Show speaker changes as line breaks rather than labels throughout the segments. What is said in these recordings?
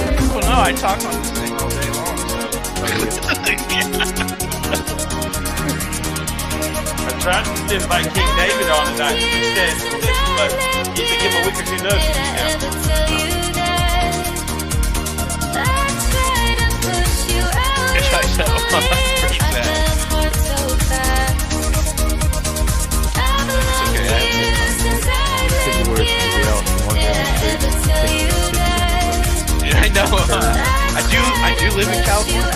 I talk on this thing all day long. So. I tried to invite King David on tonight. He said, look, you can give him a week or two notice. Yeah.
I know. I do. I do live in California.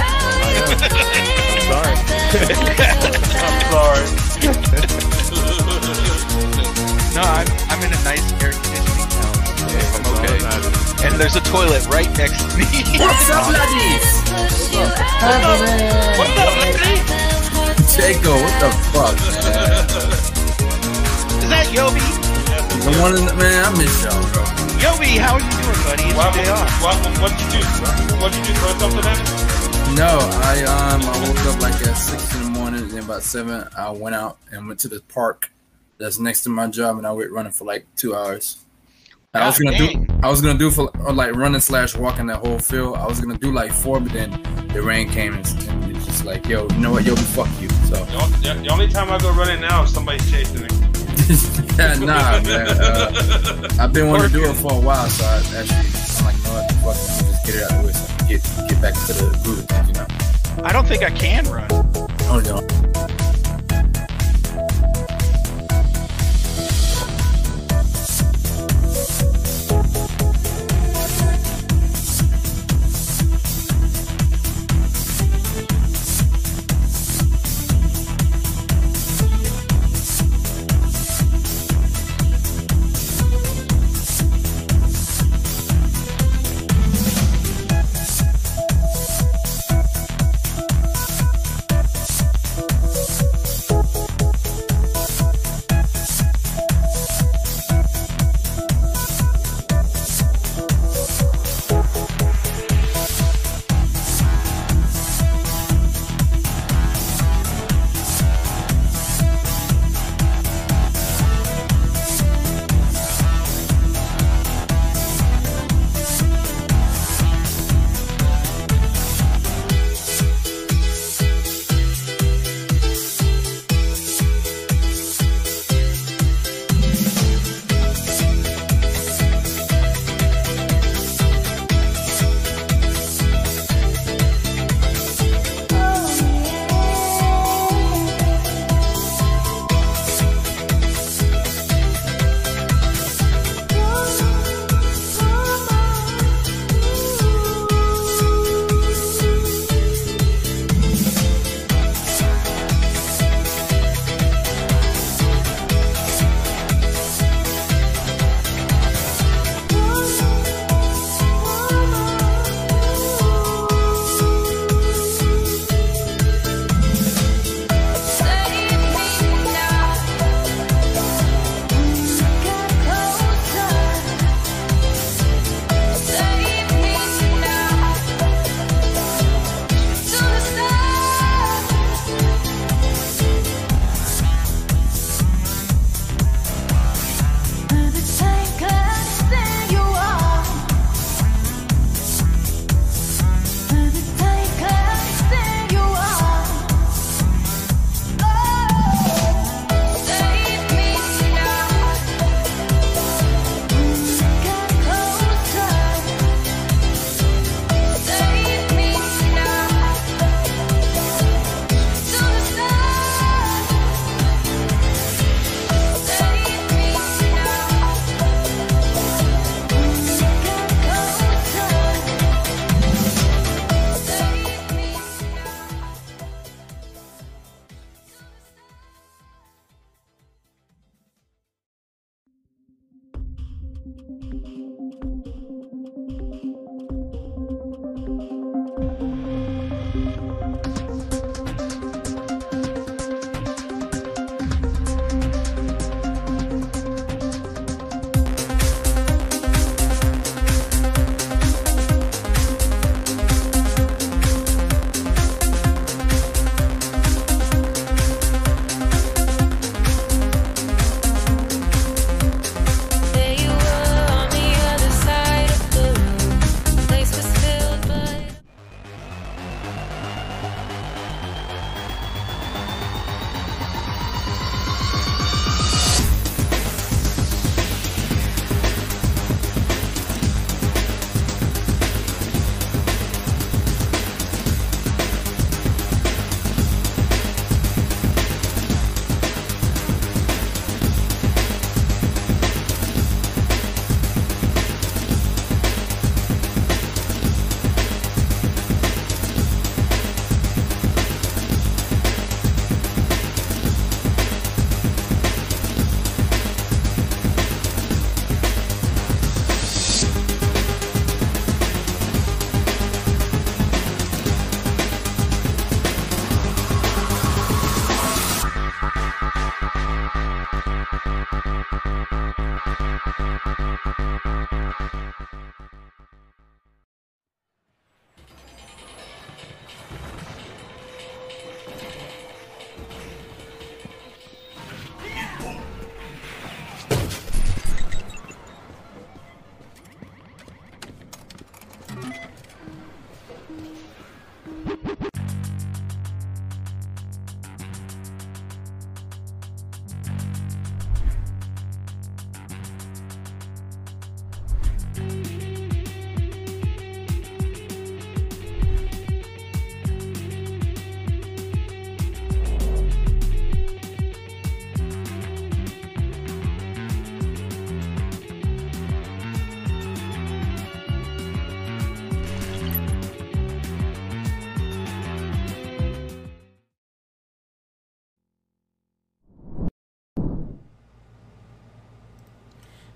I'm sorry.
No, I'm, I'm in a nice air conditioning house. I'm okay. And there's a toilet right next to me.
What's up, laddies?
What's up, lady?
Jaco, what the fuck?
Is that Yobi?
The one in the, man, I miss y'all, bro.
Yobi, how are you doing, buddy? It's
What,
your day off.
what, what, what'd you do? What'd you do? Throw something at him?
No, I um I woke up like at six in the morning and about seven I went out and went to the park that's next to my job and I went running for like two hours. I was
God
gonna do I was gonna do for or like running slash walking that whole field. I was gonna do like four, but then the rain came and, it's- and it's just like, yo, you know what, yo, fuck you. So
The on- The the only time I go running now is somebody's chasing me.
yeah, nah, man. Uh, I've been wanting to do it for a while, so I actually I'm like, no, what the fuck, let me just get it out of the way, so I can get get back to the groove, of things, you know.
I don't think I can run.
Oh no.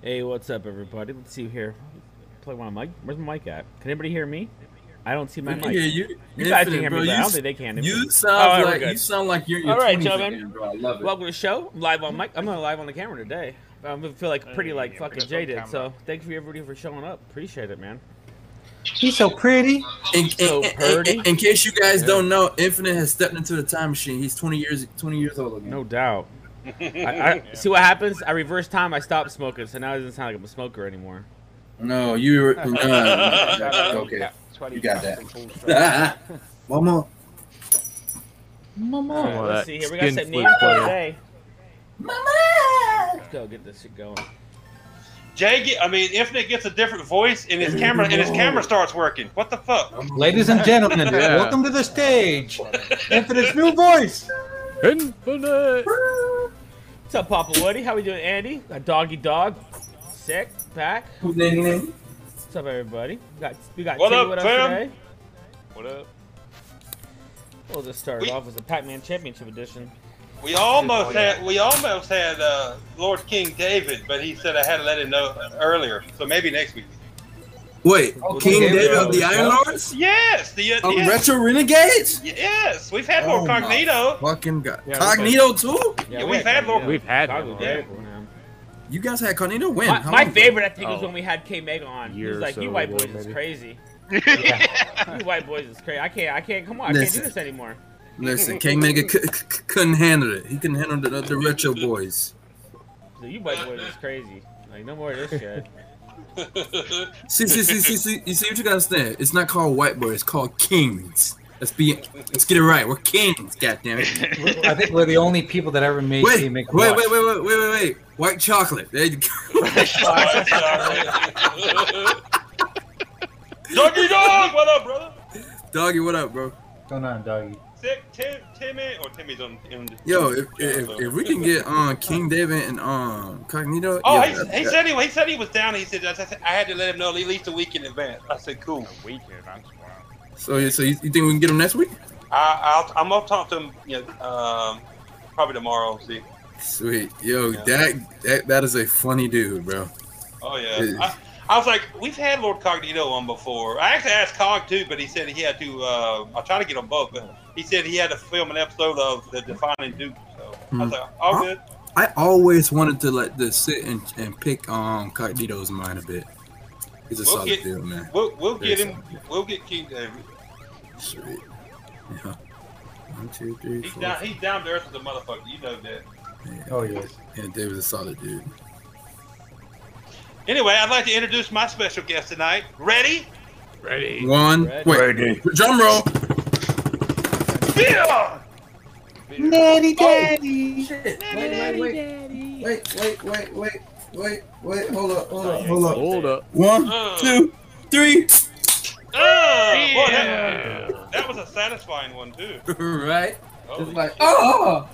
Hey, what's up, everybody? Let's see here. Plug my mic. Where's my mic at? Can anybody hear me? I don't see my
We can
mic.
hear you.
You guys can
Infinite,
hear
bro.
me, but
You
I don't
s-
think they can.
You
All right,
sound
we're
like
good.
you sound like you're in your
All right,
20s
gentlemen.
again, bro. I love it.
Welcome to the show. I'm live on mic. I'm not live on the camera today. I'm gonna feel like pretty like fucking jaded. So thank you everybody for showing up. Appreciate it, man.
He's so pretty.
in,
So
in- in-
purdy.
in case you guys don't know, Infinite has stepped into the time machine. He's 20 years 20 years old again.
No doubt. I, I see what happens. I reverse time. I stop smoking, so now it doesn't sound like I'm a smoker anymore.
No, you were no, no, no, okay. You got that. One more.
All right,
Well, that
let's see here. We got
skin
some
flute
news for
player.
today. Let's go get this shit going.
Jay, get, I mean, Infinite gets a different voice, and his camera and his camera starts working. What the fuck?
Ladies and gentlemen,
Yeah.
welcome to the stage. Infinite's new voice.
Infinite.
What's up, Papa Woody? How we doing, Andy? Got doggy dog. Sick. Back. What's up, everybody? We got we got
What
Timmy
up,
with us
fam?
today.
What up?
We'll just start it
We-
off as the Pac-Man Championship Edition.
We almost had we almost had uh, Lord King David, but he said I had to let him know earlier, so maybe next week.
Wait,
Oh,
Okay,
King
there we
David
go.
of the Iron Lords?
Yes, the, uh,
Of
yes,
Oh, Retro Renegades?
yes, we've had
Oh
Lord
my
Cognito.
Fucking God.
Yeah, okay.
Cognito too?
Yeah, we've had more-
We've had
Dog was
him
great,
already.
man.
You guys had Cognito win.
My,
How
my
long ago?
favorite, I think, was
Oh.
when we had K Mega on. He
Year
was
or
like,
so
"You white
ago,
boys is
maybe."
crazy. you white boys is crazy. I can't. I can't. Come on. I
Listen.
can't do this anymore."
Listen, King Mega c- c- c- couldn't handle it. He couldn't handle the, the Retro Boys.
So you white boys is crazy. Like no more of this shit.
See, see, see, see, see, you see what you gotta understand? It's not called white boy, it's called kings. Let's be, let's get it right. We're kings, goddammit.
I think we're the only people that ever made
Wait, wait,
make
wait, wait, wait, wait, wait, wait. White chocolate. There you go.
Doggy dog, what up, brother?
Doggy, what up, bro?
What's going on, doggy?
Sick Tim, Timmy, or Timmy's on. In the,
Yo, if, if, if we can get um King David and um Cognito.
Oh,
yeah,
he, he
that-
said he, he said he was down. He said I, said- I had to let him know at least a week in advance. I said cool.
So, you- so you, you think we can get him next week?
I, I'll, I'm gonna talk to him. You know, um, probably tomorrow. See.
Sweet. Yo,
Yeah.
that, that that is a funny dude, bro.
Oh yeah.
Is-
I, I was like, we've had Lord Cognito on before. I actually asked Cog too, but he said he had to. Uh, I tried to get on both, but he said he had to film an episode of The Defining Duke. So I
Hmm.
was like, all
Huh?
good.
I always wanted to let this sit and, and pick um Cognito's mind a bit. He's a
We'll
solid
get-
dude, man.
We'll, we'll
Very
get him. We'll get King uh, David.
Sweet. Yeah. One, two, three,
He's
four.
down. He's down to earth as a motherfucker. You know that.
Oh yes.
Yeah, David's a solid dude.
Anyway, I'd like to introduce my special guest tonight. Ready?
Ready.
One.
Ready.
Wait. Drum roll.
Yeah!
Daddy, daddy.
Oh, Wait, wait, wait, wait, wait, wait, wait, wait, wait. Hold up, hold up, hold up.
Hold up.
One,
Uh.
two, three.
Oh, boy, that, that was a satisfying one too.
Right.
Holy
It's like,
shit.
oh.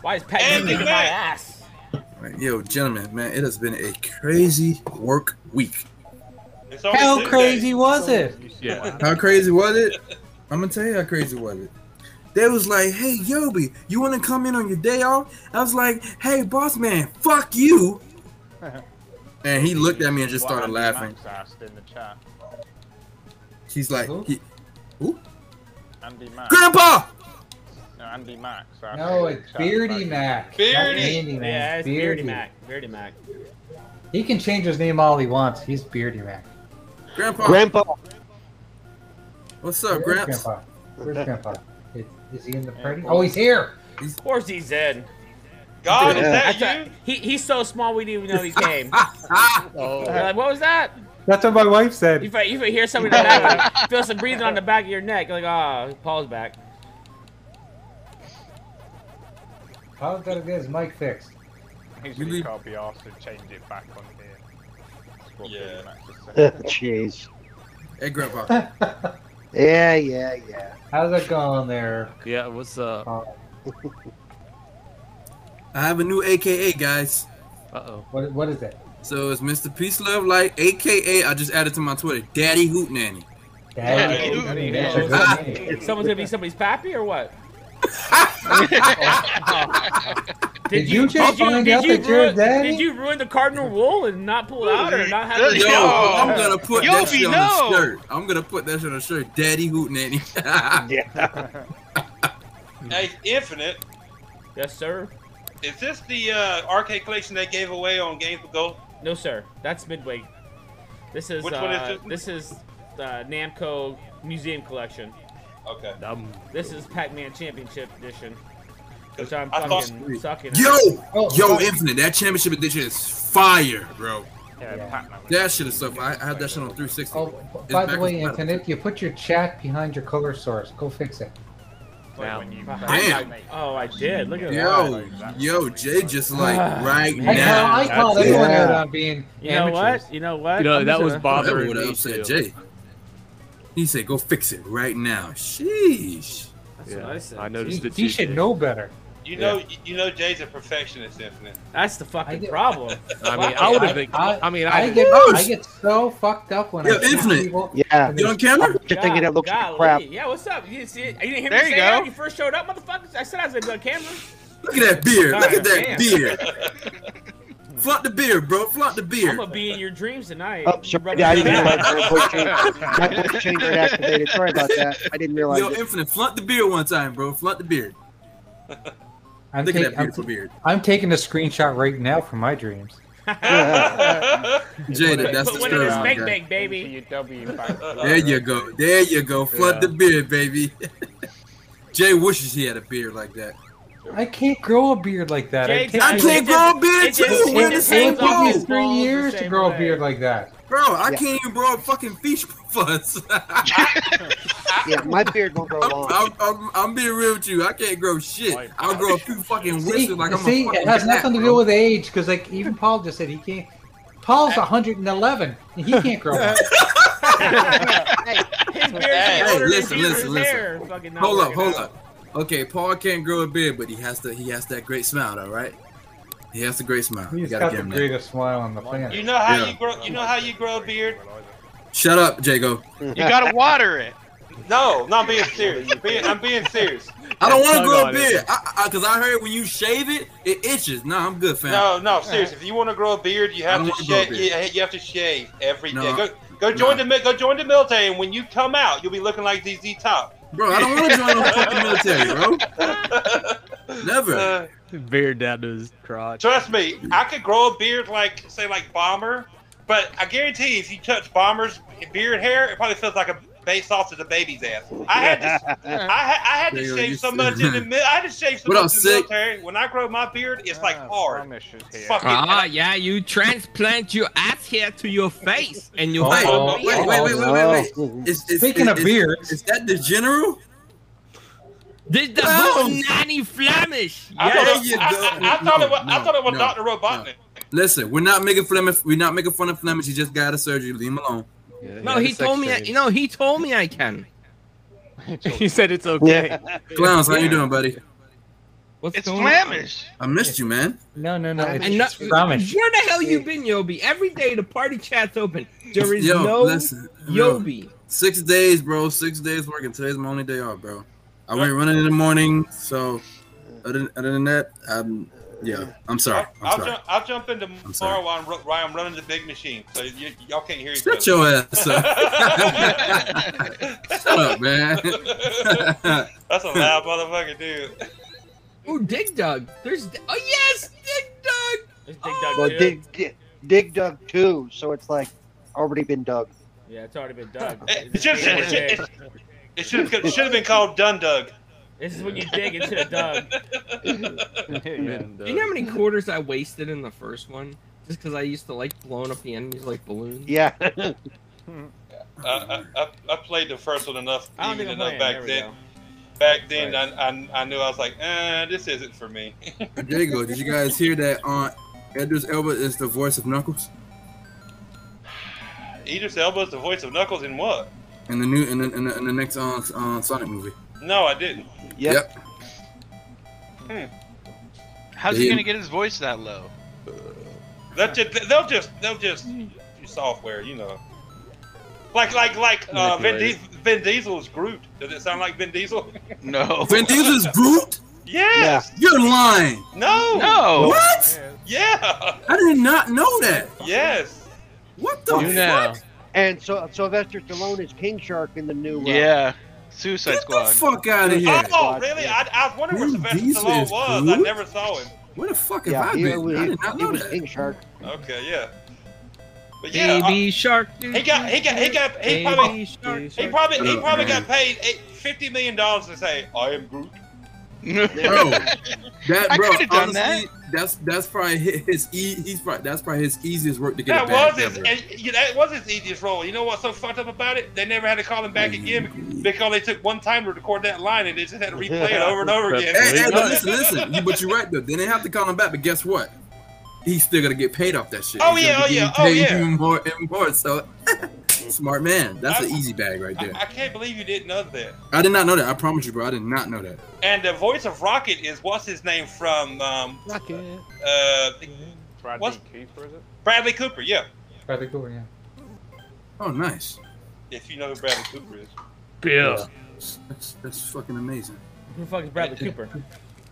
Why is Pac Man
And
kicking
the
my
back.
ass?
Right, Yo, gentlemen, man, it has been a crazy work week.
It's only
How
Tuesday.
crazy was it?
Yeah.
How crazy was it? I'm gonna tell you how crazy was it. They was like, "Hey, Yobi, you wanna come in on your day off?" I was like, "Hey, boss man, fuck you." And he looked at me and just started laughing. He's like,
Who?
he-
Andy Max.
"Grandpa,
No, Andy Max.
No, it's Beardy Mac.
Beardy.
Not Andy Mac.
Yeah, it's Beardy Mac. Beardy Mac.
He can change his name all he wants. He's Beardy Mac.
Grandpa,
Grandpa.
what's up,
Where's
Gramps?"
Grandpa? Where's Grandpa? Is, is he in the party? Oh, he's here.
Of course he's in.
God, is
Yeah.
that
That's a-
you?
he, he's so small we didn't even know he came. You're like, what was that?
That's what my wife said.
If I, if I hear somebody in the back, you feel some breathing on the back of your neck. You're like, ah, Paul's back.
Paul's got to get his mic fixed.
You
Usually
leave-
can't be asked to change it back on here. That's what
Yeah.
Billy Mack just said.
Jeez.
Hey, Grandpa.
Yeah, yeah, yeah.
How's it going there?
Yeah, what's up?
Paul?
I have a new AKA, guys.
Uh oh.
What, what is it?
So it's Mr. Peace Love Light, AKA, I just added to my Twitter, Daddy Hoot Nanny.
Daddy,
Yeah,
Daddy,
you-
that's your good name.
Someone's gonna be somebody's pappy or what?
Did you just find out that you're
ruin,
a daddy?
Did you ruin the cardinal rule and not pull it out or not have
Yo,
it?
Yo.
I'm gonna put that
Yobi,
shit on
no.
a shirt. I'm gonna put that shit on a shirt, Daddy Hoot Nanny.
Hey, Infinite.
Yes, sir.
Is this the uh, arcade collection they gave away on Games with Gold?
No, sir. That's Midway. This is
Which
uh,
one is
this is the Namco Museum Collection.
Okay.
Dumb.
This is Pac-Man Championship Edition, which
'Cause
I'm
I thought-
fucking sucking. at.
yo,
Oh,
yo,
fuck.
Infinite, that championship edition is fire, bro.
Yeah,
Yeah.
Pac-Man was-
That shit is so fire. I have that shit on 360.
Oh,
It's
by
back
the
on
way,
Spotify.
Infinite, you put your chat behind your color source. Go fix it.
Like when
Now.
you-
Damn.
Oh, I did. Look at that.
Yo, yo, Jay just like right
I call,
now.
I call
That's-
everyone out
Yeah.
on being
You know
amateurs.
what? You know what?
You know,
I'm
that
just
was
gonna-
That
bothering
would have
me.
upset
too.
Jay. He said, "Go fix it right now." Sheesh.
That's what
Yeah,
I said.
I
You,
noticed that
you should
did.
know better.
You know, you know, Jay's a perfectionist, Infinite.
That's the
I
fucking
did-
problem.
I mean, I would have.
I-
been. I mean,
I
I.
get,
Ouch.
I get so fucked up when
Yeah,
I see
Infinite.
people.
Yeah.
You on camera?
What you're thinking? It looks like
golly.
crap.
Yeah, what's up? You didn't see it? You didn't hear
There
me
you
say
go.
that when you first showed up, motherfuckers? I said I was gonna be on camera.
Look at that beard. Look at that
Damn.
beard. Flaunt the beard, bro. Flaunt the
I'm
beard.
gonna be in your dreams tonight.
Oh, sorry.
Rub it
Yeah, I
in
didn't
your
realize
mouth.
my voice changer, my voice changer had activated. Sorry about that. I didn't realize
Yo,
it.
Infinite, flaunt the beard one time, bro. Flaunt the beard.
I'm,
Look at
take-
that
I'm,
beautiful beard.
I'm taking a screenshot right now from my dreams.
Jay,
Put-
that- that's the
Put one in
story.
this
Instagram,
my
bank
guy.
bank, baby.
NCUW back.
uh,
There you go. There you go. Flaunt the beard, baby. Jay wishes he had a beard like that.
I can't grow a beard like that.
Jay,
I take-
I
It
can't
just-
grow a beard
it just-
too.
it
We're in the
just
same
hangs
it
off
boat.
took me
his
three
balls the
years to
same
grow
way.
a beard like that.
Bro, I
Yeah.
can't even grow a fucking fish fuzz.
Yeah, my beard won't grow
I'm,
long.
I'm, I'm, I'm being real with you. I can't grow shit.
Like,
uh,
I'll grow a few fucking
See,
whiskers like I'm
see
a fucking
it has
cat,
nothing to do
bro.
with age, because like even Paul just said he can't. Paul's 111. and He can't grow. one.
His beard's
Hey,
older than
listen,
Jesus'
listen, listen.
hair. Fucking not
Hold up,
working
hold
out.
up. Okay, Paul can't grow a beard, but he has to. He has that great smile, all right. He has the great smile. You
He's
gotta
got
give
the
him that.
greatest smile on the planet.
you know how
Yeah.
you grow. You know how you grow a beard.
Shut up, Jago.
You gotta water it.
No, not being serious. Being, I'm being serious.
I don't
Yeah,
want to
tug
grow a
on
beard,
it.
I, I, cause I heard when you shave it, it itches. Nah, I'm good, fam.
No, no, seriously. If you want to grow a beard, you have
I
to
don't wanna
shave.
grow a
You, you have to shave every day.
No.
Go, go join
No.
the the go join the military, and when you come out, you'll be looking like ZZ Top.
Bro, I don't want to join the fucking military, bro. Never.
Uh,
Beard down to his crotch.
trust me, I could grow a beard like say like Bomber, but I guarantee if you touch Bomber's beard hair, it probably feels like a base off to the baby's ass. I had to I, ha- I had to
Nigga, you
shave so
see-
much in the mil- I had to shave so
What
much in
up,
the
sick?
military. When I grow my beard, it's like
Ah,
hard.
Flemish is here.
Fucking.
Ah, yeah, you transplant your ass hair to your face and you
Oh,
have
oh,
a
wait, wait,
beard.
wait, wait, wait,
Oh.
wait. Is, is,
Speaking
is,
of
is-
beards.
is that the general?
This is the
Oh.
whole nanny Flemish.
I
Yeah.
thought,
There
it,
you
I, I,
go.
I thought it was, I
No,
thought it was
no,
Doctor Robotnik.
Listen, we're not making fun of we're not making fun of Flemish. He just got a surgery. Leave him alone.
No, he told me. I, you know, he told me I can.
he said it's okay.
Clowns, how you doing, buddy?
What's
It's
going
Flemish.
I missed you, man.
No, no, no.
on?
It's,
And not,
it's Flemish.
where the hell you been, Yobi? Every day the party chat's open. There is
Yo,
no
listen, yo,
Yobi.
six days, bro. Six days working. Today's my only day off, bro. I went running in the morning, so other than, other than that, um, yeah, I'm sorry.
I'll,
I'm
I'll,
sorry.
jump, I'll jump into
I'm sorry.
tomorrow while I'm, ru- while I'm running the big machine, so you, y'all can't hear each
Shut
other.
your ass up. Shut up, man.
That's a loud motherfucker, dude.
Oh, Dig Dug. There's. Oh yes, Dig Dug.
It's Dig Dug
Well,
too.
dig, dig, dig dug too. So it's like already been dug.
Yeah, it's already been dug.
It should have been called Dundug.
This is when you dig into the dug.
And, uh,
Do you know how many quarters I wasted in the first one? Just because I used to like blowing up the enemies like balloons.
Yeah.
uh, I, I, I played the first one enough,
I don't
even
think I'm
enough
playing.
back
there we
then.
go.
Back then, I, I I knew I was like, eh, this isn't for me.
Diego, did you guys hear that Aunt Edris Elba is the voice of Knuckles?
Idris Elba's the voice of Knuckles in what?
In the new in the, in the, in the next uh, s- uh, Sonic movie.
No, I didn't.
Yep.
Yep.
How's
Dude.
he gonna get his voice that low?
That just, they'll just they'll just do software, you know. Like like like uh, Vin, Dies- Vin Diesel's Groot. Does it sound like Vin Diesel?
No.
Vin Diesel's Groot?
Yes.
You're lying.
No.
Oh.
No.
What?
Yeah.
I did not know that.
Yes.
What the
you
fuck?
now.
And so Sylvester Stallone is King Shark in the new. Uh,
Yeah. Suicide
Get
Squad.
the fuck out of here.
Oh, really? I, I was wondering where
Vin
Sylvester
Diesel
Stallone
is
was. I
Groot?
never saw him.
Where the fuck have
Yeah,
I
he,
been?
was-
I did not
he
know
was
that.
King Shark.
Okay, yeah. But yeah, I-
Baby shark. Dude,
he got he got he got he probably
Baby shark.
he probably he
Oh,
probably
man.
got paid eight, fifty million dollars to say I am Groot.
Bro, that
I
bro,
could've done
honestly,
that.
that's that's probably his, his e, he's probably that's probably his easiest work to get.
That
it
was
back
his
ever.
and, yeah, that was his easiest role. You know what's so fucked up about it? They never had to call him back again because they took one time to record that line and they just had to replay it over and over again.
Hey, hey, but listen, listen. You, but you're right though. They didn't have to call him back, but guess what? He's still gonna get paid off that shit.
Oh,
He's
yeah,
gonna
oh,
be
yeah,
getting
oh,
paid
yeah.
Even more and more. So smart man. That's an
I'm-
easy bag right
I,
there.
I can't believe you didn't know that.
I did not know that. I promise you, bro. I did not know that.
And the voice of Rocket is what's his name from um uh
Bradley
What's-
Cooper, is it?
Bradley Cooper, yeah.
Bradley Cooper, yeah.
Oh, nice.
If you know who Bradley Cooper is.
Bill.
That's that's, that's fucking amazing.
Who the fuck is Bradley Cooper?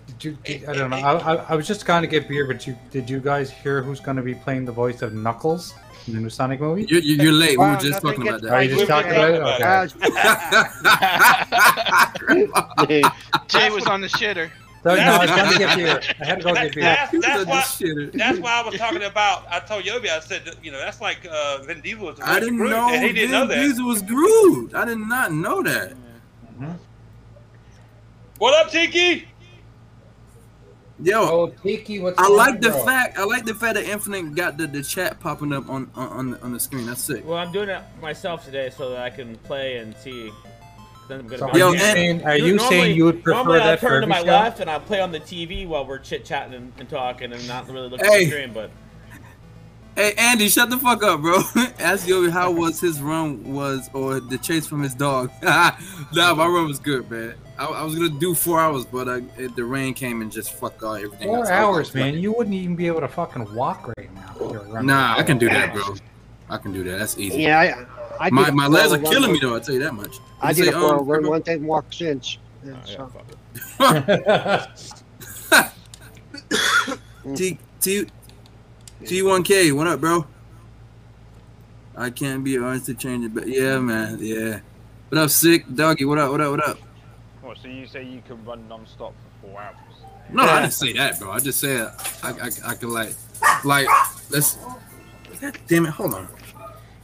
Did you? Did, I don't know. I, I, I was just going to get beer, but you did you guys hear who's going to be playing the voice of Knuckles in the new Sonic movie?
You're, you're, you're late. we
Wow,
were just
nothing
talking about
gets
Are
that.
you
We've
just talking
been
about it?
talking about
Okay.
Uh,
Jay was on the shitter.
No, no, I was going to get beer. I had to go get beer.
That's,
You
that's
said
why
this shit.
That's why I was talking about. I told Yobi, I said, that, you know, that's like uh, Vin Diesel was. the
I
voice of
didn't
Groot,
know
and he didn't know
Vin
that.
Diesel was Groot. I did not know that.
What up, Tiki?
Yo,
Oh, Tiki, what's
I
going
like
on,
the
bro?
fact. I like the fact that Infinite got the, the chat popping up on on on the, on the screen. That's sick.
Well, I'm doing it myself today so that I can play and see. Then I'm gonna
So
be-
are
Yo,
you
and-
saying, are you
Normally-
saying you would prefer
normally I'll
that for
turn to
every
my
show?
left and I'll play on the TV while we're chit chatting and, and talking and not really looking
Hey.
at the screen. But
Hey Andy, shut the fuck up, bro. Ask Yobi how was his run was or the chase from his dog. nah, my run was good, man. I, I was gonna do four hours, but I, it, the rain came and just fucked all everything.
Four
else.
hours, man. You wouldn't even be able to fucking walk right now. if you were running.
Nah, I can do that, bro. I can do that. That's easy.
yeah, I, I did
my
a
my legs are
401
killing me though. I will tell you that much.
I
You
did
say,
a four
um,
run one time walk since.
Oh,
And so-
T T T one K. What up, bro? I can't be honest to change it, but yeah, man, yeah. What up, sick doggy? What up? What up? What up?
What, so you say you can run non-stop for four hours?
No, I didn't say that, bro. I just said I I, I could like like let's. God damn it! Hold on.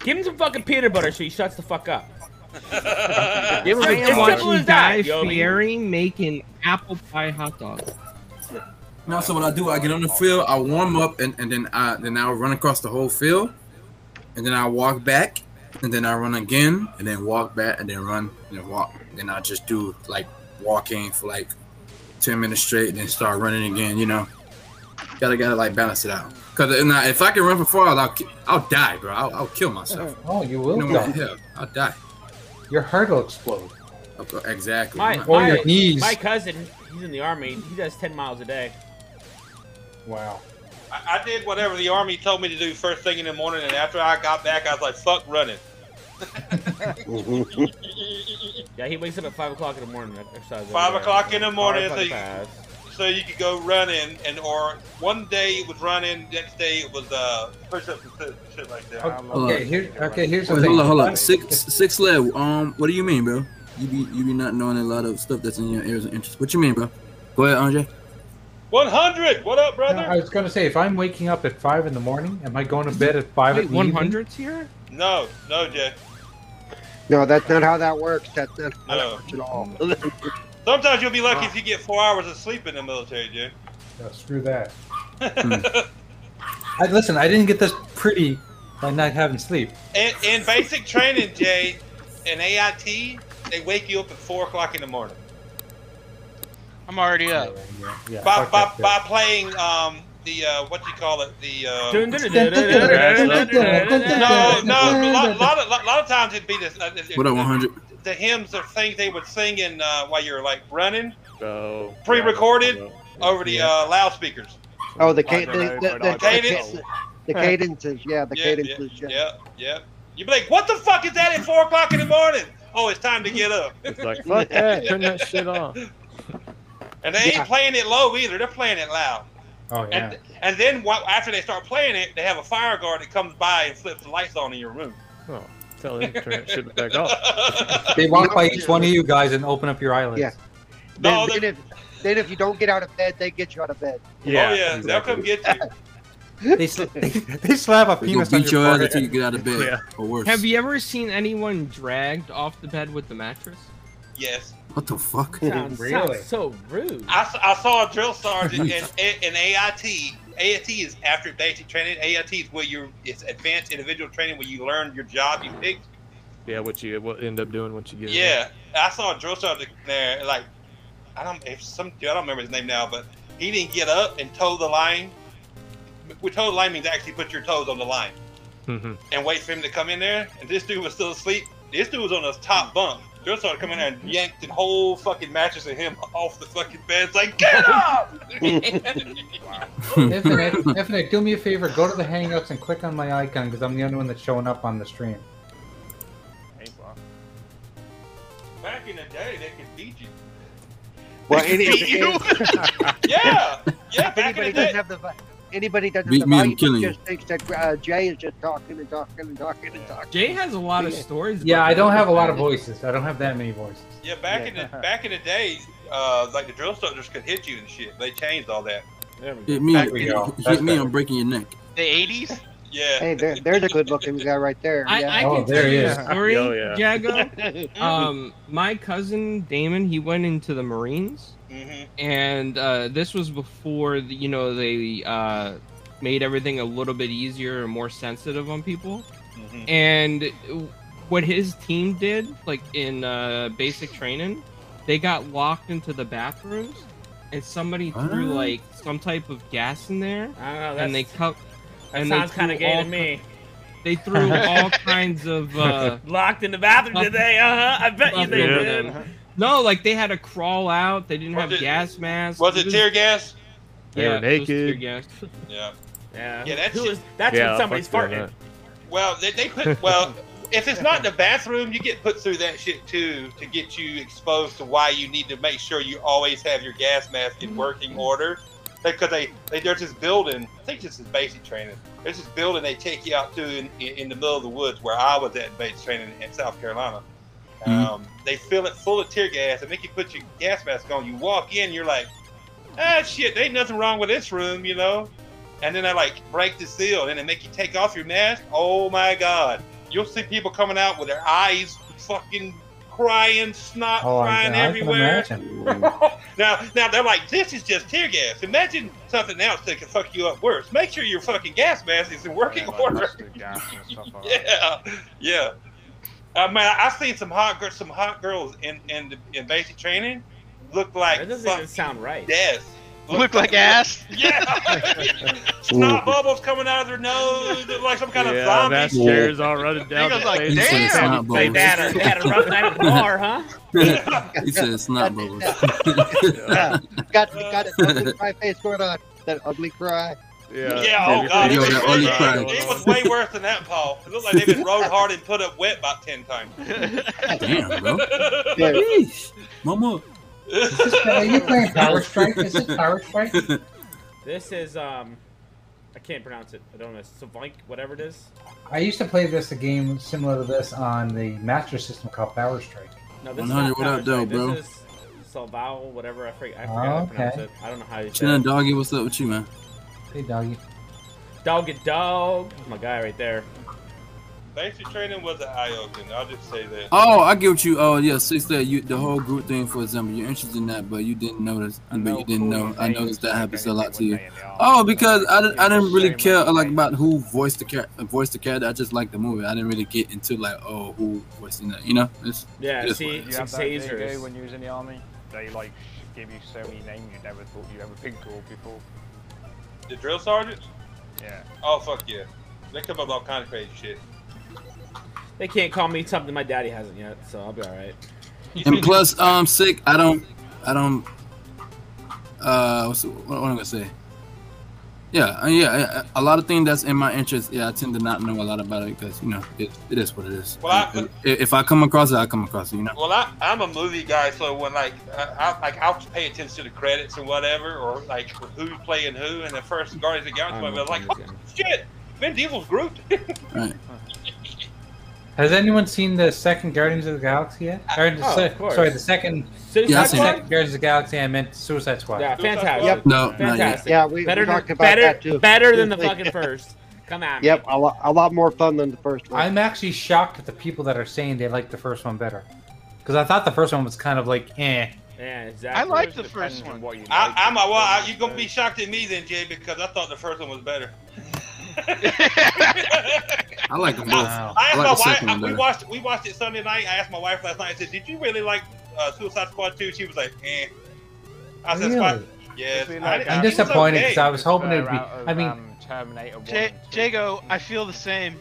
give him some fucking peanut butter so he shuts the fuck up.
You ever
It's
been
simple
watching
as that,
Guy
Yobi.
Fieri making apple pie hot dogs?
No, so what I do, I get on the field, I warm up, and, and then I then I run across the whole field, and then I walk back, and then I run again, and then walk back, and then run, and then walk. Then I just do like walking for like ten minutes straight, and then start running again. You know, gotta gotta like balance it out. Cause if, not, if I can run for four hours, I'll ki- I'll die, bro. I'll, I'll kill myself.
oh, you
You
will
know what?
die.
Hell, I'll die.
Your heart will explode.
Okay, Exactly.
My,
Or
my,
your knees.
my cousin, he's in the army. He does 10 miles a day.
Wow.
I, I did whatever the army told me to do first thing in the morning, and after I got back, I was like, fuck running.
Yeah, he wakes up at 5 o'clock in the morning. to Exercise
Five
every day.
o'clock in the morning,
Hard
so you-
fucking pass.
So you could go running, and or one day it was running, next day it was uh push-ups and shit- shit like that.
Okay,
on.
here, okay here's the
Wait,
thing.
hold on, hold on. Six, six lev. Um, what do you mean, bro? You be, you be not knowing a lot of stuff that's in your areas of interest. What you mean, bro? Go ahead, Andre.
One hundred. What up,
No,
brother?
I was going to say, if I'm waking up at 5 in the morning, am I going to bed at 5
Wait,
in the evening?
100's here?
no, no, Jay.
no, that's not how that works. That's not
No.
how
Mm.
that works at all.
Sometimes you'll be lucky if you get four hours of sleep in the military, dude.
Yeah, screw that. I, listen, I didn't get this pretty by not having sleep.
In, in basic training, Jay, in AIT, they wake you up at four o'clock in the morning
I'm already up.
Yeah,
by,
fuck
by,
that shit.
by playing um the uh, what do you call it the uh,
Dun, dun, dun, dun, dun, dun, dun, dun, dun, dun.
no no a lot, lot of lot, lot of times it'd be this uh, it-
What up,
the-
100?
the hymns of things they would sing in uh, while you're like running
So
Pre-recorded over the uh, loudspeakers.
Oh, the, ca-
I don't
the,
know,
the,
but
the,
I
Cadence.
the, the cadences, yeah, the
Yeah,
cadences. Yeah.
Yeah, yeah. You'd be like, "What the fuck is that at four o'clock in the morning?" Oh, it's time to get up.
It's like fuck that. Turn that shit off.
And they ain't
Yeah.
playing it low either; they're playing it loud.
Oh yeah.
And, and then wha- after they start playing it, they have a fire guard that comes by and flips the lights on in your room.
Oh, tell them to turn that shit back
Oh.
Oh,
off.
They walk by each one of you guys and open up your eyelids.
Yeah. Then,
no,
then
they,
if, then if you don't get out of bed, they get you out of bed.
oh yeah, they'll come get you.
They, sl- they, they slap a
They gonna
penis on
beat your ass
your
until
forehead.
you get out of bed,
Yeah.
or worse.
Have you ever seen anyone dragged off the bed with the mattress?
Yes,
What the fuck?
Sounds,
Really?
sounds so rude.
I, s- I saw a drill sergeant in, in AIT. AIT is after basic training. AIT is where you it's advanced individual training where you learn your job you picked.
Yeah, what you what end up doing once you get in there.
Yeah, I saw a drill sergeant there. Like, I don't if some dude, I don't remember his name now, but he didn't get up and toe the line. With toe the line means actually put your toes on the line
Mhm.
and wait for him to come in there. And this dude was still asleep. This dude was on his top bunk. Drill sergeant come in there and yanked the whole fucking mattress of him off the fucking bed. It's like get up.
Infinite, Infinite, do me a favor. Go to the Hangouts and click on my icon because I'm the only one that's showing up on the stream.
Ain't what?
Back in the day, they could beat you.
Well, any,
Beat you?
if
Yeah, yeah. Back in
anybody
the
doesn't
day,
have the, vi- anybody doesn't
Beat
have the
me, I'm
volume,
killing you.
just thinks that uh, Jay is just talking and talking and talking and talking.
Jay has a lot of stories.
Yeah,
about
I don't
that.
have a lot of voices. I don't have that many voices.
yeah. Back in the back in the day, uh, like the drill sergeants could hit you and shit. They changed all that.
There we go.
Hit me,
Back
we go.
hit
That's
me,
better.
I'm breaking your neck.
The 80s?
Yeah.
Hey, there, there's a good looking guy right there.
I,
yeah.
I
Oh,
can
there
tell
he
you
is.
a story,
Oh, yeah.
Jago. um, my cousin Damon, he went into the Marines,
hmm
and uh, this was before the, you know they uh, made everything a little bit easier and more sensitive on people.
hmm
And what his team did, like in uh, basic training, they got locked into the bathrooms, and somebody threw
Huh?
like some type of gas in there,
I don't know. That's,
and they cut.
that
and
sounds
they
kind of
threw
gay
all
to me.
They threw all kinds of. Uh,
Locked in the bathroom today, uh huh. I bet you they
Yeah.
did.
No, like they had to crawl out. They didn't
Was
have
it-
gas masks.
Was it
was-
tear gas?
They
yeah,
were
it was tear
naked.
gas.
Yeah.
Yeah,
Yeah, that's
Who
it.
is- that's
yeah,
when somebody's
fuck doing
farting.
Well, they, they put well. If it's not in the bathroom, you get put through that shit too to get you exposed to why you need to make sure you always have your gas mask in working order. Because they, they there's this building. I think this is basic training. There's this building they take you out to in, in, in the middle of the woods where I was at in basic training in South Carolina.
Mm-hmm.
Um, They fill it full of tear gas and make you put your gas mask on. You walk in, you're like, ah, shit, there ain't nothing wrong with this room, you know? And then I like break the seal and they make you take off your mask. Oh my God. You'll see people coming out with their eyes fucking crying, snot
Oh, I,
crying
I can
everywhere.
imagine.
now, now they're like, this is just tear gas. Imagine something else that can fuck you up worse. Make sure your fucking gas mask is in working
Yeah, like
order.
mustard gas and stuff like that.
yeah, yeah. I mean, I, I seen some hot girls, some hot girls in in, the, in basic training look like
That doesn't even
fucking
sound right.
death.
Look like ass.
Yeah, snot bubbles coming out of their nose, look like some kind
yeah,
of
mass
zombie.
tears all running down.
Niggas
the
like,
face.
He said
Damn!
snot
They had a, they had a rough night at the bar, huh?
bubbles. He said snot bubbles.
Yeah. got got
Uh,
an ugly cry face going on. That ugly cry.
Yeah.
Yeah, oh god, it
Yo,
was,
that
way,
only
bad.
crack.
it was way worse than that, Paul. It looked like they've been rode hard and put up wet about ten times.
Damn, bro.
Yeah.
Yeesh. Mama.
Are you playing Power Strike? Is this Power Strike?
This is um, I can't pronounce it. I don't know. Savank, whatever it is.
I used to play this a game similar to this on the Master System called Power Strike.
No, this
100
is not
without
Counter-Strike.
dough,
This is Salval, whatever. I forget. I forgot
Oh,
how to pronounce
okay.
it. I don't know how you
Chin
say
and
it.
doggy, what's up with you, man?
Hey, doggy.
Dog and dog. That's my guy right there.
Basic training was an eye opener. I'll just say that.
Oh, I get what you. Oh, yeah, six that you the whole group thing. For example, you're interested in that, but you didn't notice. I but you didn't know. I noticed that happens a lot to you.
uh,
Oh, because I didn't. I didn't really care uh, like about who voiced the cat. Voiced the character. I just liked the movie. I didn't really get into like, oh, who voicing that. You know? It's,
Yeah,
it is
see,
what it
Did
is.
you have
Six
that thing,
Hazers.
Goo, when you was in the army? They like gave you so many names you never thought you ever picked of before.
The drill sergeants?
Yeah.
Oh fuck yeah, they come up with all kind of crazy shit.
They can't call me something my daddy hasn't yet, so I'll be all right.
And plus, um, sick. I don't. I don't. Uh, what's, what, what am I gonna say? Yeah, uh, yeah. I- I- A lot of things that's in my interest. Yeah, I tend to not know a lot about it because you know it, it is what it is.
Well, I-
And- and if I come across it, I come across it. You know.
Well, I, I'm a movie guy, so when like I, I like I'll pay attention to the credits and whatever, or like who's playing who. And the first Guardians of the Galaxy,
I'm
movie, I was like,
looking
oh, shit, Vin Diesel's grouped.
Has anyone seen the second Guardians of the Galaxy yet? Or the
Oh,
se-
of course.
sorry, the second,
Suicide
Yeah, I
not the
seen it.
Squad?
second Guardians of the Galaxy. I meant Suicide Squad.
Yeah,
Suicide
fantastic.
Squad?
No, not yet.
Fantastic.
Yeah, we,
better
we
than,
talked about
better,
that too.
better than the fucking first. Come on.
Yep, a lot, a lot more fun than the first one.
I'm actually shocked at the people that are saying they like the first one better, because I thought the first one was kind of like eh.
Yeah, exactly.
I
like the first one.
What you like
I, I'm a, well, I,
and
you're gonna
so-
be shocked at me then, Jay, because I thought the first one was better.
I like them both.
Wow.
I asked
I like
my
the
wife.
second one
we
better.
watched we watched it Sunday night. I asked my wife last night. I said, "Did you really like uh, Suicide Squad 2? She was like, "Eh." I said,
Really?
"Squad." Yes.
Really?
I-
I'm
it was
disappointed
okay.
because I was hoping it would be.
Out of,
I mean,
um, Terminator 1
J-
and 2.
Jago, I feel the same.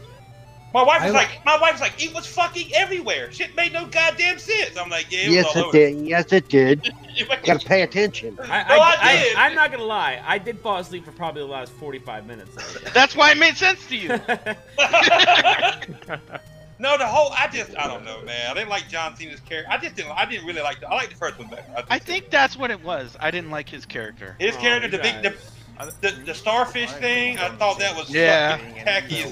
My wife
I
was
like-
like, my wife's like, it was fucking everywhere. Shit made no goddamn sense. I'm like, yeah, it
yes,
was all
it did. Yes, it did.
over.
You gotta pay attention.
I,
No, I did.
am not gonna lie. I did fall asleep for probably the last 45 minutes. of
That's why it made sense to you.
it.
no, the whole, I just, I don't know, man. I didn't like John Cena's character. I just didn't, I didn't really like the, I like the first one better. I,
I think that's what it was. I didn't like his character.
his
Oh,
character, the
you
big, the,
guys.
the, the starfish thing, I thought that was
Yeah.
fucking tacky as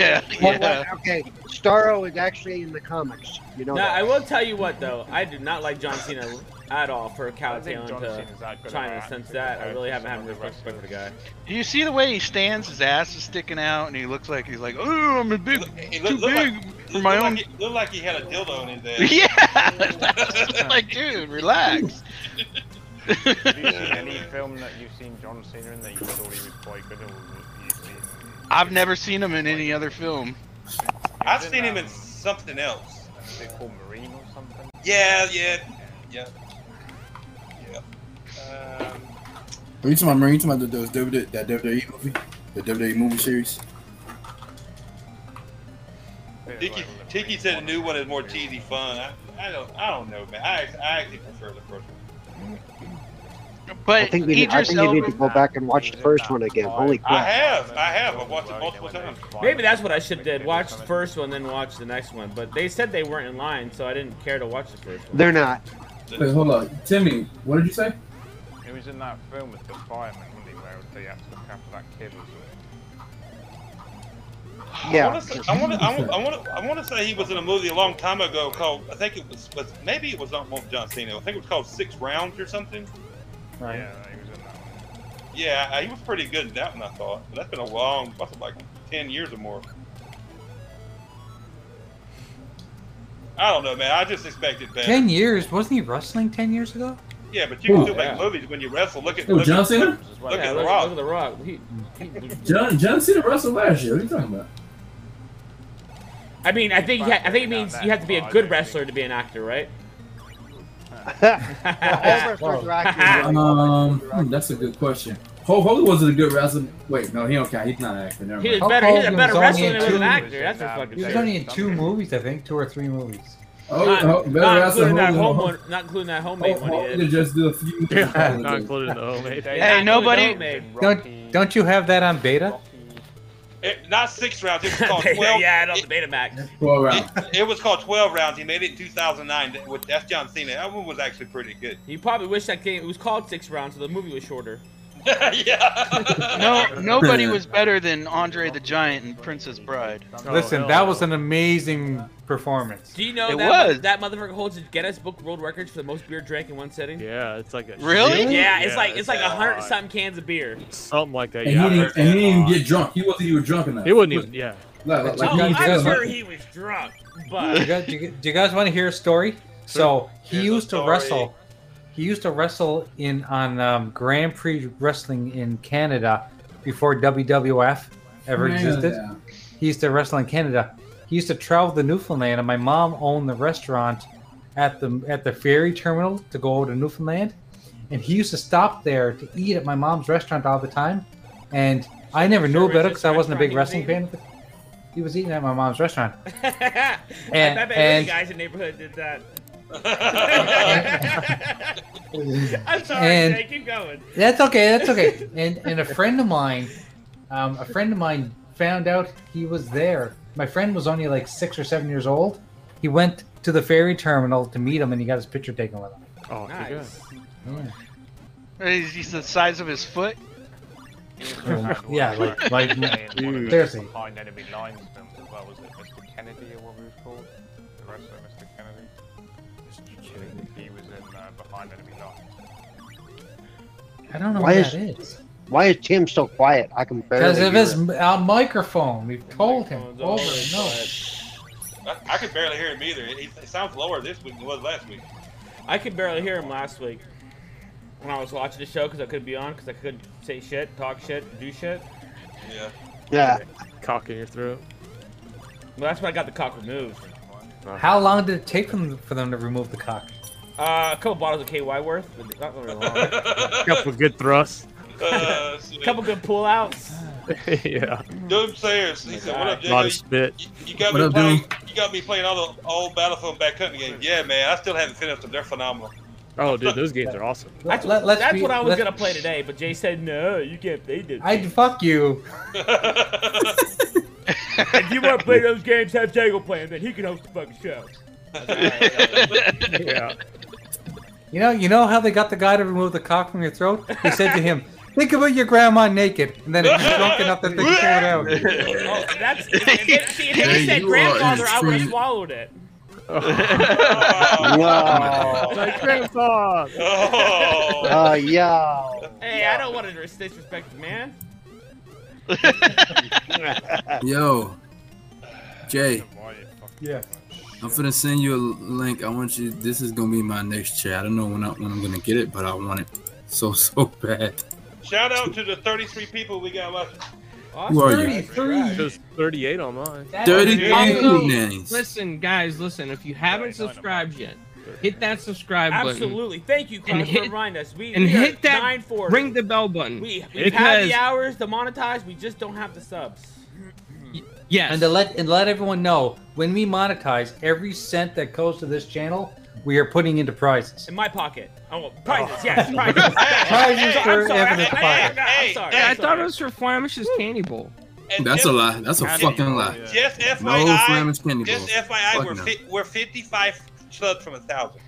Yeah,
Well,
yeah.
well, okay, Starro is actually in the comics. You know
No,
that.
I will tell you what though. I do not like John Cena at all for
I don't think
kowtowing
John
to
Cena's that good of an
China.
actor
Since that, I
compared
really
to
haven't
some
had
of
much
the rest
respect for the
of
guy.
us.
Do you see the way he stands? His ass is sticking out, and he looks like he's like, "Oh, I'm a big,
He
too
looked, looked like,
big for
looked
my
like
own."
he, looked like he had a dildo in his ass.
yeah, like, dude, relax.
Have you seen any film that you've seen John Cena in that you thought he was quite good or you've seen?
I've never seen him in any other film.
I've seen
um,
him in something else.
They call Marine or something.
Yeah, yeah, yeah, yeah. Um,
Are you talking about? Are you talking about those WWE, that WWE movie, the WWE movie series?
Tiki, Tiki said the new one is more cheesy fun. I, I don't, I don't know, man. I, I actually prefer the first one.
But
I think we, I
Idris
think you need to
Elba-
go back and watch the first one again.
I
Holy crap!
have, I have. I've watched it multiple times.
Maybe that's what I should have did. Watch the first one, then watch the next one. But they said they weren't in line, so I didn't care to watch the first one.
They're not.
Wait, hold on, Timmy. What did you say?
It was in that film with the fireman, wasn't he, where they had to look after that kid or something.
I
Yeah.
want to, I want to, I want to, I want to say he was in a movie a long time ago called. I think it was, was maybe it was not Walt John Cena. I think it was called Six Rounds or something.
right.
Yeah, he was in that one.
Yeah, I- he was pretty good in that one. I thought, but that's been a long, must have like ten years or more. I don't know, man. I just expected better.
Ten years? Wasn't he wrestling ten years ago?
Yeah, but you can
Who?
still make
Yeah.
movies when you wrestle. Look at
Who,
look
John
at,
Cena?
As
Look
yeah,
at The
well.
look,
Rock.
look at the Rock. He, he-
John John Cena wrestled last year. What are you talking about?
I mean, I think he ha- I think it means you have to be a good wrestler to be an actor, right?
All wrestlers are actors.
Um, hmm, that's a good question. Ho Hogan wasn't a good wrestler. Wait, no, he don't count. He's not an actor. Never
He
mind.
was better. He's a
Hulk
better
Hogan was
wrestler
only
than
in
he was an
two
actor.
movies
That's a
and, um,
fucking
He was
Yeah.
only in two movies, I think, two or three movies.
Oh,
Not,
Ho- better
not
wrestler.
including that
Hogan. Oh,
home one, not including that homemade
Hulk
one he
Hogan
did.
just did a few.
Yeah, not included in the whole movie.
Hey,
Yeah, not including
nobody-
homemade.
Don't don't you have that on beta?
Oh,
It, not six rounds. It was called twelve.
yeah, I know
it,
the Betamax.
Go around.
it, it was called twelve rounds. He made it in two thousand nine. That was- That's John Cena. That one was actually pretty good.
You probably wish that game it was called six rounds, so the movie was shorter.
yeah.
No, nobody was better than Andre the Giant and Princess Bride.
Listen,
hell
that
no.
was an amazing performance.
Do you know
It
that
was.
that motherfucker holds a Guinness Book World Records for the most beer drank in one sitting?
Yeah, it's like a
Really?
Yeah, it's like it's like a
Yeah.
hundred something cans of beer.
something like that.
And he
Yeah,
didn't. And he didn't even get drunk. He wasn't even drunk enough.
it wouldn't even. Yeah,
No,
Oh,
like, you
I'm
guys-
sure
you
he was drunk,
guys- do
but
you guys- do you- do you guys want to hear a story? So he
Here's a
used to
story.
wrestle. He used to wrestle in on um, Grand Prix wrestling in Canada before WWF ever existed. He used to wrestle in Canada. He used to travel to Newfoundland, and my mom owned the restaurant at the at the ferry terminal to go over to Newfoundland. And he used to stop there to eat at my mom's restaurant all the time. And I never knew
Sure,
about
was
it because I
this
wasn't a big wrestling
restaurant he
fan. He was eating at my mom's restaurant.
I
And-
bet
and-
every guys in the neighborhood did that. I'm sorry,
And-
Jay, keep going.
That's okay. That's okay. And and a friend of mine, um, a friend of mine found out he was there. My friend was only like six or seven years old. He went to the ferry terminal to meet him, and he got his picture taken with him.
Oh, you're good.
Nice.
He's, he's the size of his foot.
Yeah, like- like-
Dude.
seriously.
Behind enemy lines films as well, was it Mr. Kennedy or what he was called? The wrestler Mr. Kennedy. He was in uh, Behind Enemy Lines.
I don't know
Why
what
is-
that is.
Why is Tim so quiet? I can barely.
Because of
hear
his
him.
m- our microphone. We've told him
microphone's
over
always
and over.
I, I could barely hear him either. It, it sounds lower this week than it was last week.
I could barely hear him last week when I was watching the show because I couldn't be on because I couldn't say shit, talk shit, do shit.
Yeah.
Yeah.
Cock in your throat.
Well, that's when I got the cock removed.
How long did it take them for them to remove the cock?
Uh, a couple bottles of KY worth, but not really long.
Couple good thrusts.
uh,
couple good pullouts.
yeah.
Doomsayers. He said, "What up,
A lot
Jay?
of spit.
You, you got
What
me
up,
playing.
Doom?
You got me playing all the old Battlefield Backcountry games. Yeah, man. I still haven't finished them. They're phenomenal.
Oh, dude, those games are awesome.
That's,
Let- let's
that's
be-
what I was
let's-
gonna play today, but Jay said no, you can't play this.
I'd fuck you.
if you want to play those games, have Jago play them, then he can host the fucking show. Oh,
Yeah.
You know, you know how they got the guy to remove the cock from your throat? He said to him, "Think about your grandma naked," and then if you're drunk enough to think it out.
Oh, that's if, if, it- see, if
Hey,
he said
you are in
grandfather, I would have
truth.
swallowed it.
oh,
Wow.
My grandpa.
oh.
Oh, yeah.
Hey, I don't want to disrespect the man.
Yo, Jay,
Why you fucking
Yeah.
I'm finna send you a link. I want you. This is gonna be my next chat. I don't know when I, when I'm gonna get it, but I want it so so bad.
Shout out to the 33 people we got watching.
Awesome.
Who are you?
It was 38 on mine.
Dirty
dude.
Google nannies.
Listen, guys, listen. If you
Yeah, I know, I
haven't subscribed yet, hit that subscribe button
Absolutely. Thank you, Clyde, for
hit-
reminding us. We
and
we are
hit that.
940.
Ring the bell button.
We we've had
because-
the hours, the monetized. We just don't have the subs.
yes.
And to let and let everyone know, when we monetize every cent that goes to this channel, we are putting into prizes.
In my pocket. Oh, prizes. Yes, prizes.
Prizes
Hey,
for
I'm sorry.
Evan's
I- I- I-
pocket.
I'm sorry.
Hey,
Yeah,
I'm
I thought
sorry.
it was for Flamish's candy bowl.
And
That's
just,
a lie. That's a
How do you-
fucking lie.
Yeah.
Just
No
FYI.
Flemish candy
just
bowl.
FYI,
Fuck
we're
no.
fi- we're 55 subs from a thousand.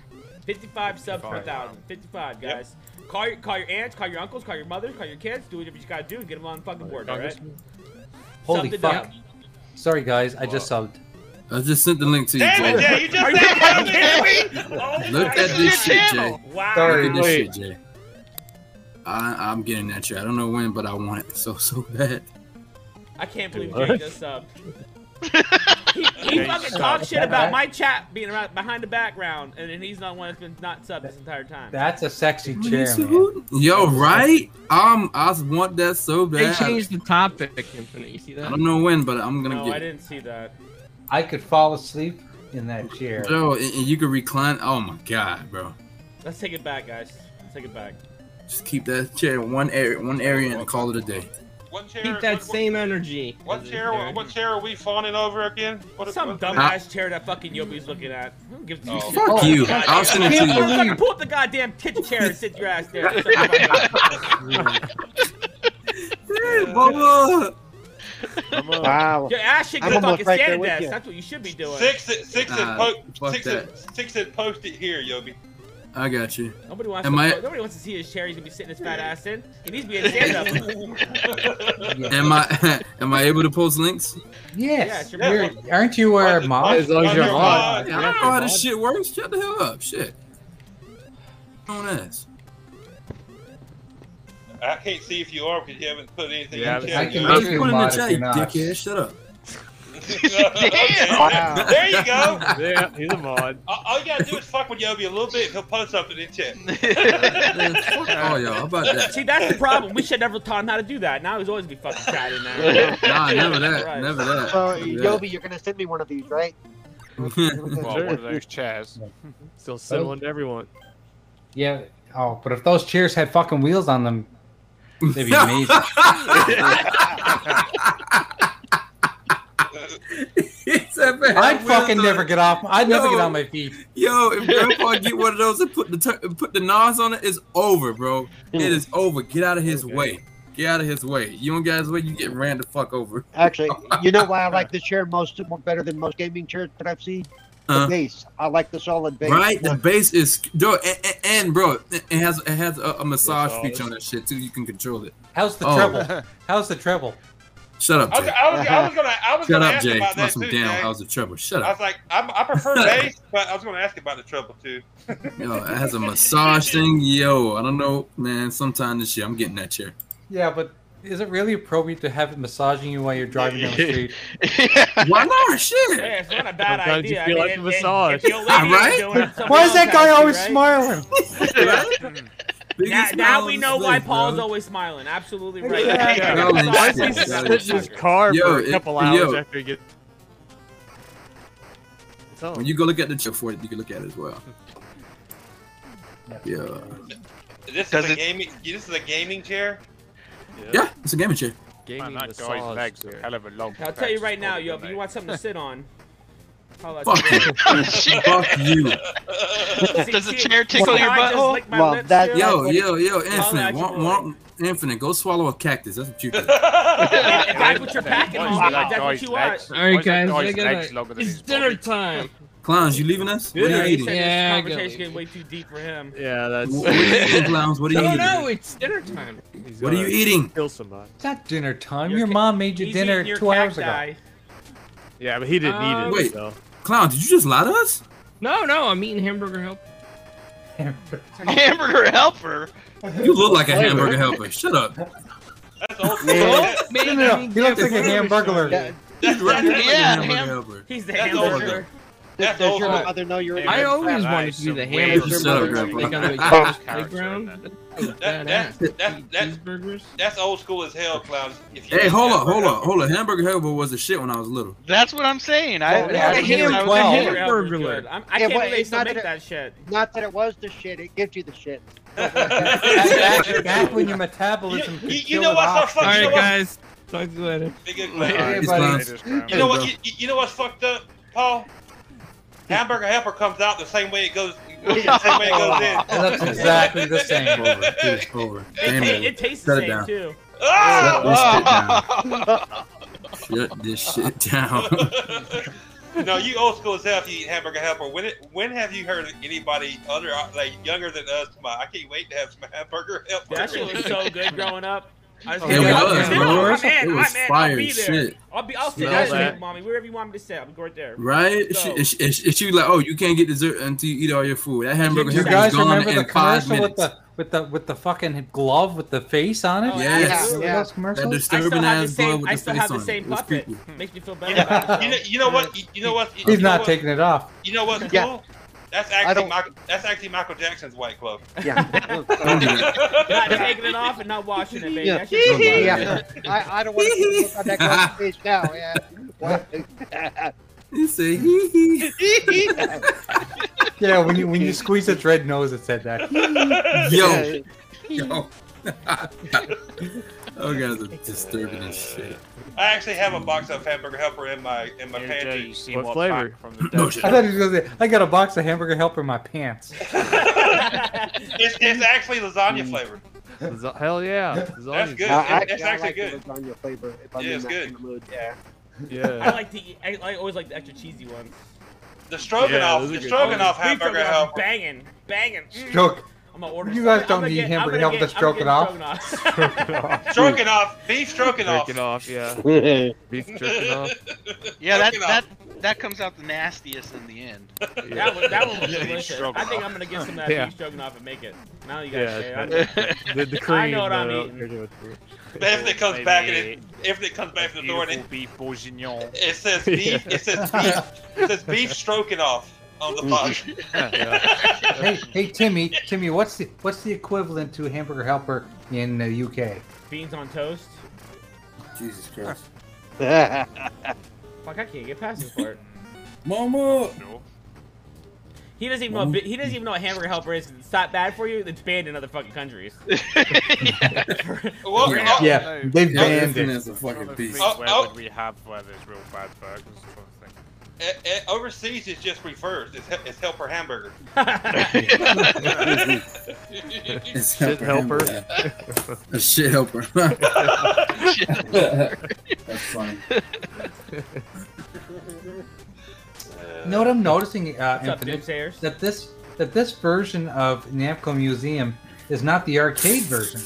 55 subs per
55,
thousand. 55, guys. Call your call your aunts, call your uncles, call your mothers, call your kids. Do whatever you gotta do. and Get them on the fucking board. All right.
Holy
Something
fuck!
to do.
Sorry guys, I just subbed.
I just sent the link to you.
Damn it, Jay!
Jay.
You
Are
just
you
said
fucking
that.
kidding me?
Look
Oh my
at
God.
this shit, Jay.
Wow.
Sorry.
Look at this
Wait.
shit, Jay. I, I'm getting that shit. I don't know when, but I want it so so bad.
I can't believe
What?
Jay just subbed. he he fucking talks shit about my chat being around behind the background, and then he's not one that's been not subbed this entire time.
That's a sexy chair,
Lisa
man.
Hooten. Yo, right? Um, I want that so
They
bad.
changed the topic, Infinite. You see
I
that?
don't know when, but I'm gonna
no, I
get it.
didn't see that.
I could fall asleep in that chair.
Yo, and, and you can recline. Oh my god, bro.
Let's take it back, guys. Let's take it back.
Just keep that chair in one area, one area, and call it a day.
One chair.
Keep that
one-
same energy.
What chair? What chair are we fawning over again? What,
Some
what-
dumbass chair that fucking Yobi's looking at. Who gives a
Oh.
shit?
Fuck
Oh,
you.
God.
I'll send it
Can't
to you.
Motherfucker,
believe-
pull up the goddamn kitchen chair and sit your ass there. Shut the fuck up.
Hey, Bubba.
I'm up.
Wow.
Your ass should
I'm
get a
almost
fucking
right there
standing
with
desk.
you.
That's what you should be doing.
Six it, six it,
Nah,
po-
fuck
six it, six it, post it here, Yobi.
I got you.
Nobody wants,
Am
to,
I-
nobody wants to see his chair. He's gonna be sitting his fat ass in. He needs to be in stand up.
Am I am I able to post links?
Yes.
Yeah, sure.
You're- aren't you a mom?
As long as you're
I
mod.
don't know how this shit works. Shut the hell up. Shit. Don't ask.
I can't see if you are because you haven't put anything.
Yeah,
in
I
chat
can
yet.
I
Make
just
you
put in the
mod if
chat,
you're
you
not.
dickhead. Shut up.
Okay.
Wow.
There you go.
Yeah, he's a mod.
All all you gotta do is fuck with Yobi a little bit, and he'll post something in chat.
Man, fuck all y'all. How about that?
See, that's the problem. We should never taught him how to do that. Now he's always be fucking chatting now.
Nah, never that.
Right.
Never that.
So,
Never
Yobi, you're gonna send me one of these, right?
Well,
Sure.
one of those chairs.
Still send one to everyone.
Yeah. Oh, but if those chairs had fucking wheels on them, they'd be amazing. I'd
I'd
fucking never get off. I'd never get
No.
on my feet.
Yo, if Grandpa get one of those and put the tur- put the Nas on it, it's over, bro. It is over. Get out of his way. Get out of his way. You don't get out of his way, you get ran the fuck over.
Actually, you know why I like this chair most better than most gaming chairs that I've seen? The
Huh?
base. I like the solid base.
Uh-huh. Right? The
Look,
bass is dude, and, and, and, bro, it it has it has a, a massage
Massage.
feature on that shit too. You can control it.
How's the
Oh.
treble? How's the treble?
Shut up,
I was,
Jay.
I was, I was gonna, I was
Shut
gonna
up,
ask
Jay.
about
Want
that
some
too.
damn
Jay.
house of trouble. Shut
I was
up.
like, I'm, I prefer bass, but I was gonna ask about the trouble too.
Yo, it has a massage thing. Yo, I don't know, man. Sometime this year, I'm getting that chair.
Yeah, but is it really appropriate to have it massaging you while you're driving down the street?
Why not? Shit.
Yeah, it's not a bad
Sometimes you
idea.
feel
I
like
mean,
a
if- if-
massage.
if your lady ain't
Right?
doing it, somebody
Why is
else has
that guy
to,
always
right?
smiling?
Now,
Biggest smile
now
on
we
his
know why
face,
Paul's
bro.
always smiling. Absolutely right.
Yeah.
Yeah.
Why is
Yeah.
he sitting in his car
Yo,
for
it-
a couple
yo.
hours after he gets? It's all-
When you go look at the chip for it, you can look at it as well. Yeah.
This
Does
is a
it-
gaming, this is a gaming chair.
Yeah, it's a gaming chair.
Man,
Gaming
that guy's
massage
legs are
chair.
hell of a long.
I'll tell you right now, yo, if you want something to sit on, I'll let
Fuck you. Fuck you.
Does the chair tickle your butthole?
Well, that-
Yo, yo, yo,
at
Infinite.
you,
Want,
boy.
want, Infinite, go swallow a cactus. That's what you do.
If I put your packing
Why is
on,
that
that's what
guy's
you are.
legs-
All
why
right,
is that
guys, I
guy's legs
gotta,
longer than
it's
his
dinner
body?
time.
Clowns, you leaving us? What
Yeah,
are you
he
eating?
said this
Yeah, I gotta
conversation
leave.
getting way too deep for him.
Yeah,
Wh-
that's.
What are you eating, Clowns? What are you
No,
eating?
no, it's dinner time.
he's
What are you
gonna
eating?
Kill somebody.
It's not dinner time.
Your
Your
ca-
mom made you
He's
dinner
eating your
two hours ago.
cacti.
Yeah, but he didn't
Um,
eat it.
Wait.
So.
Clown, did you just lie to us?
No, no, I'm eating hamburger help.
Hamburger helper.
You look like a hamburger helper. Shut up.
That's old.
Man.
That's,
Man,
No, no, no.
I'm
He looks like a
Yeah,
hamburglar.
You look like a
Yeah,
hamburger
ham-
helper.
He's the
That's
hamburger.
does,
that's
does
old.
your mother know you're in
I
it?
always
That
wanted
is
to do the
some
hamburger.
weird Shut up,
burger
Grandpa.
thing on the
Character in
playground.
that.
That-
Badass.
that- that-
Eat
that-
cheeseburgers.
That's old school as hell, clowns. If you
Hey,
eat
hold
that
up, hold
burger-
up, hold up. Hamburger helper was the shit when I was little.
That's what I'm saying. I,
Well,
I,
yeah,
was here when I was
well,
twelve.
yeah.
Hamburger's
Hamburger.
good. I'm, I
Yeah,
can't
but
believe they
it's
still
not
make
that-
that shit.
Not that it was the shit; it gives you the shit.
Back, back when your
You,
metabolism could
you- you
kill
know
it
what's so
off.
fucked?
All
you know
right,
what's
guys. Talk to you later.
Big
All right,
clown.
it's
buddy.
Clowns.
It is, man.
You know what? You, you you know what's fucked up, Paul? Hamburger helper comes out the same way it goes. The same way it goes in.
And that's exactly the same.
Over, dude, over.
It,
Damn
ta-
it.
it tastes
Shut
the
it
same
down.
too.
Ah!
Shut this shit down.
no, you old school as hell if you eat hamburger helper. When it, when have you heard anybody other uh, like younger than us? My, I can't wait to have some hamburger helper.
That shit was so good growing up. I was
It
Yeah,
was,
yeah.
bro.
I'm in,
It was
I'm in, I'll
fire
be there.
shit,
I'll be. I'll sit
Smell
down,
that.
with you, mommy, wherever you want me to sit. I'm going there.
right? She,
So-
and she, and she, and she was like, "Oh, you can't get dessert until you eat all your food." That hamburger
Do you
helper was
guys
gone
remember the
in five
commercial with
minutes.
the with the with the fucking glove with the face on it?
Oh,
Yes.
Remember
Yeah.
those
That
commercials?
I still
disturbing
have the
ass glove
same.
with
I
the
still
face
have
on
the
it.
same
It was
puppet.
creepy.
Makes me feel better. about
You
it.
know, you know what? You, you know what? You,
He's
know
not
what,
taking it off.
You know what's
Yeah.
cool? That's
I
actually
don't-
Michael, that's actually Michael Jackson's white glove.
Don't do
Yeah.
that.
Not taking it off and not washing it, baby.
Yeah.
That shit's so good.
yeah. I, I don't want to look on that guy's face now. Yeah. What?
You say hee hee.
Yeah, when you when you squeeze its red nose, it said that.
Yo, yo. Oh, guys are disturbing as shit.
I actually have a box of hamburger helper in my in my
Yeah, Jay,
pantry.
you see
What
what
flavor?
back from the
No
desert.
I
shit.
thought he was gonna say, I got a box of hamburger helper in my pants.
It's, it's actually
Mm.
lasagna flavor.
Lasagna- Hell yeah.
That's
Lasagna.
good.
Uh, I-
It- it's
I
actually
like the
good.
lasagna flavor. If I'm
Yeah,
in
it's
that
good.
kind of mood, yeah.
I
Yeah.
like to eat. I, I always like the extra cheesy ones.
The stroganoff,
those are
the
good.
stroganoff
Oh, Beef
hamburger
stroganoff,
helper.
Banging, banging. Mm.
Joke.
I'm gonna order.
You
some.
guys
I'm
don't
gonna
need
get-
hamburger
I'm
help
gonna get-
to
I'm
stroke
gonna get
Stroganoff, beef stroganoff.
Jerking off, yeah. Beef jerking off.
Yeah, that
Jerking
that that comes out the nastiest in the end.
That one, that one was
Yeah.
delicious. I think I'm gonna get some of that
Yeah.
beef stroganoff and make it. Now you
Yeah,
guys say I'm-
the, the
I
cream.
know what I'm
though.
eating.
If it comes back and it, if it comes back from the door and it,
beef bourguignon.
it says beef, it says beef, it says beef stroking off on the box.
hey, hey, Timmy, Timmy, what's the what's the equivalent to hamburger helper in the UK?
beans on toast.
Jesus Christ.
Fuck, I can't get past this part.
Mama!
No.
He doesn't even know. a bi- He doesn't even know what hamburger helper is. It's not bad for you. It's banned in other fucking countries.
Well,
Yeah.
oh,
Yeah,
Elephant
they've banned it.
is a fucking beast.
Oh,
where
oh.
would we have where there's real bad burgers? sort of thing?
eh, eh, overseas it's just reversed. It's, he- it's helper hamburger.
It's
Shit helper.
yeah. A shit helper. That's funny.
You know what I'm noticing, uh,
What's up,
Infinite,
doomsayers?
that this that this version of Namco Museum is not the arcade version.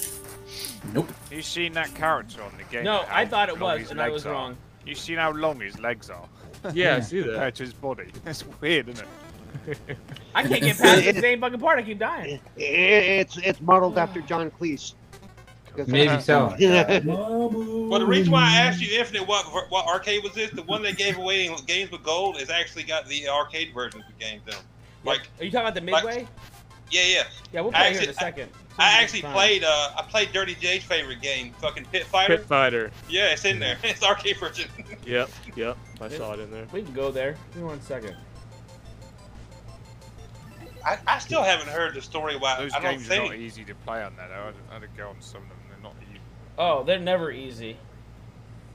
Nope.
You seen that character on the game?
No,
how
I thought it
long
was,
his
and I
legs
was
are?
wrong.
You seen how long his legs are
Yeah, I see that.
compared to his body? That's weird, isn't it?
I can't get past the same fucking part. I keep dying.
it's it's modeled after John Cleese. 'Cause-
Uh-huh.
Maybe so.
Well, the reason why I asked you, Infinite, what ver- what arcade was this? The one they gave away in Games with Gold is actually got the arcade versions of games in them. Like,
Are you talking about the
like-
midway?
yeah, yeah.
Yeah, we'll
I
play here in a
actually-
second.
I actually
Fine.
played. Uh, I played Dirty J's favorite game, fucking Pit
Pit
Fighter.
Fighter.
Yeah, it's in there. It's arcade version.
Yep, yep. I saw it in there.
We can go there. Give me one second.
I, I still haven't heard the story why
Those
I don't
games are not
think.
easy to play on that. though. I had a go on some of them. They're not easy.
Oh, they're never easy.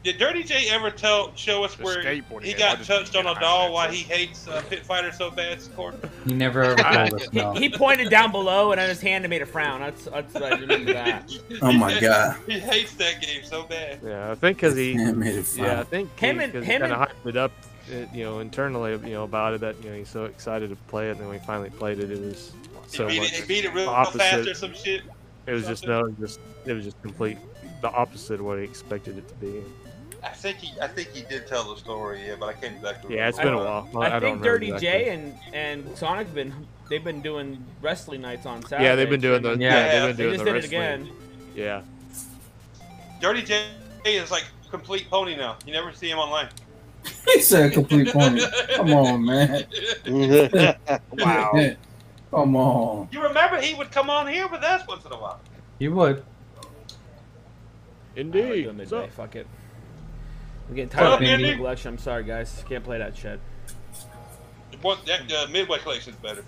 Did Dirty J ever tell show us
The
where
skateboarding
he
game, I
got
just
touched on
didn't
a
get
doll
it.
why he hates uh, Pit Fighter so bad? Corey?
He never ever told us.
He,
No.
he pointed down below, and on his hand, it made a frown. That's that's what I remember that.
Oh my god.
He hates that game so bad.
Yeah, I think because he.
Man made it fun.
Yeah, I think
Him and-
because
him
kind of
and-
hyped it up, uh, you know, internally, you know, about it that you know he's so excited to play it, and then when he finally played it, it was
He
so
beat it.
much.
He beat it real
opposite.
fast or some shit.
It was just no, just it was just complete the opposite of what he expected it to be.
I think he. I think he did tell the story. Yeah, but I can't exactly.
Yeah, it's been
remember.
a while. I,
I,
don't
think
remember
Dirty
exactly.
J and and Sonic been they've been doing wrestling nights on Saturday.
Yeah, they've been doing those.
Yeah.
Yeah,
Yeah,
they've
They
been
just
doing the
did it
wrestling.
again.
Yeah,
Dirty J is like complete pony now. You never see him online.
He said complete pony. Come on, man.
uh, wow.
Come on.
You remember he would come on here with us once in a while.
You would.
I like doing
indeed.
midway.
So,
Fuck it. I'm getting
What
tired
up,
of being
Andy?
Blue Collection. I'm sorry, guys. Can't play that shit.
One, that uh, Midway collection's better.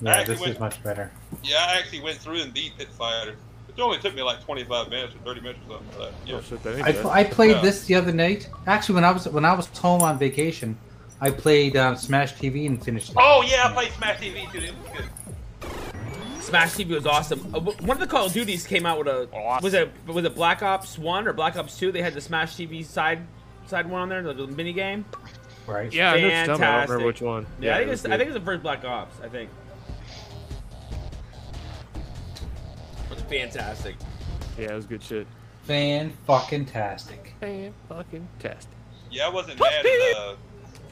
Yeah,
Actually,
this is much better.
Yeah, I actually went through and beat Pit Fighter. It only took me like 25 minutes or 30 minutes or something. But, yeah.
oh, shit, that ain't
I,
bad.
I played
Yeah.
this the other night. Actually, when I was when I was home on vacation, I played um, Smash TV and finished. it.
Oh yeah, I played Smash TV too. It was good.
Smash TV was awesome. Uh, w- One of the Call of Duties came out with a was it was it Black Ops One or Black Ops Two? They had the Smash TV side side one on there, the little mini game.
Right.
yeah, I know it's dumb. I don't remember
Fantastic.
which one.
Yeah, I think
it
it's
was
I
good.
think it's the first Black Ops. I think. It's fantastic.
yeah, it was good shit.
Fan fucking tastic.
Fan fucking test.
Yeah, I wasn't mad at uh,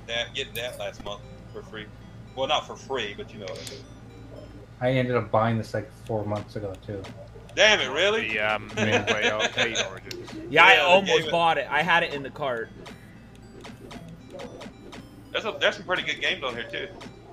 that getting that last month for free. Well, not for free, but you know. what I mean.
I ended up buying this like four months ago too.
Damn it, really?
The um, Midway Arcade Origins.
Yeah, I
Yeah, the
almost
game-
bought it. I had it in the cart.
There's, a, there's some pretty good games on here too.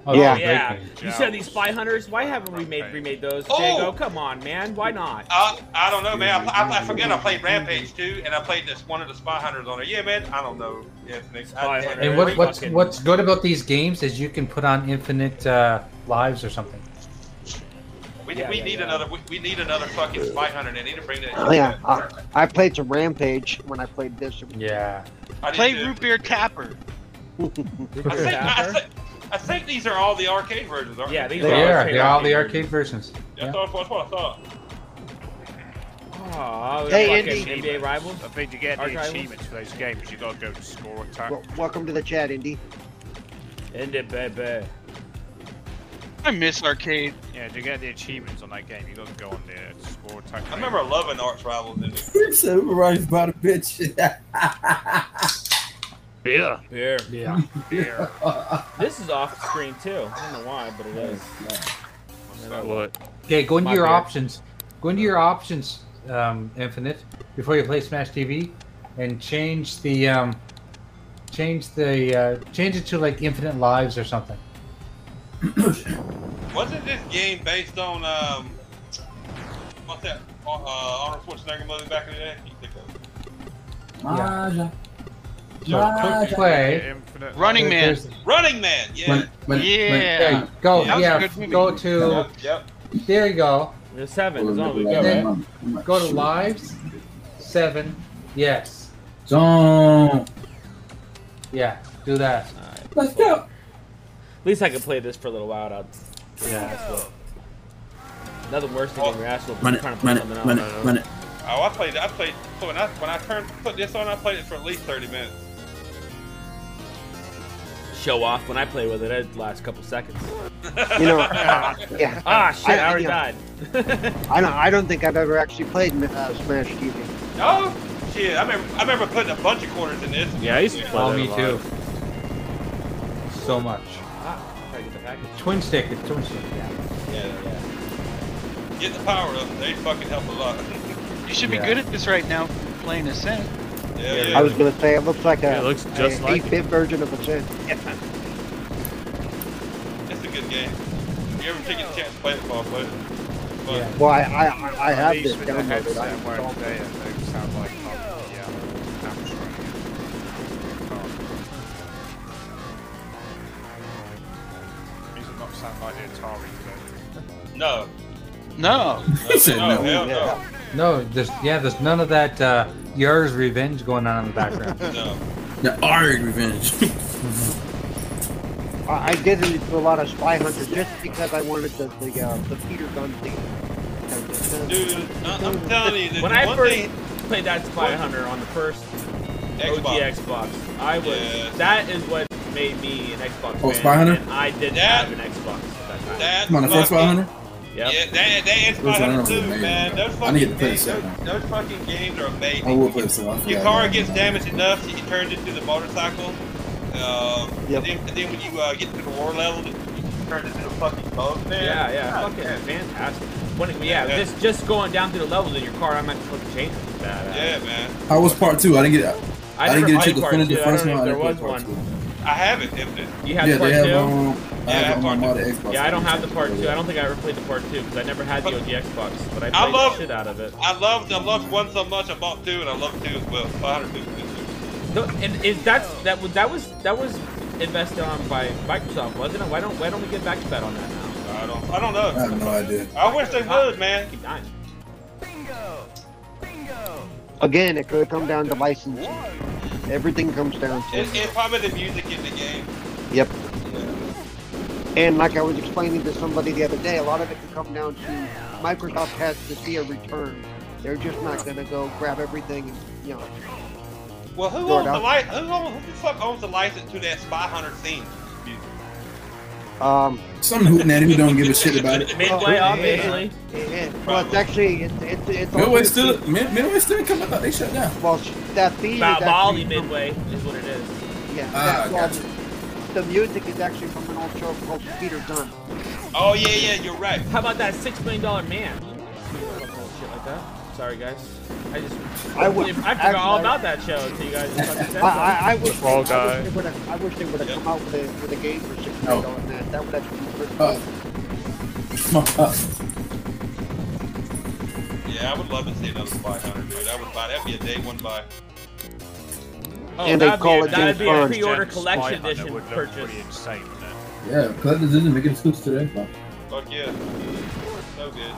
Oh, this is a
yeah.
great game.
You said these spy hunters. Why haven't we made remade those?
Oh!
Jago, come on, man. Why not?
I, I don't know, man. I, I, I forget I played Rampage too, and I played this one of the Spy Hunters on there. Yeah, man. I don't know. If they-
Spy
I-
Hunter.
And
Very
what, what's
fucking-
what's good about these games is you can put on infinite uh, lives or something.
We,
Yeah,
we
yeah,
need
yeah.
another. We, we need another fucking Spy Hunter. They need to bring that.
Oh, yeah, I, I played some Rampage when I played this.
Yeah.
I need
Play
to-
root beer tapper.
I think, I,
Tapper.
think, I think these are all the arcade versions, aren't
Yeah,
they?
these
They
are,
are. They're all the
versions.
arcade versions.
Yeah,
Yeah.
That's, what, that's what I thought.
Oh,
Hey,
hey,
Indy.
fucking NBA rivals.
I think to get the
Archival?
achievements for those games, you gotta go to score attack.
Well, welcome to the chat, Indy.
Indy, baby.
I miss arcade.
Yeah, to get the achievements on that game, you gotta go on the score attack.
I remember loving Arch Rivals in
He said everybody's about a bitch.
Yeah.
Beer.
Yeah.
Beer.
This is off the screen too. I don't know why, but it is.
What?
Okay, go into
My
your
bad.
options. Go into your options, um, Infinite, before you play Smash TV, and change the um, change the uh, change it to like Infinite Lives or something.
Wasn't this game based on um, what's that uh, Arnold Schwarzenegger movie back in the day? Can't think of it.
Ah, Yeah.
So,
Ah,
click-
play.
Infinite.
Running Man.
There's-
Running Man. Yeah.
When- when-
Yeah.
there you go
Yeah, that was a
yeah.
good movie.
go to
Yep, yep.
there you go.
There's seven.
when-
That's all we
Yeah.
got.
right?
I'm- I'm like,
Go to
shoot.
lives. Seven. Yes.
Zone.
Yeah. Do that.
Let's go.
At least I could play this for a little while. I'd
Yeah.
Nothing worse than getting your ass whooped
Run
than
it,
trying to play
run it,
something
run
else.
it, run it.
Oh, I played. I played. So when I when I turned put this on, I played it for at least thirty minutes.
Show off when I play with it. It lasts a couple seconds.
Oh,
You know, yeah.
Ah shit! I,
I-
already
yeah.
died.
I don't, I don't think I've ever actually played uh, Smash TV.
Oh shit! I remember. I remember putting a bunch of quarters in this.
Yeah, I used to play
Oh,
that a
me
lot.
too. So much.
ah, gotta get the package.
Twin stick. It's twin stick. Yeah.
Yeah, yeah. Get the power up. They fucking help a lot.
You should be
Yeah.
good at this right now, playing a Ascent.
yeah,
Yeah,
yeah.
I was gonna say it looks like a,
It looks just
a
like it.
8-bit version of a Zen.
It's a good game. If you ever take a chance to play it, Paul, play it. But
Yeah.
Well, I I, I, I have
These
this
with the
downloaded. I
headset weren't there, they sound like fucking, yeah, I'm Oh. sorry. These do not sound like the Atari version.
no.
No.
He said
Oh,
No, hell
no.
no.
No. There's yeah. There's none of that. Uh, Yar's revenge going on in the background.
No.
The Ari revenge.
I I did it to a lot of Spy Hunter just because I wanted the the, uh, the Peter Gunn thing.
Dude, I- I'm telling you, the
When
the
I
one
first
thing
played that Spy Hunter on the first OG
Xbox.
Xbox, I was
Yes.
that is what made me an Xbox
Oh,
fan.
Spy Hunter?
and I didn't
That-
have an Xbox at that time.
That
Come on, the first
fucking-
500.
yep.
Yeah, that, that is
Those are
500 too,
amazing.
man. Those
I
fucking,
need to play
games,
this
those,
out.
those fucking games are amazing.
I will play this. out. I
Your
forgot
car
about
gets
that.
damaged enough that you turn it into the motorcycle. Um, and,
Yep.
then, and then when you uh, get to the war level, you turn it into a fucking boat. Man.
Yeah, yeah,
God
fucking
damn.
fantastic. When it, yeah,
Yeah.
just just going down through the levels in your car, I might fucking change it. Badass.
Yeah, man.
How was part two? I didn't get. I, didn't get a
never played
chance to
part
finish the
two. I don't
first
know
one.
if
I
there
didn't play
was
part
one.
two.
I haven't. if it-
You
Yeah,
have part
they have.
two.
Um, I
Yeah,
have
part
on
two.
my Xbox.
yeah, I don't have the part two. I don't think I ever played the part two because I never had the OG Xbox, but I played
love-
the shit out of it.
I loved I loved one so much. I bought two, and I love two as well. Five hundred two.
No, and is that's that was that was that was invested on by Microsoft, wasn't it? Why don't why don't we get back to that on that now?
I don't. I don't
I
know.
have no idea.
I wish they would, man.
Keep dying.
Again, it could come down to licensing. Everything comes down to
It's, it's probably the music in the game.
Yep. And like I was explaining to somebody the other day, a lot of it can come down to Microsoft has to see a return. They're just not going to go grab everything and, you know.
Well, who
Lord,
owns the
I'll-
li- Who owns? Who the fuck owns the license to that Spy Hunter theme?
Um,
Some hooting at him who don't give a shit about it.
Midway,
yeah.
obviously.
eh, well, it's actually, it's, it's, it's
Midway still. Mid- Midway still coming out. They shut down.
Well, sh- that theme is
About Bali
actually,
Midway is what it is.
yeah,
Ah,
that's all-
gotcha.
the music is actually from an old show called Peter Dunn.
Oh yeah, yeah, you're right.
How about that six million dollar man? Shit like that. Sorry guys, I just
I would-
I forgot all
actually-
about that show until you guys fucking said
I,
that.
I, I wish,
Fall
I wish
Guy.
they would have, I wish they would have
Yep.
come out with a, with a game for six
No.
million on that. That would actually be pretty
Uh,
Yeah, I would love to see another Spy Hunter, dude. I would buy. That'd be a day one buy.
Oh,
And they
that'd be
call
a-
it
that'd
James
be a
Bond.
pre-order
Spy
collection
Hunter
edition
would look
purchase.
pretty insane, wouldn't it?
yeah, collectors didn't make exclusive today.
Fuck yeah. So good.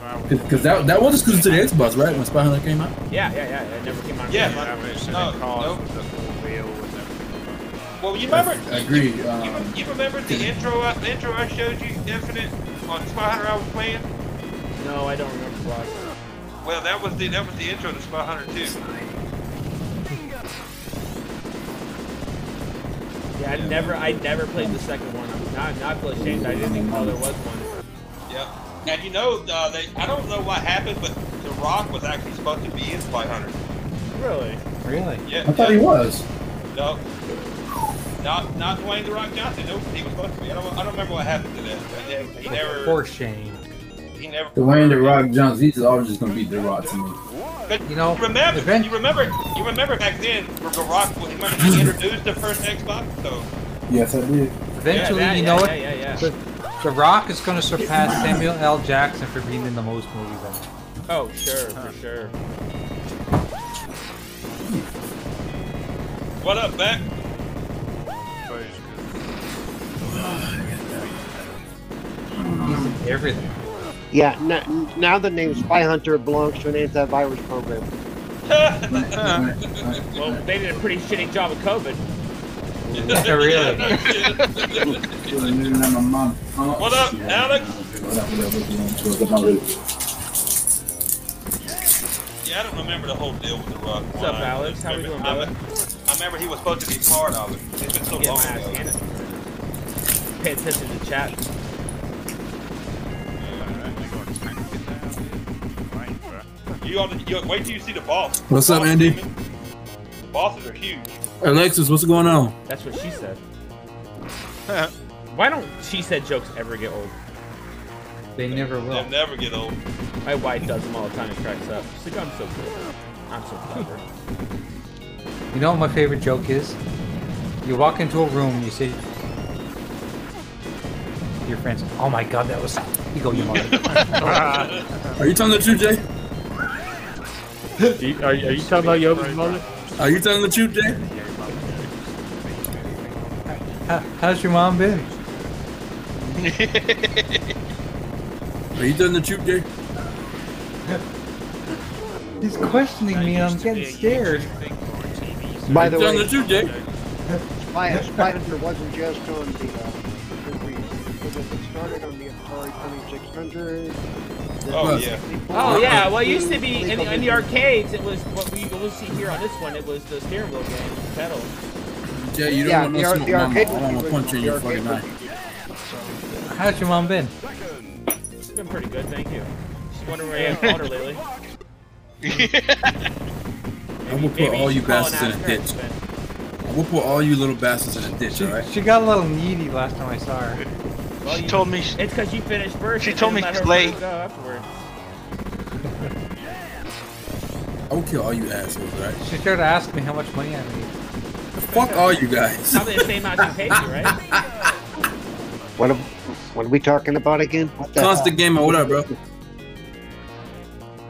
Wow.
Because that, that was exclusive to the Xbox, right? When Spy Hunter came out?
Yeah, yeah, yeah. It never came out.
Yeah,
How much is in the
No,
cars
nope.
with the four wheel and everything?
Well, you remember?
I agree,
You,
um,
you remember the intro? I, the intro I showed you, Infinite, on Spy Hunter I was playing.
No, I don't remember. Black.
Well, that was the that was the intro to Spy Hunter 2.
Yeah, I never, I never played the second one. I'm not, not feel ashamed. I didn't even know there was one.
Yeah. Now you know, uh, they, I don't know what happened, but The Rock was actually supposed to be in Spy Hunter.
Really?
Really?
Yeah.
I thought he was.
No. Not not Dwayne the Rock Johnson. Nope, he was supposed to be. I don't, I don't remember what happened to that. He never.
For shame.
He never.
Dwayne the Rock Johnson, he's always just gonna be the Rock to me.
But
You know,
remember,
event-
you remember, you remember back then, where The Rock was- remember he introduced the first Xbox. So
Yes, I did.
Eventually,
Yeah, yeah,
you know
yeah,
what?
yeah, yeah, yeah.
The, the Rock is going to surpass Samuel L. Jackson for being in the most movies. Ever.
Oh, sure, for sure.
what up, Beck?
He's in everything.
Yeah, now, now the name Spy Hunter belongs to an antivirus program.
Well, they did a pretty shitty job of COVID.
Yeah, really.
What up, Alex? Yeah, I don't remember the whole deal with The Rock.
What's up, Alex? How we doing,
I,
brother?
I remember he was supposed to be part of it. It's been so
Get
long
my ass
ago.
handed. to me. Pay attention to chat.
You ought to you, wait till you see the boss.
What's
The
up,
boss-
Andy?
The bosses are huge.
Alexis, what's going on?
That's what she said. Why don't she said jokes ever get old?
They never will.
They'll never get old.
My wife does them all the time and cracks up. She's like, I'm so cool. I'm so clever.
You know what my favorite joke is? You walk into a room and you say to your friends, "Oh my god, that was you go, you mother."
Are you telling the truth, Jay?
Do you- are, you- are you talking about Yobi's mother?
Are you telling the truth, Jay?
How, how's your mom been?
Are you telling the truth, Jay?
He's questioning me and I'm getting scared.
By
Are
the
you telling
way,
the truth, Jay?
Spy, Spy Hunter wasn't just on the. Uh, because it started on the Atari 2600. the
Oh,
Yes.
yeah.
Oh yeah, well it
64,
used to be in the, in the
Legal
arcades. It was what we will see here on this one. It was the steering wheel game pedal.
Jay, you don't
Yeah,
want no
the ar-
smoke,
the
mama. I
arcade
don't want
was
to punch you in your
original.
fucking
The
eye.
arcade
How's your mom been?
It's been pretty good, thank you. Just wondering where I haven't called her lately.
I will put
Maybe
all you
should call and
bastards in
ask
a
her.
ditch. We'll put all you little bastards in a ditch,
She,
alright?
she got a little needy last time I saw her.
Well,
She
you-
told me. She,
It's because you finished first.
She
and
told
then
me
let
she's
her
late.
Go afterwards.
I will kill all you assholes, alright?
She tried to ask me how much money I made.
Fuck all you guys.
Probably the same amount she paid you, right?
What, am, what are we talking about again? What the
Constant gamer, what up, bro?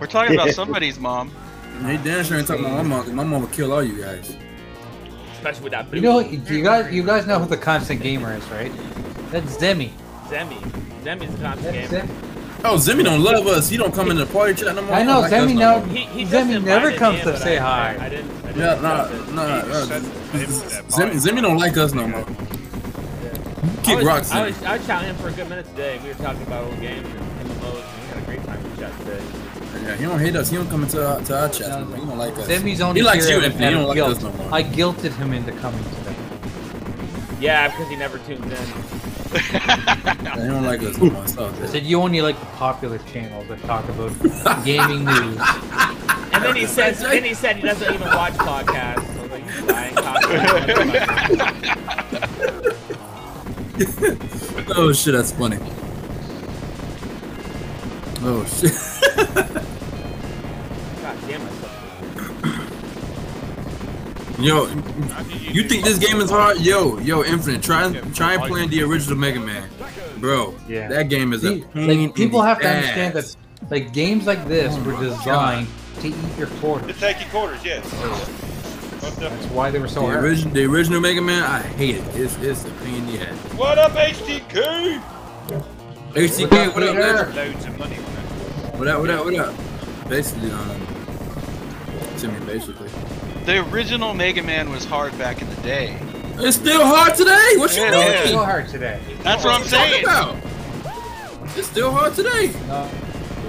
we're talking about somebody's mom.
Hey, damn sure ain't talking about my mom, 'cause my mom will kill all you guys.
Especially with that blue
You know, you guys, you guys know who the constant gamer is, right? That's Demi.
Zemi. Zemi's the constant
That's
game.
Demi.
Oh, Zimmy don't love us. He don't come in the party chat no more.
I
He
know
don't like us
Demi
no
now.
more.
He, he just
Demi never
invited
comes
in,
to
but
say
I,
hi.
I, I didn't. I didn't
Yeah,
accept
nah,
it.
nah, nah.
said that
Zimmy,
party.
Zimmy don't like us no more.
I
Kick
was,
rocks.
I
Zimmy.
was, I was chatting him for a good minute today. We were talking about old games and MMOs, and we had a great time in chat today.
Yeah, he don't hate us. He don't come into our, to our chat. No, more. he don't like us.
Demi's only
he likes
here
you,
out
Anthony. He
of
don't like
guilt.
us no more.
I guilted him into coming today.
Yeah, because he never tunes in.
he don't like us no more. It's all
I
good.
said you only like the popular channels that talk about gaming news.
And then he says, then he said he doesn't even watch podcasts. So I was like, you lying cock.
Oh shit, that's funny. Oh shit.
God damn myself.
Yo, you think this game is hard? Yo, yo, Infinite, try and try and play the original Mega Man, bro.
Yeah.
that game is a
See,
pain in
like people
the
have to
ass.
understand that like games like this
Oh
were designed to eat your
The
quarters.
tacky quarters, yes. Most
That's
definitely.
why they were so
The
hard.
original, the original Mega Man, I hate it. It's it's a pain in the ass.
What up, HTQ?
HTK, what up, man?
Loads of money on it.
What up, what up, what up? Basically, um, Jimmy, basically,
The original Mega Man was hard back in the day.
it's still hard today. What you
Yeah,
doing?
yeah.
So hard today.
That's
Oh,
what I'm saying.
Talk about? It's still hard today.
No.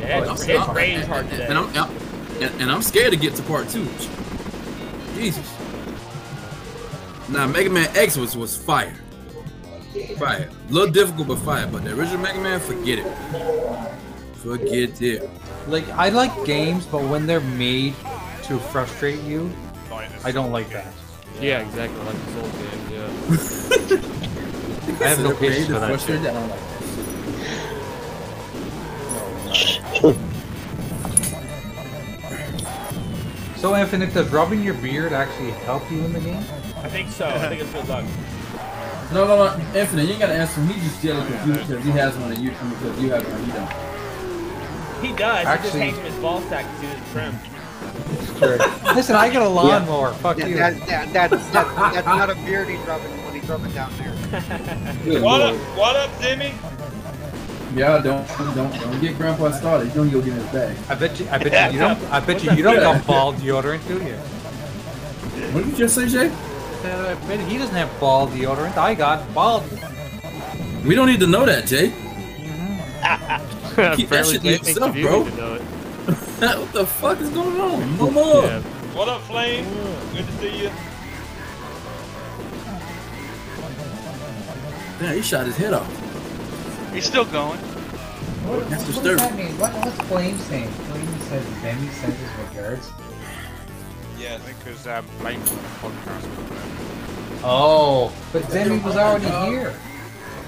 Yeah, it's, it's range hard today.
Oh, And I'm and, and I'm scared to get to part two. Jesus. Nah, Mega Man X was was fire. Fire. A little difficult but fire. But the original Mega Man, forget it. Forget it.
Like I like games, but when they're made to frustrate you, I don't like that.
Yeah, exactly. Like this old man. Yeah.
I have
Is
no
it okay
patience
to
for that
flush
shit.
it? I don't like
So, Infinite, does rubbing your beard actually help you in the game?
I think so. I think it's good luck.
that. No, no, no. Infinite, you ain't gotta answer. him. He just jealous of you because he has one and you, I mean, because you have one. He don't.
He does. He just
Actually-
hangs from his ball sack to do his trim.
Listen, I got a lawnmower. Fuck
Yeah,
you.
that, that, that, that, that's not a beard he's rubbing when he's rubbing down there.
Good
What up?
lord.
What up, Zimmy?
Yeah, don't, don't, don't get Grandpa started. He's gonna go get his bag.
I bet you. I bet you, you don't. I bet you. You don't got ball deodorant, do you?
What did you just say, Jay?
Uh, I bet he doesn't have ball deodorant. I got ball.
We don't need to know that, Jay.
Apparently,
that shit to
Jay thinks
yourself,
you do
bro.
need to know it.
what the fuck is going on? No more.
Yeah.
What up, Flame? Good to see you.
Damn, he shot his head off.
He's still going.
What,
That's
what
disturbing.
does that mean? What, what's Flame saying? Flame says Demi sends his regards.
Yes.
Because um, Mike was on a podcast with him.
Oh, but Demi was already here.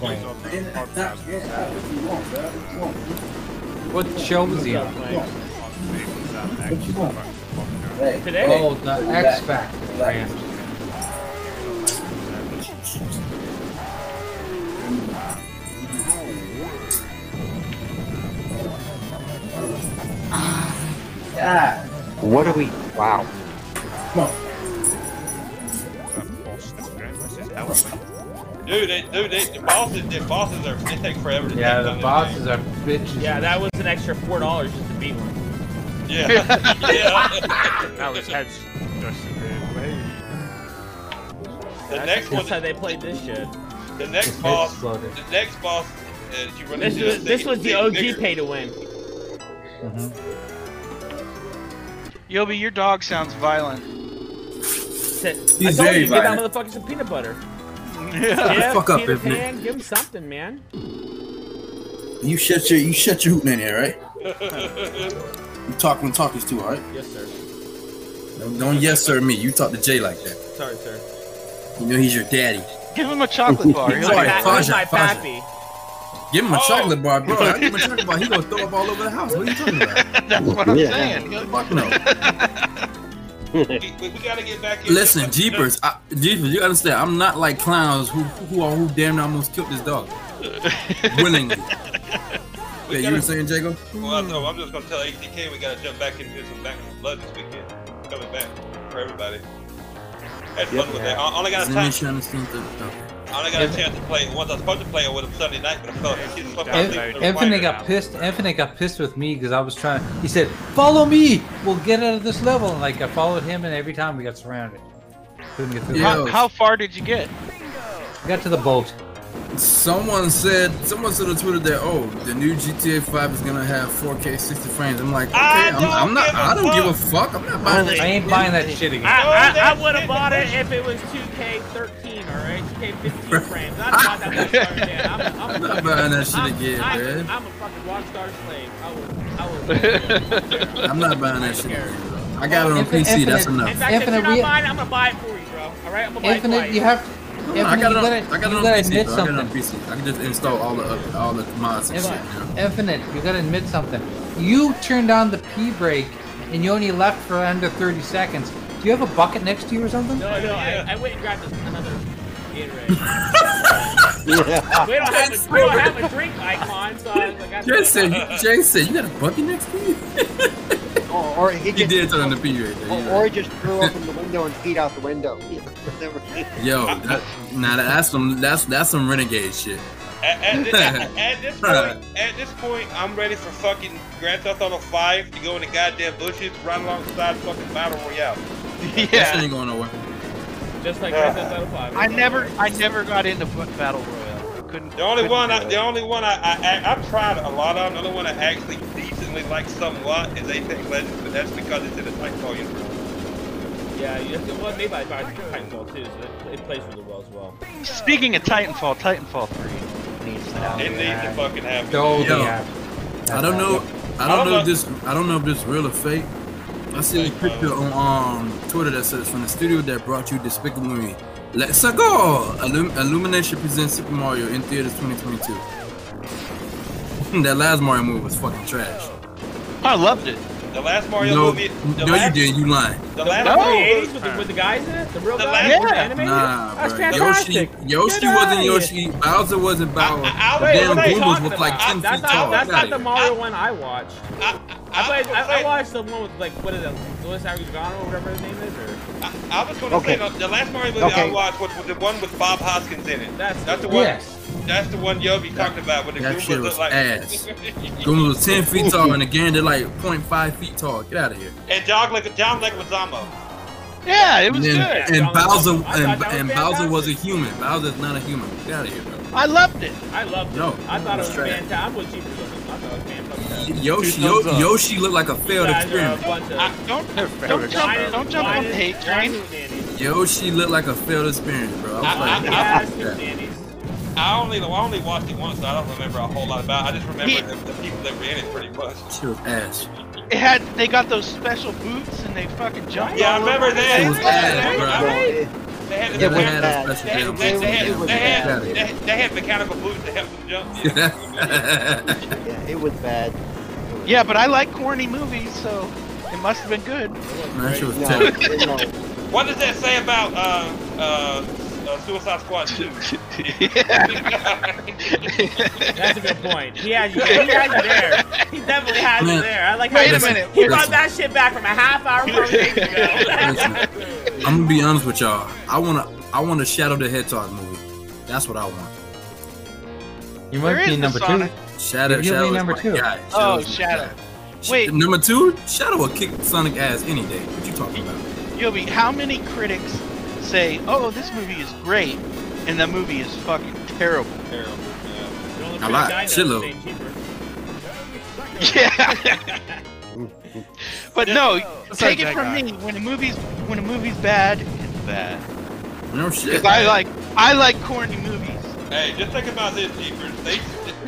He's on the podcast with
What show was he on?
He was on X podcast.
Today?
Oh, the X Factor. Right.
Yeah.
What are we? Wow.
Um, Boston's great. This is Elway.
Dude, they, dude, they, the bosses, the bosses are. They take forever to
Yeah,
take
the
on
bosses are bitches.
Yeah, that was an extra four dollars just to beat one.
game. Yeah. yeah.
Now his head's just in the way.
The
That's-
next one,
That's how they played this shit.
the next boss, the
Exploded.
next boss. Uh, you run
This
into
was this was the OG
paper.
pay to win.
Yobi, your dog sounds violent.
Said, I
He's
told
very
you, give that
violent.
motherfucker some peanut butter.
Yeah.
Yeah,
fuck up,
Peter
isn't it?
Pan, give him something, man.
You shut your, you shut your hootin' in here, right? You talk when talk is too, all right?
Yes, sir.
Don't, don't yes sir me. You talk to Jay like that.
Sorry, sir.
You know he's your daddy.
Give him a chocolate bar. He'll
Sorry,
eat it.
Pat- who's
Faja,
my
Faja.
pappy?
Give him a
Oh.
chocolate bar, bro. I give him a chocolate bar. He gonna throw up all over the house. What are you talking about?
That's what I'm
Yeah.
saying. He'll-
Fuck no.
We, we gotta get back. in-
Listen, Jeepers, I, Jeepers, you understand? I'm not like clowns who who are who damn near almost killed this dog willingly.
We
Yeah, you
gotta-
were saying, Jago?
Well, no, I'm just gonna tell ATK we gotta jump back into some back in blood this weekend. Coming back for everybody. Had fun with that. I only got a
Let me
time.
sure I understand that.
I only got a chance to play. Once I was supposed to play it with him Sunday night, but I felt like shit. fuck, I'm
Ev-
leaving for the
Infinite
wife.
got pissed. Infinite got pissed with me because I was trying. He said, "Follow me. We'll get out of this level." And like I followed him, and every time we got surrounded, couldn't get through.
Yeah.
How, how far did you get?
We got to the boat.
though. Someone said, someone said on Twitter that oh, the new GTA 5 is gonna have 4K 60 frames. I'm like, okay,
I
I'm,
don't
I'm not.
give a
I don't give a
fuck.
fuck. I'm not
I
buying that.
ain't
shit.
buying that shit again.
Oh,
I, I, I would have bought it if it was 2K13, alright? 2K15 frames. I'd have bought that motherfucker, man. I'm, I'm,
I'm not buying that shit again,
I'm,
man.
I'm a fucking rockstar slave. I would. I would.
I'm not buying that shit.
Scared.
again, bro. I got it on
Well, Infinite-
PC. That's
Infinite-
In
enough.
fact, if you're
Infinite,
not
we-
buying it, I'm gonna buy it for you, bro. Alright? I'm gonna buy it
Infinite,
for
you
you.
have
No,
to.
I
Infinite,
got it
you
on.
gotta,
I got it
you
on
gotta
PC.
admit
Bro. I got it on
something.
PC. I can just install all the up- all the mods and shit.
Infinite,
You know?
Infinite, you gotta admit something. You turned on the pee break, and you only left for under 30 seconds. Do you have a bucket next to you or something?
No, no, I, I went and grabbed another Gatorade. we, don't have a, we don't have a drink icon, so I was like, I
Jason, you- Jason, you got a bucket next to you?
Or, or he
He
just,
did turn on the P right there. you're
or, or he
right.
just threw open the window and peed out the window. Never-
Yo, that, nah, that's some that's that's some renegade shit.
At, at, thi- at, at this point, at this point, I'm ready for fucking Grand Theft Auto 5 to go in the goddamn bushes right alongside fucking Battle Royale.
That shit
Yeah.
ain't going nowhere.
Just like Grand Theft Auto 5.
I never, I never got into bu- battle royale. I Couldn't.
The only
couldn't
one,
do
I,
it.
the only one I, I, I I've tried a lot of. The only one I actually decently like somewhat is Apex Legends, but that's because it's in a Titanfall universe.
Yeah, you have to, well, maybe I buy Titanfall too, so it, it plays really well as well.
Speaking of Titanfall, Titanfall three needs to happen.
It needs to fucking happen.
No,
Yo,
Oh, yeah.
I don't know. I
I don't
don't
know.
know.
know if this. I don't know if this real or fake. I see a picture on um, Twitter that says from the studio that brought you Despicable Me. Let's go! Illum- Illumination presents Super Mario in theaters 2022. that last Mario movie was fucking trash.
I loved it.
The last Mario
no,
movie. The
no,
last,
you didn't. You lying.
The last
no.
Mario
'80s with the, with the guys in it, the real
The last-
guys, with the
Yeah.
animated.
Nah,
That's
bro. Yoshi,
fantastic.
Yoshi
Get outta
wasn't
here.
Yoshi. Bowser wasn't Bowser.
I-
The
wait,
damn
what are you
Goombas
talking
was like
about?
10
that's
feet
not,
tall.
That's
Get
not
outta
the
here.
Mario one I watched.
I,
I, played,
was gonna
I, I
say-
watched the one with like what is it, Luis Aragano or whatever his name is, or
I was gonna
Okay.
say the, the last Mario movie
Okay.
I watched was, was the one with Bob Hoskins in it.
that's
That's the one.
Yes.
That's the one Yogi talked about when the
That shit
Goombas
was
look like.
ass. Goombas was 10 feet tall, and again, they're like 0.5 feet tall. Get out of here.
and John Leg- John Leguizamo.
Yeah, it was
and
good.
then, and
I thought
Bowser
that was
and, and Bowser
fantastic.
was a human. Bowser's not a human. Get out of here, bro.
I loved it.
I loved it.
No,
I thought it
it's
was
trash.
fantastic. I'm with you for this. I thought it was fantastic.
Yoshi,
Two thumbs
Yo-
up.
Yoshi looked like a failed
Guys uh, are a
experiment.
bunch of
I, don't don't jump,
Linus-
don't jump on the
Linus-
hate train.
Linus nannies.
Yoshi looked like a failed experiment, bro. I was
I-
like,
I-
"Yeah,
Yes,
fuck that."
nannies.
I only I only watched it once, so I don't remember a whole lot about. it. I just remember
He-
the, the people that were in it pretty much.
She was ass.
It had they got those special boots and they fucking jumped.
Yeah, I
all
remember
over
that.
She was
the
ass,
place.
bro.
They had
Yeah,
the
but
mechanical-
had a special
they had- they-
build.
they had-
It was
they had-
bad.
they had- they had mechanical boots to help them jump. Yeah.
Yeah, it was bad. It was-
Yeah, but I like corny movies, so it must have been good.
Man, she was
No,
terrible.
no.
what does that say about uh, uh, uh, Suicide Squad 2?
That's a good point. He has you. He has you there. He definitely has you
Man.
there. I like. how
Wait a
he-
minute.
He brought
Listen.
that shit back from a half hour conversation ago.
Listen, I'm gonna be honest with y'all. I wanna, I want a Shadow the Hedgehog movie. That's what I want.
You might
There
be
is the
number two.
Sonic.
Shadow,
Give me
Shadow is
number
my
two.
guy.
Oh,
is my
Shadow.
guy. Sh-
Wait.
number two, Shadow will kick Sonic ass any day. What you talking about?
Yobi, how many critics say, "Oh, this movie is great," and the movie is fucking terrible?
Terrible. Yeah.
A lot. Shitload.
Yeah. but no,
That's like
take it
that
from
guy.
me. When a movie's when a movie's bad, it's bad.
No shit.
'Cause I like I like corny movies.
Hey, just think about this, Jeepers. They,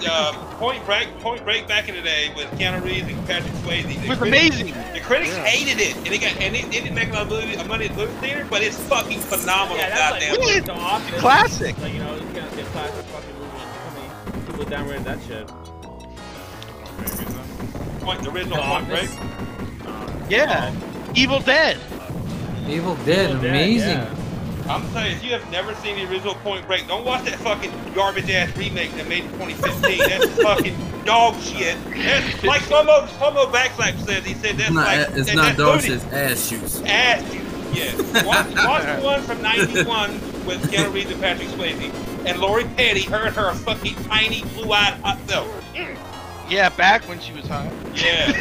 uh, point Break, Point Break back in the day with Keanu Reeves and Patrick Swayze. The
It was
critics-
amazing.
The critics hated it, and it got and it, it didn't make a lot of movie, money at the movie theater, but it's fucking phenomenal.
Yeah, that's
goddamn.
like
Goddamn.
the office.
Classic.
Like you know, you can't say classic fucking movie. How many people downrated that shit?
point, the original
The
Point Break.
office.
Yeah.
Oh.
Evil Dead.
Evil Dead,
Evil Dead,
amazing.
yeah.
I'm saying, if you have never seen the original Point Break, don't watch that fucking garbage ass remake that made in 2015. that's fucking dog shit. That's like Homo Homo Backslap says. He said that's
It's not,
like
it's
that-
not
that's
dog
booty.
shit, it's ass shoes.
Ass juice. Yeah. Watch, watch the one from '91 with Keanu Reeves and Patrick Swayze, and Lori Petty hurt her fucking tiny blue-eyed hot self.
Yeah, back when she was hot.
Yeah.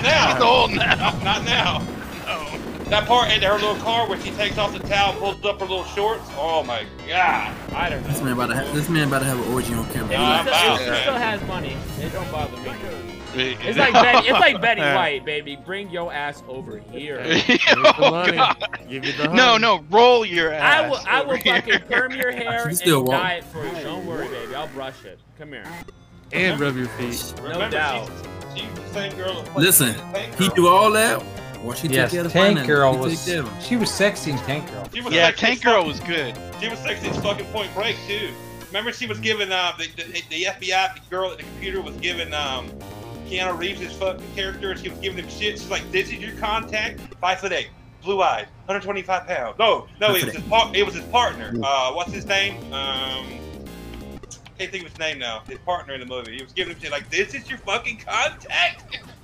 She's
now.
old now.
Not now.
No.
That part in her little car where she takes off the towel and pulls up her little shorts. Oh my god. I don't know.
This man about to have, this man about to have an orgy on camera.
If
Ah,
he still,
wow,
if he
man.
still has money, it don't bother me. It's like Betty, it's like Betty White, baby. Bring your ass over here.
Give the
Oh,
money.
God.
Give you the honey.
No, no, roll your ass.
Um, I will, I will
over here.
fucking perm your hair
She's still
and
walking.
dye it for you. Don't worry, baby. I'll brush it. Come here.
And rub your feet.
Remember,
doubt.
She's, she's the same girl. that played
Listen,
Tank
he
Girl.
do all that. Well, she take
Yes,
care of the
Tank
finances.
Girl
He
was.
take care of 'em.
She was sexy in Tank Girl.
She was
Yeah,
sexy
Tank
as fuck.
Girl was good.
She was sexy as fucking Point Break too. Remember, she was giving uh, the, the the FBI the girl at the computer was giving um Keanu Reeves his fucking character. and She was giving him shit. She's like, "This is your contact, five foot eight, blue eyed, 125 pounds." No, no, it was his par- it was his partner. Uh, what's his name? Um. Can't think of his name now. His partner in the movie. He was giving him shit like, "This is your fucking contact."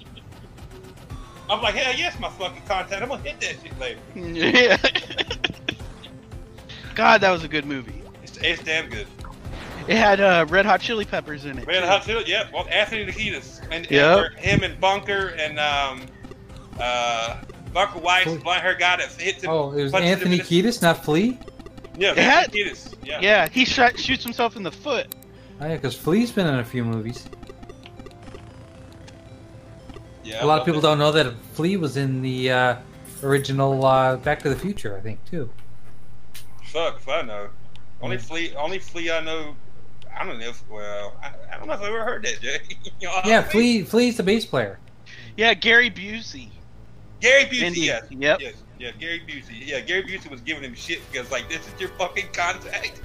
I'm like, hell yes, my fucking contact. I'm gonna hit that shit later.
Yeah. God, that was a good movie.
It's, it's damn good.
It had uh, Red Hot Chili Peppers in it.
Red
too.
Hot Chili, yeah. Well, Anthony Nikitas and,
Yep.
and him and Bunker and um, uh, Bunker Weiss,
Flea.
blonde hair guy that hits him.
Oh, it was
punches him
Anthony
in the-
Kiedis, not Flea?
Yeah,
It had-
Anthony Kiedis. Yeah.
Yeah, he shot, shoots himself in the foot.
Oh, yeah, because Flea's been in a few movies.
yeah.
A lot of people don't know that Flea was in the uh, original uh, Back to the Future, I think, too.
Fuck, if I know. Only Flea, only Flea I know. I don't know if well, I, I don't know if I Uh, ever heard that, Jay. You know what I
Yeah,
mean?
Flea Flea's the bass player.
Yeah, Gary Busey.
Gary Busey, yes.
Yep.
Yes. Yeah, Gary Busey. Yeah, Gary Busey was giving him shit because like this is your fucking contact.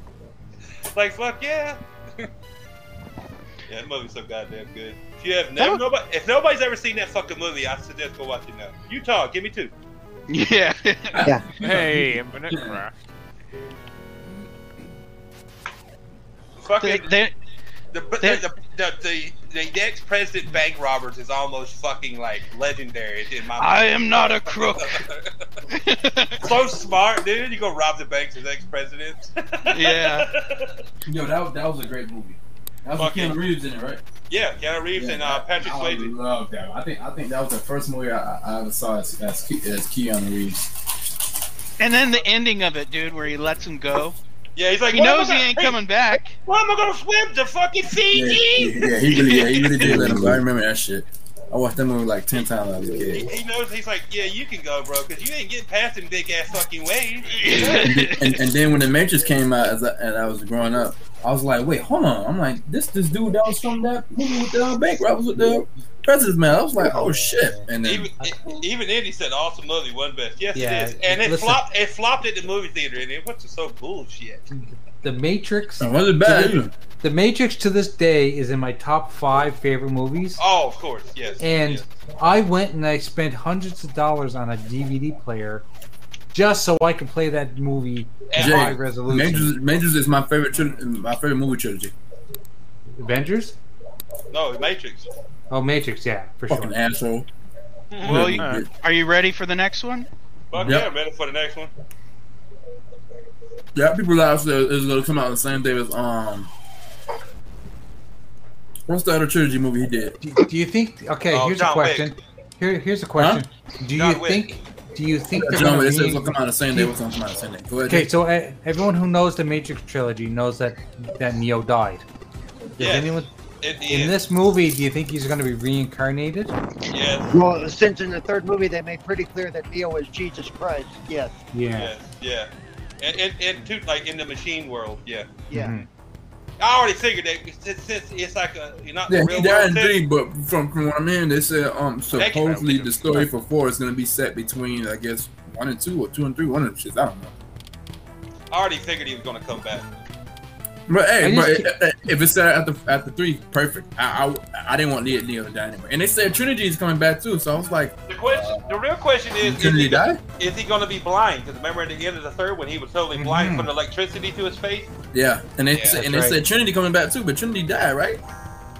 like fuck yeah. yeah, that movie's so goddamn good. If you have never, nobody, if nobody's ever seen that fucking movie, I suggest go watch it now. Utah, give me two.
Yeah.
Yeah.
Hey, Infinite Craft.
Fucking
They-
the, the, the, the, the, the ex president bank robbers is almost fucking like legendary in my.
I am not a crook.
so smart, dude. You go rob the banks as ex presidents.
Yeah.
Yo, that, that was a great movie. That was
Fucking-
Keanu Reeves in it, right?
Yeah, Keanu Reeves and uh, Patrick
um,
I
Swayze.
love that. I think I think that was the first movie I, I ever saw as, as, Ke- as Keanu Reeves.
And then the ending of it, dude, where he lets him go.
Yeah, he's like,
he
"What am
knows
I
he
gonna-
ain't
hey,
coming back.
Why am I gonna swim to fucking
Yeah,
Fiji?
yeah, yeah, he really, yeah, he really did let him. go. I remember that shit. I watched that movie like ten times as a
He,
kid.
he knows he's like, yeah, you can go, bro, because you ain't getting past them big ass fucking waves.
And, and then when the Matrix came out, as I, and I was growing up, I was like, wait, hold on. I'm like, this this dude that was from that movie with the uh, bank robbers with the presidents man. I was like, oh shit. And then
Even, even then, he said, "Awesome movie, one best." Yes,
Yeah,
it is, and it
listen.
flopped. It flopped at the movie theater, and it was so bullshit.
The Matrix.
It wasn't bad
to thi-
either.
The Matrix to this day is in my top five favorite movies.
Oh, of course, yes.
And
yes.
I went and I spent hundreds of dollars on a DVD player just so I could play that movie at
Jay,
high resolution.
Matrix, Matrix is my favorite tril- my favorite movie trilogy.
Avengers?
no, Matrix.
Oh, Matrix, yeah, for
Fucking
sure.
asshole.
Mm-hmm. Well, you- are you ready for the next one?
Fuck
Yep.
yeah, ready for the next one?
Yeah, people realize that it's gonna come out the same day as um. What's the other trilogy movie he did?
Do, do you think? Okay,
Oh,
here's
John
a question. Here, here's a question. Do you
John Wick.
think? Do you think? they're
John
gonna
Wick. It says it's
re-
gonna come out the same day. What's gonna come out the same day? Go ahead.
Okay, so uh, everyone who knows the Matrix trilogy knows that that Neo died. Does
Yes.
anyone
It
in
is.
this movie? Do you think he's going to be reincarnated?
Yes,
Well, since in the third movie they made pretty clear that Neo is Jesus Christ. Yes.
Yeah.
yes, yeah. And and, and too, like in the machine world, yeah.
Yeah.
Mhm.
I already figured that since, since it's like a you're not
Yeah,
the
he
real
died in
world.
three,
thing.
but from, from what I'm hearing, they said um
Thank you.
supposedly the story for four is gonna be set between I guess one and two or two and three, one of them shits. I don't know.
I already figured he was gonna come back.
But hey,
I
but
just
if- if it's set after after three, perfect. I I, I didn't want Neo Neo to die anyway, and they said Trinity is coming back too, so I was like,
The question, the real question is, is
Trinity
he,
die?
is he gonna be blind? Because remember at the end of the third one, he was totally blind
Mhm.
Mm-hmm.
from the electricity to his face.
Yeah, and they
Yeah,
said,
that's
and they
right.
said Trinity coming back too, but Trinity died, right?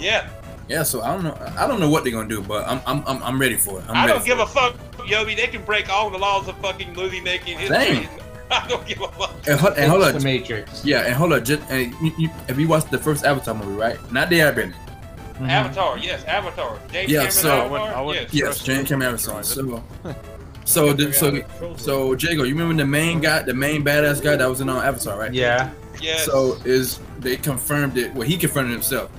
Yeah,
Yeah, so I don't know. I don't know what they're gonna do, but I'm I'm I'm, I'm ready for it. I'm
I'm I do
ready
not give a fuck, Yobi. They can break all the laws of fucking movie making history.
Damn.
I don't give a fuck.
a and, hold- and
It's
hold
the
on.
Matrix.
Yeah, and hold on. Just, and you, you, if you watched the first Avatar movie, right? Not the Airbender. Mm-hmm.
Mhm.
Avatar, yes, Avatar. James
Yeah,
Cameron
so-
Avatar,
I wouldn't-
yes.
Yes, James Cameron Avatar. So, so, the, so, so, Jago, you remember the main guy, the main badass guy that was in on Avatar, right?
Yeah.
yes.
So is they confirmed it? Well, he confirmed it himself.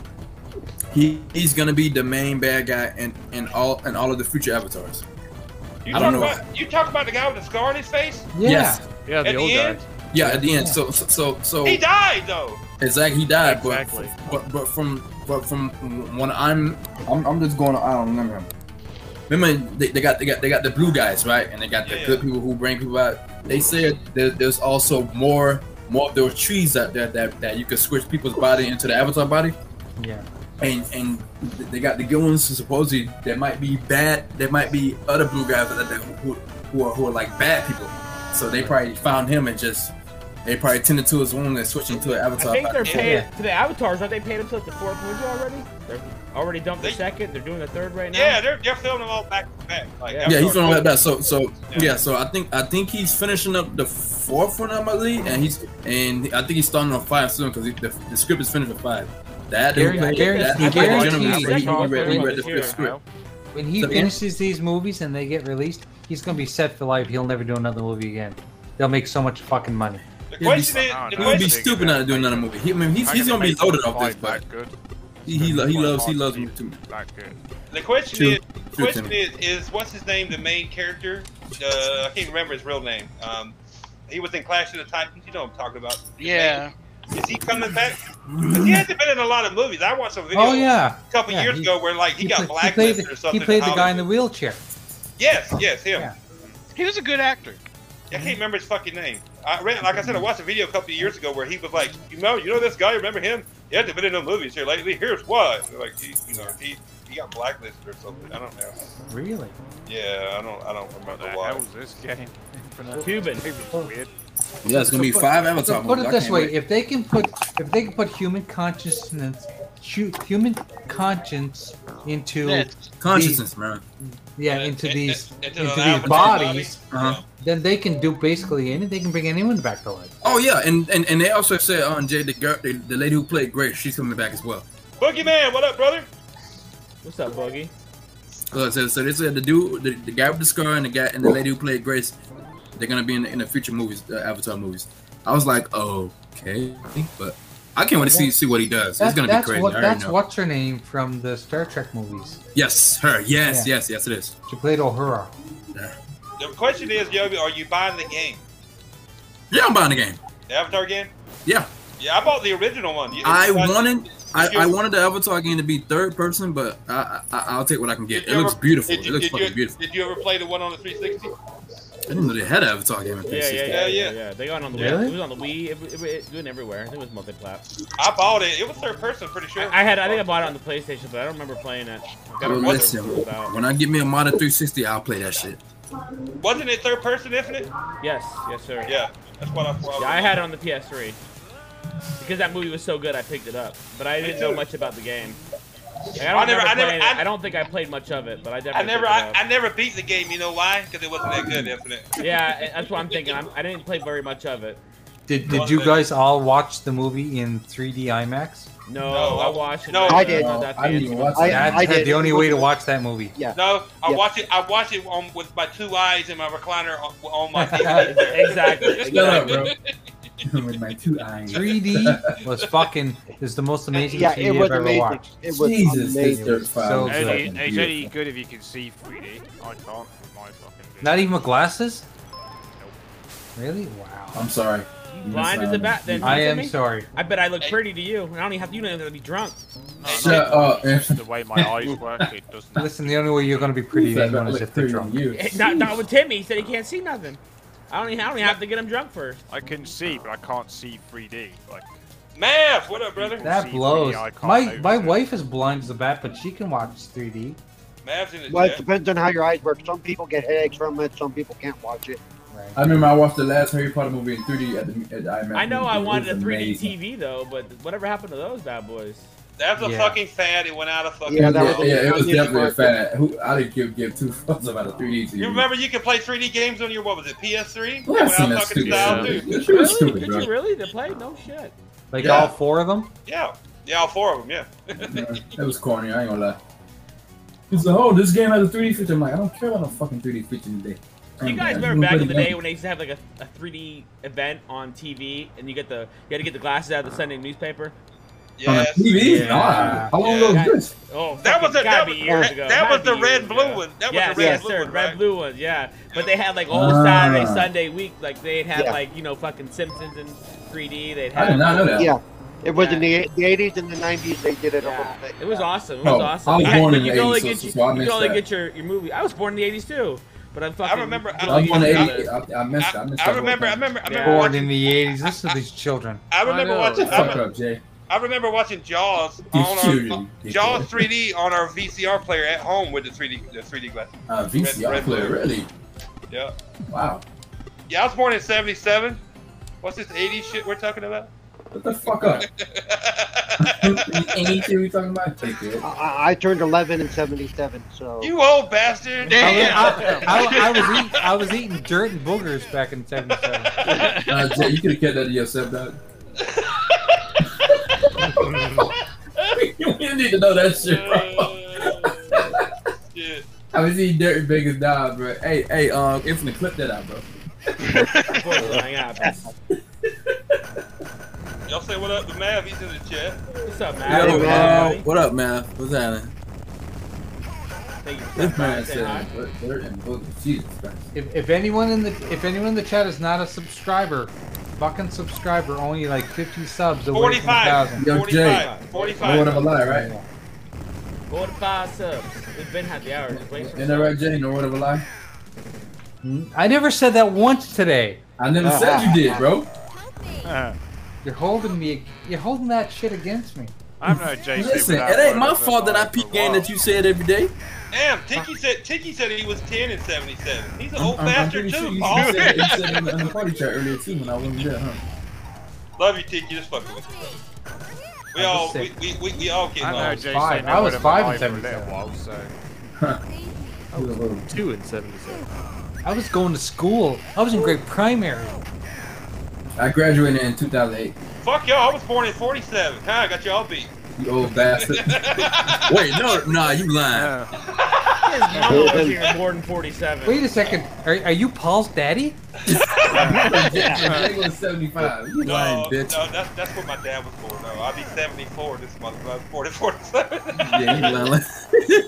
He he's gonna be the main bad guy in in all in all of the future Avatars.
you
I
talk
don't know.
about you talk about the guy with the scar on his face
Yeah.
Yes.
Yeah, the
at the
old guy.
end.
Yeah, at the end. So so so. so
He died though.
Exactly, he died.
Exactly.
But, but but from but from when I'm I'm, I'm just going. I don't remember him. Remember they, they got they got they got the blue guys right, and they got the
Yeah,
good people who bring people out. They said there, there's also more more there were trees out there that that you could switch people's body into the avatar body.
Yeah.
And and they got the good ones who supposedly there might be bad there might be other blue guys out there who who are, who are like bad people. So they probably found him and just they probably tended to his wound and switched him to an avatar.
I think they're
body.
paid to the avatars. Aren't they paid up to like the fourth movie already? They're already done the
They-
second. They're doing the third right now.
Yeah, they're they're filming them all back to back. Like
Yeah,
yeah,
Avatar.
he's doing like that. So, so
Yeah.
yeah. so I think I think he's finishing up the fourth one, I believe, and he's and I think he's starting on five soon because the, the script is finished at five. That dude,
Guaran-
played- that, I played the
guaranteed-
gentleman. He, he,
guaranteed
read, he read the
second
fifth script.
When he
So, yeah.
finishes these movies and they get released, he's going to be set for life. He'll never do another movie again. They'll make so much fucking money.
The
be-
question is,
I
the
don't
He would be
question,
stupid not to do another movie. He, I mean, he's,
How
he's
can
gonna be
they make
loaded off this,
five
but
That good.
he, he, lo- he loves he loves him too.
That good.
the question
True.
is, the
True,
question
Timmy.
is, is what's his name? The main character? Uh, I can't remember his real name. Um, he was in Clash of the Titans. You know what I'm talking about? His
Yeah.
name. Is he coming back? 'Cause He hasn't been in a lot of movies. I watched a video
Oh yeah.
a couple
Yeah,
years
he-
ago where like he, got
pla- he played,
blacklisted or
he
something.
played the guy in the
Hollywood.
wheelchair.
Yes, yes, him.
He was a good actor.
I can't remember his fucking name. I read, like I said, I watched a video a couple of years ago where he was like, you know, you know this guy, remember him? He hasn't been in no movies here lately. Here's why. Like, he, you know, he, he got blacklisted or something. I don't know.
Really?
Yeah, I don't, I don't remember why.
How was this game?
Cuban.
Weird.
Yeah, it's gonna be five Avatar
So put
movies.
it
I
this
can't
way:
wait.
if they can put, if they can put human consciousness, hu- human conscience into
That's-
Consciousness,
these-
man.
yeah, into these
into
into,
an
these
avatar
bodies,
Uh-huh.
then they can do basically anything. They can bring anyone back to life.
Oh yeah, and, and, and they also said on Jay the girl, the, the lady who played Grace, she's coming back as well.
Boogeyman, what up, brother?
What's up, Boogie?
Uh, so, so they said the dude, the, the guy with the scar, and the guy and the lady who played Grace, they're gonna be in the, in the future movies, the Avatar movies. I was like, okay, but I can't wait to see see what he does.
That's-
it's gonna be
that's
crazy.
What,
I already
that's
know.
what's her name from the Star Trek movies.
Yes, her. Yes,
Yeah.
yes, yes, it is.
She played O'Hara.
The question is, Yogi, are you buying the game?
Yeah, I'm buying the game.
The Avatar game?
Yeah,
Yeah, I bought the original one. You-
I
you guys-
wanted,
did
I,
you-
I wanted the Avatar game to be third person, but I, I, I'll take what I can get.
did
It
you
looks
ever-
beautiful.
did
It
you-
looks
did you-
fucking beautiful.
Did you ever play the one on the 360?
I didn't know they had an Avatar game. in
Yeah,
360.
yeah,
Yeah,
yeah, yeah,
yeah.
yeah. They got it on the
Really?
Wii. It was on the Wii. It, it, it, doing everywhere. I think it was multi-plat.
I bought it. It was third person, pretty sure.
I had. I think I bought it on the PlayStation, but I don't remember playing it. I
Well,
don't remember
listen,
what it was about.
when I get me a modern 360, I'll play that shit.
Wasn't it third person infinite?
Yes, yes, sir.
Yeah, that's what I thought.
Yeah, I had it on the PS3 because that movie was so good. I picked it up, but I
Me
didn't know
too.
much about the game. Like,
I
I, don't
never-
never,
I
I,
never- I-
I, don't think I played much of it, but I
I
definitely.
never,
picked
I,
it
I never beat the game. You know why? Because it wasn't that good.
Mm-hmm.
Infinite.
up. yeah, and that's what I'm thinking. I'm, I didn't play very much of it.
Did
One
Did you
thing.
guys all watch the movie in 3D IMAX?
No,
No, I-
I watched it.
no.
but
I
it's
did.
not that
I didn't even
fancy.
watch
I-
that.
That's
did.
the only way to watch that movie.
Yeah.
No, I
Yeah.
watch it. I watch it on with my two eyes and my recliner on, on my TV.
exactly.
Shut up,
exactly.
bro. With my two eyes.
3D was fucking is the most amazing
yeah,
3D
it was
I've ever
amazing.
watched.
It was
Jesus, this
amazing.
dirt file.
So
is fucking
good.
It's only, it's only
beautiful.
good if you can see 3D. I can't. with My fucking vision.
Not even with glasses? Really? Wow.
I'm sorry. You
Blind as
just,
a
um,
bat. Then
I
look at
am
me.
sorry.
I bet I look pretty to you. and I don't even have to. You don't even have to be drunk.
No,
Shut
no,
up.
it's The way my eyes work, it doesn't.
Listen, the only way you're gonna be pretty to
That
anyone is
look
if they're
pretty on
drunk.
you.
Not, not with Timmy. He said he can't see nothing. I don't. Even, I don't even have to get him drunk first.
I can see, but I can't see 3D. Like,
Math, what up, brother?
That
See,
blows.
yeah, I can't
My
notice
my
it.
wife is blind as a bat, but she can watch 3D.
Mav's in the
Well, it
chat.
depends on how your eyes work. Some people get headaches from it. Some people can't watch it.
I remember I watched the last Harry Potter movie in 3D at the, at the IMAX.
I know
movie.
I
It was
wanted a 3D
amazing.
TV though, but whatever happened to those bad boys?
That's a
Yeah.
fucking fad. It went out of fucking.
Yeah,
Yeah,
that was-
control.
yeah, it was
Yeah.
definitely a fad. Who I didn't give give two fucks about a 3D TV.
You remember you could play 3D games on your what was it PS3?
Well, I've
It went out
seen that
fucking
stupid.
style,
shit.
too.
That shit was
Really?
stupid,
Did
bro.
you really? They played? No shit.
Like
Yeah.
all four of them?
Yeah, yeah, all four of them. Yeah.
That was corny. I ain't gonna lie. It's like, oh, this game has a 3D feature. I'm like, I don't care about no fucking 3D feature today.
You guys remember back in the day when they used to have like a, a 3D event on TV, and you get the you had to get the glasses
Uh-huh.
out of the Sunday newspaper.
Uh,
Yes.
On a TV?
Yeah.
Nah. How long ago
Yeah.
was this?
Oh,
That
fucking-
was a-
gotta
that
be
was-
years
that-
ago.
that
Gotta
was the
be years
red-blue
ago.
one. That was
yes,
the red-blue
yes, sir,
one,
red
right?
blue ones. Yeah, but they had like all
Ah.
Saturday, Sunday week. Like they'd have
Yeah.
like you know fucking Simpsons in 3D. They'd
I
have
did not know that.
Yeah. It was in the, the 80s and the 90s. They did it a
Yeah.
little bit.
It was awesome. It
Oh,
was awesome.
I was
You had-
born in
you
the
could only
80s,
get
so-
your-
so I
You could
missed
only
that.
get your, your movie. I was born in the 80s too, but I'm fucking.
remember- I
you know,
I'm
you
on the
just
80.
gotta-
I, I missed. I, missed
I
that
remember. I
whole thing.
remember. I remember
Yeah.
Born
watching.
in the 80s. Listen to these children.
I remember
I know.
watching. I
Fuck
remember-
up, Jay.
I remember watching Jaws
You
on our
shooting.
Jaws 3D on our VCR player at home with the 3D the 3D glasses.
Uh,
Red-
VCR
Red
player,
Blue.
really?
Yeah.
Wow.
Yeah, I was born in '77. What's this '80s shit we're talking about?
What the fuck up? Any shit we talking about? Take it.
I- I, I turned 11 in 77, so.
you old bastard!
I, I, I was eat, I was eating dirt and boogers back in 77.
Nah, Uh, Jay, you could have kept that to yourself, dog. you didn't need to know that shit, bro.
Uh, shit.
I was eating dirt big as dog, bro. Hey, hey, um, infinite clip that out, bro.
Unfortunately, it happens.
Y'all say what up to Mav? He's in the chat.
What's up,
Yo,
man?
Hey,
uh,
man.
what up, man? What's happening?
Thank you for
This
stopping by
man
and saying hi.
said dirt- dirt and boogers. Jesus Christ.
If, if anyone in the if anyone in the chat is not a subscriber, fucking subscriber, only like 50 subs away from a
45.
thousand.
Yo, Jay.
45.
I would have
45.
a lie, right?
Go to five subs. We've been had the hour. Just wait for
Isn't that right, Jay? No word of a lie.
I never said that once today.
I never said you did, bro.
You're holding me. You're holding that shit against me.
I'm not JC.
Listen, it ain't my fault that I peep game that you said every day.
Damn, Tiki said Tiki said he was ten in seventy seven. He's an
I'm-
old
I'm- I'm
bastard
pretty sure
too,
you
Paul.
said that- you said in the- in the party chat earlier too when I wasn't there, huh?
Love you, Tiki. Just fucking with you. We all we, we, we, we all get
I know
lost.
JC.
five.
never
I was
would've
five
lied
and
for that while,
77.
so.
You was a little-
Two and seventy-seven.
I was going to school. I was in grade primary.
I graduated in 2008.
Fuck y'all. I was born in forty seven. Huh? I got y'all beat.
You old bastard.
Wait, no, nah, you lying.
His mama was here more than 47.
Wait a second. Are, are you Paul's daddy?
Jay was 75. You
No,
lying
no,
bitch.
that's that's what my dad was born. No, I'll be seventy four this month. but I was born in forty seven.
Yeah, you lying.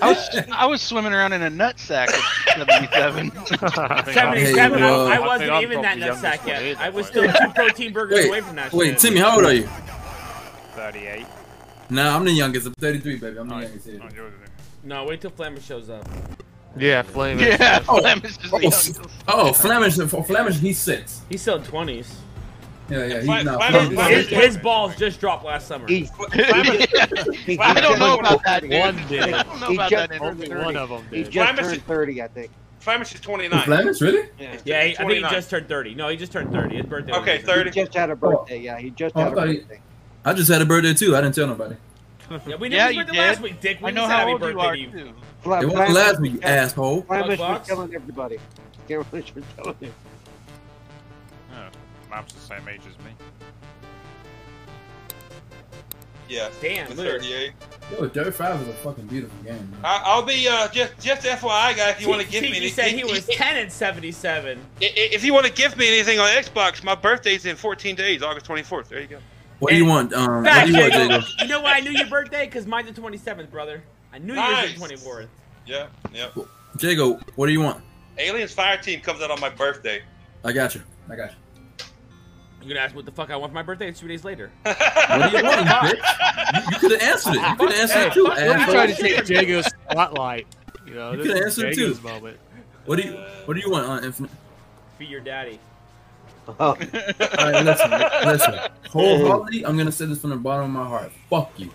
I was, I was swimming around in a nutsack at 77.
Seventy-seven.
Hey,
I,
well,
I
I
wasn't
think I'm
even that
probably the youngest
nutsack
one
yet.
either,
I was
but-
still two protein burgers away
Wait,
from that.
wait,
shit.
Timmy, how old are you?
Thirty-eight.
Nah, I'm the youngest. I'm 33, baby. I'm the youngest here.
On yours, I think.
No, wait till Flammer shows up.
Yeah, flame. it.
yeah,
Oh,
Flemish is
oh,
the youngest.
Oh, Flemish, for Flemish, he's six.
He's still in twenties.
Yeah, yeah, he's
Fine-
not.
fine-
fucking-
fine-
His, his balls just dropped last summer.
He- he
I
just
don't know
turned-
about that, dude. I don't know
He
about
just
that.
turned
interview.
30.
One of them
He
did.
just
Climate-
turned 30, I think.
Flemish is twenty nine.
Flemish, really?
Yeah, he, I think he
29.
just turned thirty. No, he just turned thirty. His birthday.
Okay,
was-
He
30.
just had a birthday, yeah. He just
Oh, I
had a
thought he-
birthday.
I just had a birthday too. I didn't tell nobody.
Yeah, we knew
Yeah,
his
you
birthday last
did.
week, Dick. We
I know
just
how
had a
old you
birthday
are,
to you.
too.
Fla-
It wasn't
Flemish
last week,
was
you
telling-
asshole.
Flemish was
Bucks.
telling everybody. Flemish was telling everybody.
Oh, Mom's the same age as me.
Yeah.
Damn, look.
Thirty eight.
Yo, Dirt 5 is a fucking beautiful game, man.
I- I'll be uh, just just FYI, guy. If you want to give me,
He
any-
said he was ten and seventy-seven.
I- I- If you want to give me anything on Xbox, my birthday's in 14 days, August 24th. There you go.
What do you want? Um, what
Fact,
do you want,
you, know,
Jacob?
you know why I knew your birthday? Because mine's the twenty-seventh, brother. I knew yours
Nice.
was the twenty-fourth.
Yeah, yeah.
Jacob, what do you want?
Aliens Fire Team comes out on my birthday.
I got you. I got you.
You're gonna ask what the fuck I want for my birthday? It's two days later.
What do you want, bitch? You, you could have answered it. You could have answered it too,
I'm trying to
asshole.
take Jago's spotlight. You know,
You
this
could
is
answer too.
Jago's moment.
What do you What do you want, Aunt Infinite?
Be your daddy.
Oh,
All right, listen, listen. Wholeheartedly, I'm gonna say this from the bottom of my heart. Fuck you.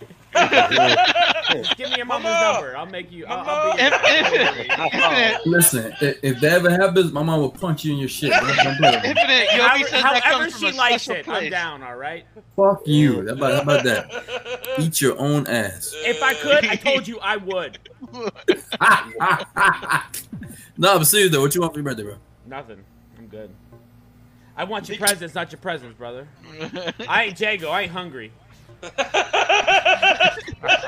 Just give me your mama's
Mama!
number. I'll make you. I'll, I'll be your
Mama!
daddy. Don't worry.
Infinite,
Listen, if, if that ever happens, my mom will punch you in your shit. Don't- don't play with me.
infinite. Yogi
However,
says that
however
comes from
she
a
likes
special
it,
place.
I'm down. All right.
Fuck you. How about, how about that? Eat your own ass.
If I could, I told you I would.
Ah, ah, ah, ah. no, but seriously though, what you want for your birthday, bro?
Nothing. I'm good. I want your presents, not your presents, brother. I ain't Jago. I ain't hungry.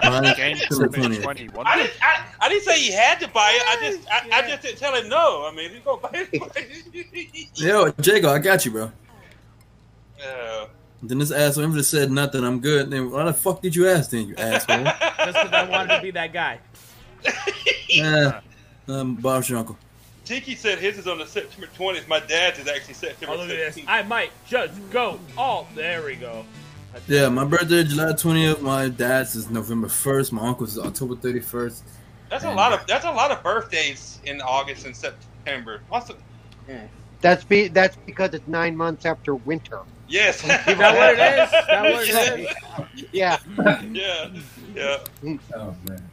Mine
James
is
is
the 20th.
twenty-one.
I didn't. I, I didn't say he had to buy it. I just. I, I just didn't tell him no. I mean, he's gonna buy it.
Yo, Jago, I got you, bro.
Uh,
Then this asshole ever said nothing. I'm good. Then why the fuck did you ask? Then you asshole.
Just because I wanted to be that guy.
yeah. Um, Bob's your uncle.
Tiki said his is on the September 20th. My dad's is actually September
Oh, look at this.
16th.
I might just go all. There we go. That's-
Yeah, my birthday July 20th. My dad's is November 1st. My uncle's is October 31st.
That's a lot of. That's a lot of birthdays in August and September. Lots of,
that's be that's because it's nine months after winter.
yes.
Is that what it is? Is that what it is?
Yeah,
Yeah, yeah.
Oh, man.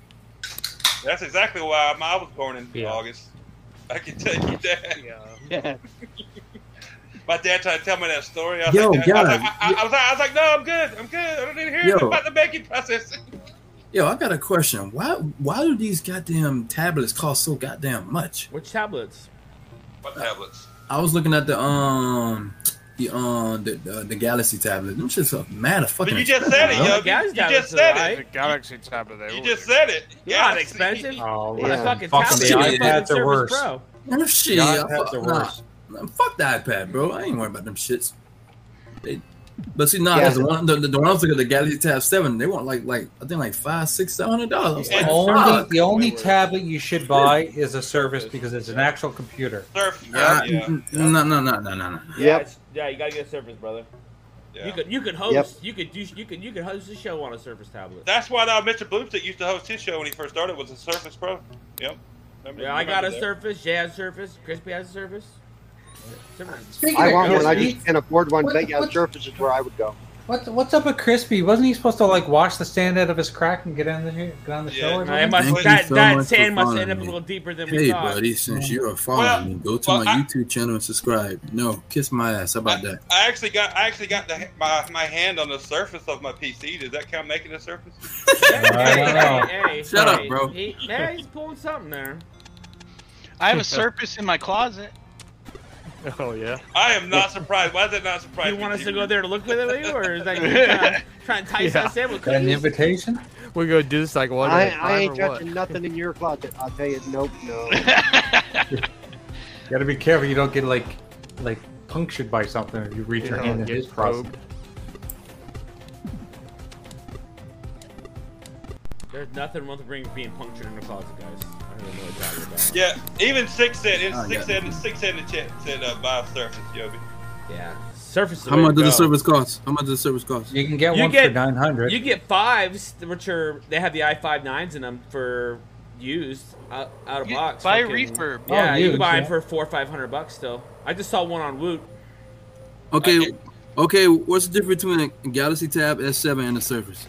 That's exactly why I'm, I was born in
Yeah.
August. I can tell you that.
yeah.
My dad tried to tell me that story. I was,
Yo,
like, Dad- I, was
guys,
like, I, I- I was like, I was like, no, I'm good. I'm good. I don't need to hear
Yo.
anything about the baking process.
Yo, I got a question. Why why do these goddamn tablets cost so goddamn much?
Which tablets?
What tablets?
I was looking at the um the um the the, the Galaxy tablet. Them shit's up mad as
But
fucking.
you just said it,
expensive,
yo.
The guys
You
got
just
it,
said it.
right?
The Galaxy tablet. they
You
all
just
do.
said it.
They're not
Galaxy.
expensive.
Oh,
What a
Yeah.
fucking
Fucking
tablet.
the
Fucking
iPads are
Surface
worse.
Pro.
bro. Them shit.
God,
I
that's the
fuck,
worst.
uh, nah. Nah, fuck the iPad, bro. I ain't worried about them shits. They, but see, nah,
Yeah.
that's the one. The, the, the one I was looking at, the Galaxy Tab Seven, they want like like I think like five, six, seven hundred dollars. I was like,
The
Yeah.
only,
fuck.
the only tablet you should buy is a Surface because it's an actual computer.
Surf. Yeah,
Uh,
yeah.
No, no, no, no, no, no.
Yeah, it's- Yeah, you gotta get a Surface, brother. You could you could host
Yep.
you could you, you could you could host a show on a Surface tablet.
That's why uh, Mr. Bloomstick used to host his show when he first started was a Surface Pro. Yep. Remember-
Yeah, I got
remember
a
that.
Surface. Jay has a Surface. Crispy has a Surface. Surface.
I want one. I
Crispy.
just can't afford one.
What-
They got
what-
surfaces where I would go.
What, what's up with Crispy? Wasn't he supposed to like wash the sand out of his crack and get on the get on the show? or
I
something?
must-
Thank you
that
so
that
much for
sand must
following
end up a
me.
little deeper than we
Hey,
thought.
buddy, since you are following me, go to my YouTube channel and subscribe. No, kiss my ass. How about that?
I actually got I actually got the, my my hand on the surface of my PC. Does that count making a surface?
Hey,
Shut
hey,
up, bro.
He, yeah, he's pulling something there.
I have a Surface in my closet.
Oh yeah.
I am not surprised. Why is that not surprising?
You want us to go there to look with it with you, or is that trying, trying to tie us in with
Got an
cookies?
invitation?
We're gonna do this like one
I,
at a time
I ain't
or what?
touching nothing in your closet. I'll tell you, nope, no.
Got to be careful you don't get like like punctured by something if you reach your
Yeah,
hand in
get
his cross.
There's nothing wrong with being, being punctured in the closet, guys. I don't know what you're talking about.
Yeah, even six said it.
Oh,
Six
yeah.
said six said in the chat said uh, buy a surface, Yobi.
Yeah. Surface.
How much does the service cost? How much does the service cost?
You can get
You
one
get-
for nine hundred.
You get fives, which are they have the i5 nines in them for used out, out of
You
box.
buy refurb.
Yeah, you
Oh,
can
used,
buy
yeah.
them for four or five hundred bucks still. I just saw one on Woot.
Okay, okay. What's the difference between a Galaxy Tab S7 and a Surface?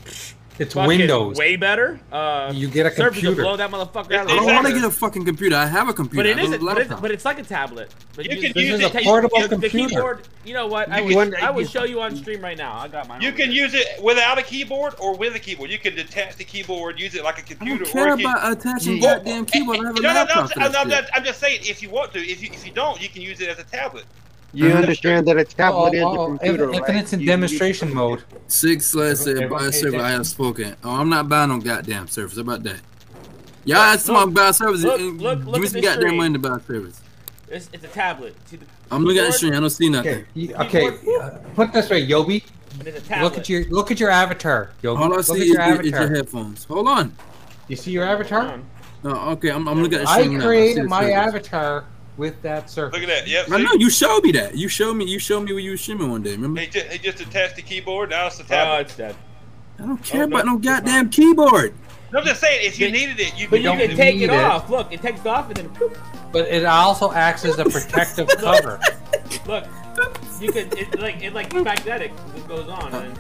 It's
Fucking Way better. Uh,
You get a
Surface will
computer.
blow that motherfucker
I
out. of the
don't want to
water.
get a fucking computer. I have a computer.
But it
I have
isn't.
a
But, it's
laptop.
but it's like a tablet. But
You can use it-
you-
portable
the- the
computer.
keyboard- you know what? I
You
would,
can-
I would show you on stream right now. I got mine.
You can use it without a keyboard or with a keyboard. You can detach the keyboard, use it like a computer.
care
or you-
about attaching
Or-
goddamn keyboard. I have a
No, no, no,
laptop.
I'm,
for
I'm,
that
I'm,
shit.
not- I'm just saying, if you want to, if you, if you don't, you can use it as a tablet.
You understand that a tablet is
Oh,
a computer,
if,
right?
it's in
You- you-
demonstration mode.
Six slash said
Everyone
buy
pay
a server. I
attention.
have spoken. Oh, I'm not buying no goddamn service. How about that? Y'all asked someone to buy a service.
look-
and
look-
give
look
me
at
some
this
goddamn
screen.
money to buy a service.
It's, it's a tablet. See the
I'm looking at the
keyboard?
screen. I don't see nothing.
Okay, you- okay. uh, put it this way, Yobi.
And it's a
Look
tablet.
at your look at your avatar, Yobi.
All I
look
see
at
is
your
your, is your
avatar.
headphones. Hold on.
You see your avatar?
Uh, okay, I'm, I'm looking at the
I
screen now. see
created
the
my
service.
avatar with that surface.
Look at that. Yep.
I
see?
know you showed me that. You showed me. You showed me what you were streaming one day. Remember?
He just, he just attached the keyboard. Now it's the tablet.
Oh, it's dead.
I
oh,
don't care about no goddamn keyboard.
I'm just saying, if you needed it, you
But
could
you
use
can
it.
take it
need it.
off. Look, it takes it off and then poof.
But it also acts as a protective cover.
Look, you could it like it like magnetic. It goes on
Uh,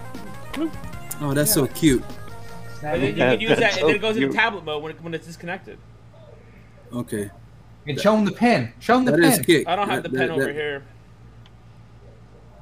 and,
Oh, that's so cute.
and then you
That-
can use that.
that's
And then
so
it goes into
cute.
tablet mode when it, when it's disconnected.
Okay.
And show him the pen. Show him the
That
pen.
is kick.
I don't have
That-
the
that-
pen over
that-
here.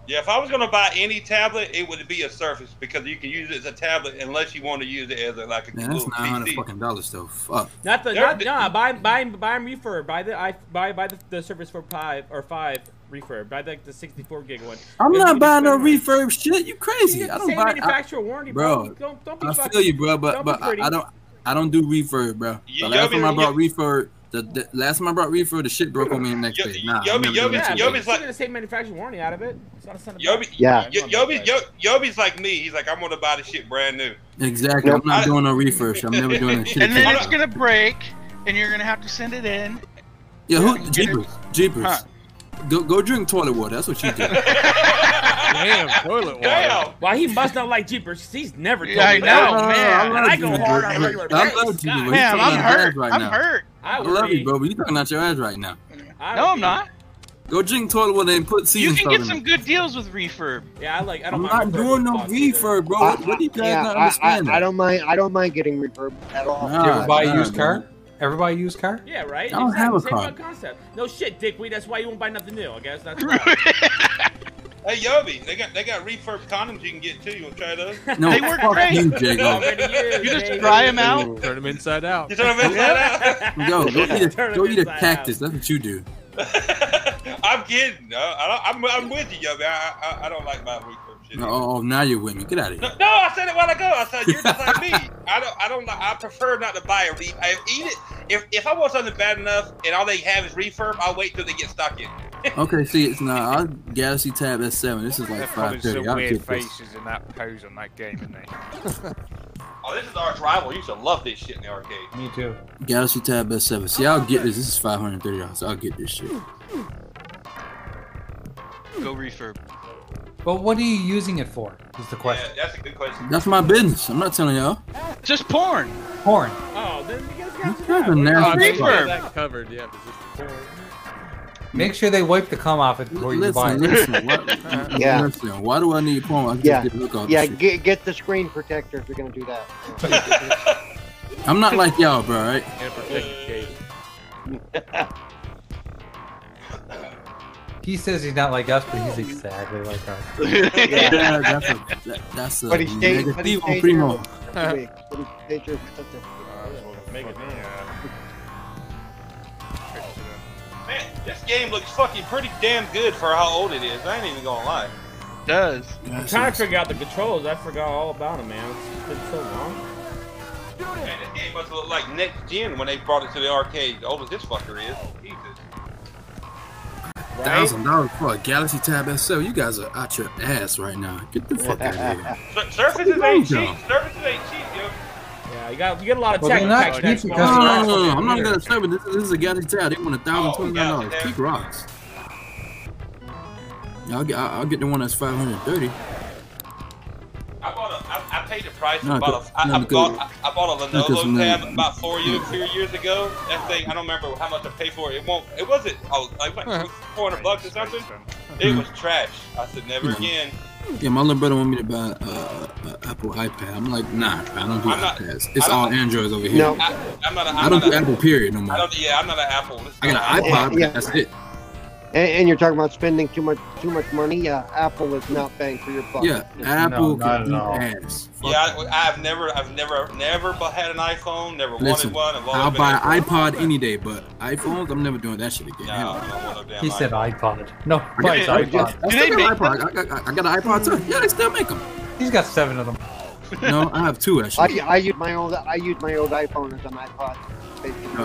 Yeah, if I was gonna buy any tablet, it would be a Surface because you can use it as a tablet unless you want to use it as a, like a
Man, that's
little
nine hundred
PC.
fucking dollars though. Fuck.
Not the
They're-
not no. Buy buy buy 'em refurb. Buy the i buy buy the, the Surface for five or five refurb. Buy like the 64 gig one.
I'm
You'll
not
get-
buying no refurb shit. You
You
crazy?
get
I
the
don't
same
buy. I,
manufacturer warranty,
bro,
bro. Don't don't be
I
fucking.
feel you, bro, but
don't
but
be
I,
pretty.
I don't. I don't do refurb, bro. The last
Yobi-
time I brought refurb, the, the last time I brought refurb, the shit broke on me the next day. Nah, I'm never doing
yeah,
that
you're
shit.
still gonna save manufacturer warranty out of it. It's not a son of a-
Yobi,
Yeah.
Yo- Yobi, Yo- Yobi's like me. He's like, I'm gonna buy this shit brand new.
Exactly. I'm
I-
not doing no refurb. shit. I'm never doing that shit.
and then
again.
it's gonna break, and you're gonna have to send it in.
Yeah, who Jeepers. Jeepers.
Huh.
Go go drink toilet water. That's what you do.
Damn, toilet water.
Why he must not like Jeepers? He's never.
Yeah, I
told me that.
know, man.
And I go hard on
I
regular.
love
basis.
you,
God.
bro. You're talking out your ass right
I'm
now.
hurt.
I
I
would
love
be-
you, bro, but you're talking out your ass right now.
I
No,
would
I'm
be-
not.
Go drink toilet water and put
You
season
can
salt
get
in
some
it.
good deals with refurb.
Yeah, I like. I
I'm
don't
not
mind.
doing no refurb, bro. What, what do you guys
yeah,
not
I- I,
understand?
I, don't mind. I don't mind getting reverb at all.
You ever buy a used
nah,
car? Ever buy a used car?
Yeah, right.
I don't have a
Same
car.
fucking concept. No shit, dickweed. That's why you won't buy nothing new. I guess that's. Right.
Hey, Yobi, they got they got refurb condoms you can get too. You wanna try those?
No, They work fuck great. you, Jago.
You
just dry them out.
Turn them inside out.
You turn them inside
Yo, go eat a,
Turn
go
it
eat a
inside
cactus. That's what you do.
out. I'm kidding. No, I don't, I'm, I'm with you, Yobi. I, I I don't like my refurb shit.
No, oh, oh, now you're with me. Get out of here.
No, no, I said it a while ago. I said you're just like me. I don't, I don't, I prefer not to buy a re. I eat it if if I want something bad enough and all they have is refurb. I'll wait till they get stuck in.
Okay, see, it's not. Nah, I'll Galaxy Tab S7. This is like
They're probably
530.
some
I'll
weird
get this.
faces in that pose on that game, isn't they?
Oh, this is arch rival. You should love this shit in the arcade.
Me too.
Galaxy Tab S7. See, I'll get this. This is $530. I'll get this shit.
Go refurb.
But what are you using it for? Is the question.
Yeah, that's a good question.
That's my business. I'm not telling y'all.
Just porn.
Porn.
Oh, then you guys
That's a nasty-
that covered, yeah. But just
Make sure they wipe the cum off it before you buy it.
Listen, listen. What,
Yeah.
listen, why do I need porn? I can
Yeah.
just get hooked on
Yeah,
this shit.
get, get the screen protector if you're gonna do that.
I'm not like y'all, bro. Right?
and protect the cave.
He says he's not like us, but he's exactly like us.
Yeah, that's a that, that's a
But he stayed. But he
negativo
stayed here
primo.
for two weeks. But he stayed here for such a-
Make it yeah.
Man, this game looks fucking pretty damn good for how old it is. I ain't even gonna lie.
Does.
I'm trying to figure out the controls. I forgot all about them, man. It's been so long.
Man, this game must look like next gen when they brought it to the arcade. Old as this fucker is. Oh, Jesus.
Thousand dollars for a Galaxy Tab SL. You guys are out your ass right now. Get the fuck out of here.
Sur- surfaces
Wrong
ain't
job.
cheap. Surfaces ain't cheap, yo.
Yeah, you got you get a lot of
Well,
tech.
they're not
tech
cheap
next
because-
No,
month.
no, no, no, I'm not gonna serve it. This, this is a Galaxy Tab. They want a thousand
Oh,
twenty nine dollars.
Galaxy Tab.
Peak rocks. I'll get I'll I'll get the one that's five hundred thirty.
I bought a, I, I paid the price.
No,
and bought a,
no,
I, I
no,
bought,
good.
I, I bought a
No, good,
Lenovo
no.
tab about four years, few years ago. That thing, I don't remember how much I paid for it. It won't. It wasn't. Oh, like
Uh-huh.
four hundred bucks or something.
Mm-hmm.
It was trash. I said never
Mhm.
again.
Yeah, my little brother wanted me to buy uh, uh, Apple iPad. I'm like, nah, I don't do
I'm not-
iPads. It's
I don't-
all Androids over here.
No.
I, I'm not. A, I'm
I don't
not
do
a,
Apple period no
I
more.
don't. Yeah, I'm not an Apple. This is
I got
not
an
Apple.
iPod.
Yeah.
but That's it.
And, and you're talking about spending too much too much money. Yeah, Apple is not bang for your buck.
Yeah, Apple can
not at
eat
all.
ass.
Yeah,
Fuck
I, I've never, I've never, never bu- had an iPhone. Never
Listen,
wanted one. I've always
I'll
been
buy
Apple.
an iPod any day, but iPhones, I'm never doing that shit again.
No,
Hell no.
I don't want no damn
He said
iPhone.
iPod. No, but it's
I
iPod.
I
Do
still
they
got an
make
iPod. I got, I- I got an iPod too. Yeah, they still make them.
He's got seven of them.
No, I have two
I,
actually.
I use my old I use my old iPhone as an iPod. basically.
No.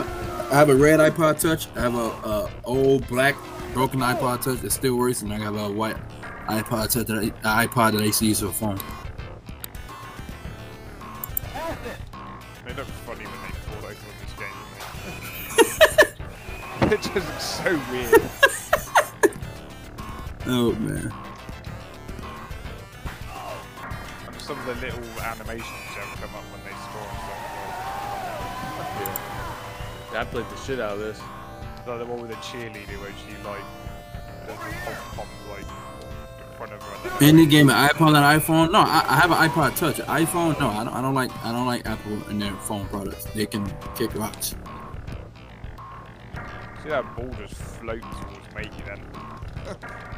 I have a red iPod Touch. I have a uh, old black broken iPod Touch that still works, and I got a white iPod Touch that I, iPod that I used to use for a phone.
They look funny when they fall over in this game. don't they? it just looks so weird.
Oh man.
And some of the little animations that come up when they spawn.
I
Like,
played the shit out of this.
like the one with the cheerleader where she like the pom poms like in front of her. and then-
Any game, an iPod, an iPhone. No, I, I have an iPod Touch. An iPhone, no, I don't, I don't like. I don't like Apple and their phone products. They can kick rocks.
See that ball just floating towards me then.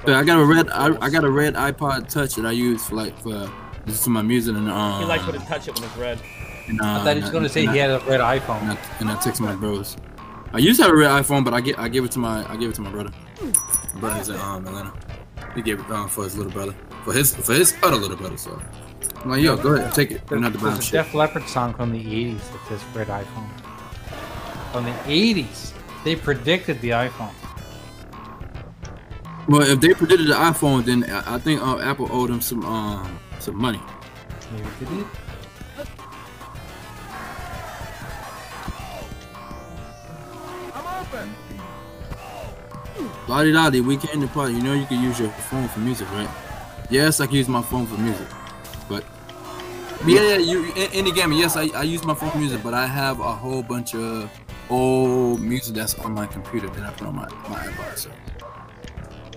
But I got a red. I, I got a red iPod Touch that I use for like for just to my music and um.
He likes when to touch it when it's red.
and, uh,
I thought he was going to say
and,
he had a red
And
iPhone.
I, and I text my bros. I used to have a red iPhone, but I get I give it to my I give it to my brother. My brother is in um, Atlanta. He gave it um, for his little brother, for his for his other little brother. So I'm like, yo, go ahead, take it. You're not the bomb
There's a
shit.
Def Leppard song from the 80s that says red iPhone. From the 80s, they predicted the iPhone.
Well, if they predicted the iPhone, then I I think uh, Apple owed them some um some money.
Maybe they did.
Lottie Lottie, we came to party. You know you can use your phone for music, right? Yes, I can use my phone for music, but yeah, yeah, you in, in the game. Yes, I, I use my phone for music, but I have a whole bunch of old music that's on my computer that I put on my my iPod. So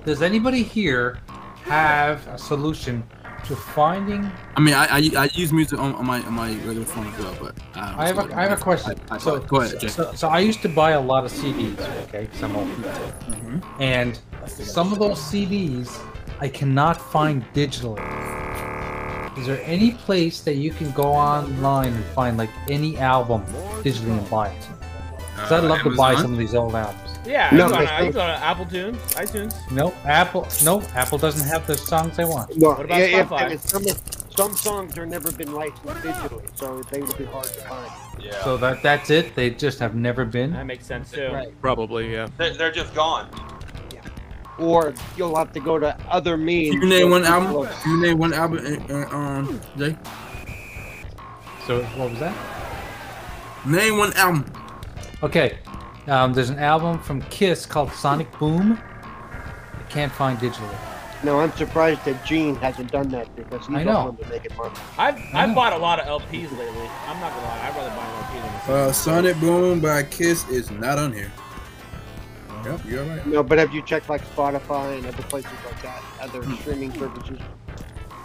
Does anybody here have a solution to finding?
I mean, I I, I use music on, on my on my regular phone as well, but I, don't
I have
know.
a, I have a question.
I- I-
so,
go ahead, Jay.
so, so I used to buy a lot of CDs. Okay, some old,
Mm-hmm.
and some of those CDs I cannot find digitally. Is there any place that you can go online and find like any album digitally and buy it? Because I'd
Uh,
love to buy
Amazon?
some of these old albums.
Yeah,
No,
it's on,
I-
it's on Apple Tunes, iTunes.
No, Apple. No, Apple doesn't have the songs I want.
Well,
What about
if-
Spotify?
if some, some songs are never been licensed digitally, so they would be hard to find.
Yeah.
So that that's it. They just have never been.
That makes sense too.
Right.
Probably, yeah.
They're, they're just gone.
Or you'll have to go to other means.
Can you name one
to
album?
look.
Can you name one album? uh, uh, Um, Jay,
So what was that?
name one album.
Okay, um, there's an album from Kiss called Sonic Boom. I can't find digitally.
No, I'm surprised that Gene hasn't done that because he's
I
the
know.
one to make it money.
I've I've bought a lot of LPs lately. I'm not gonna lie, I'd rather buy an LP than a
Uh, Sonic Boom by Kiss is not on here. Yep, you're right.
No, but have you checked like Spotify and other places like that, other
Hmm.
streaming services?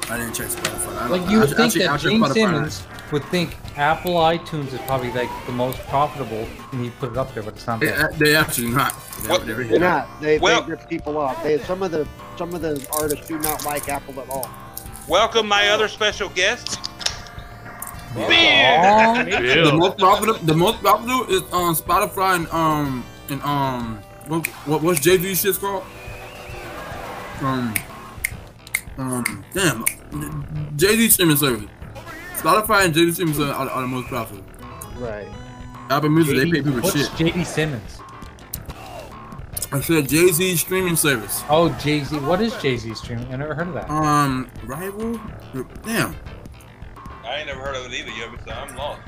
I didn't check Spotify.
Like you would think that Gene Simmons would think Apple iTunes is probably like the most profitable, and he put it up there, but it's not.
They, uh,
there.
they actually not.
What-
They're
They're not. They,
Well-
they rip people off. They some of the some of the artists do not like Apple at all.
Welcome, my other special guest.
Oh,
Aw.
Bill.
the most profitable, the most profitable is on Spotify and um and um what what what's JV shit's called? Um um damn JV streaming service. Spotify and JV streaming service are, are the most profitable.
Right.
Apple Music they pay people
What's
shit.
JD Simmons?
I said Jay Z streaming service.
Oh, Jay Z. What is Jay Z streaming? I never heard of that.
Um, rival. Damn.
I ain't never heard of it either, yo, so I'm lost.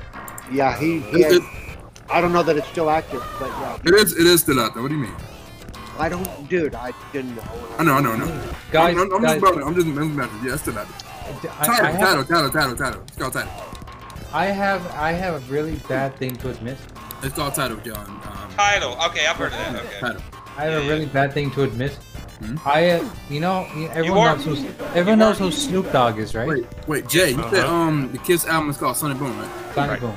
Yeah, he. he
It-
has- I don't know that it's still active, but yeah.
It is. It is still out there. What do you mean?
I don't, dude. I didn't know.
I know. I know. I know.
Guys,
I'm, I'm, I'm
guys.
just about it. I'm just. I'm just about it. Yeah, it's still out there.
I-
Title,
I have-
title, title, title, title. It's called title.
I have I have a really bad thing to admit.
It's called title, John. Um,
Title. Okay, I've heard of that. Okay.
title.
I have a really bad thing to admit. I, uh, you know, everyone
are-
knows who everyone knows who Snoop Dogg is, right?
Wait, wait, Jay. You said
Uh-huh.
um the Kiss album is called Sonic Boom, right?
Sonic Boom.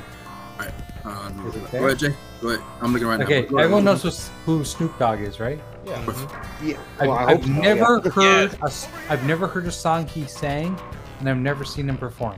Right. Um,
Is it
go
there?
ahead, Jay. Go ahead. I'm looking right
okay,
now. Go ahead.
everyone knows who, who Snoop Dogg is, right?
Yeah.
Yeah.
I've,
well, I
I've
hope so,
never
yeah.
heard a s- I've never heard a song he sang, and I've never seen him perform.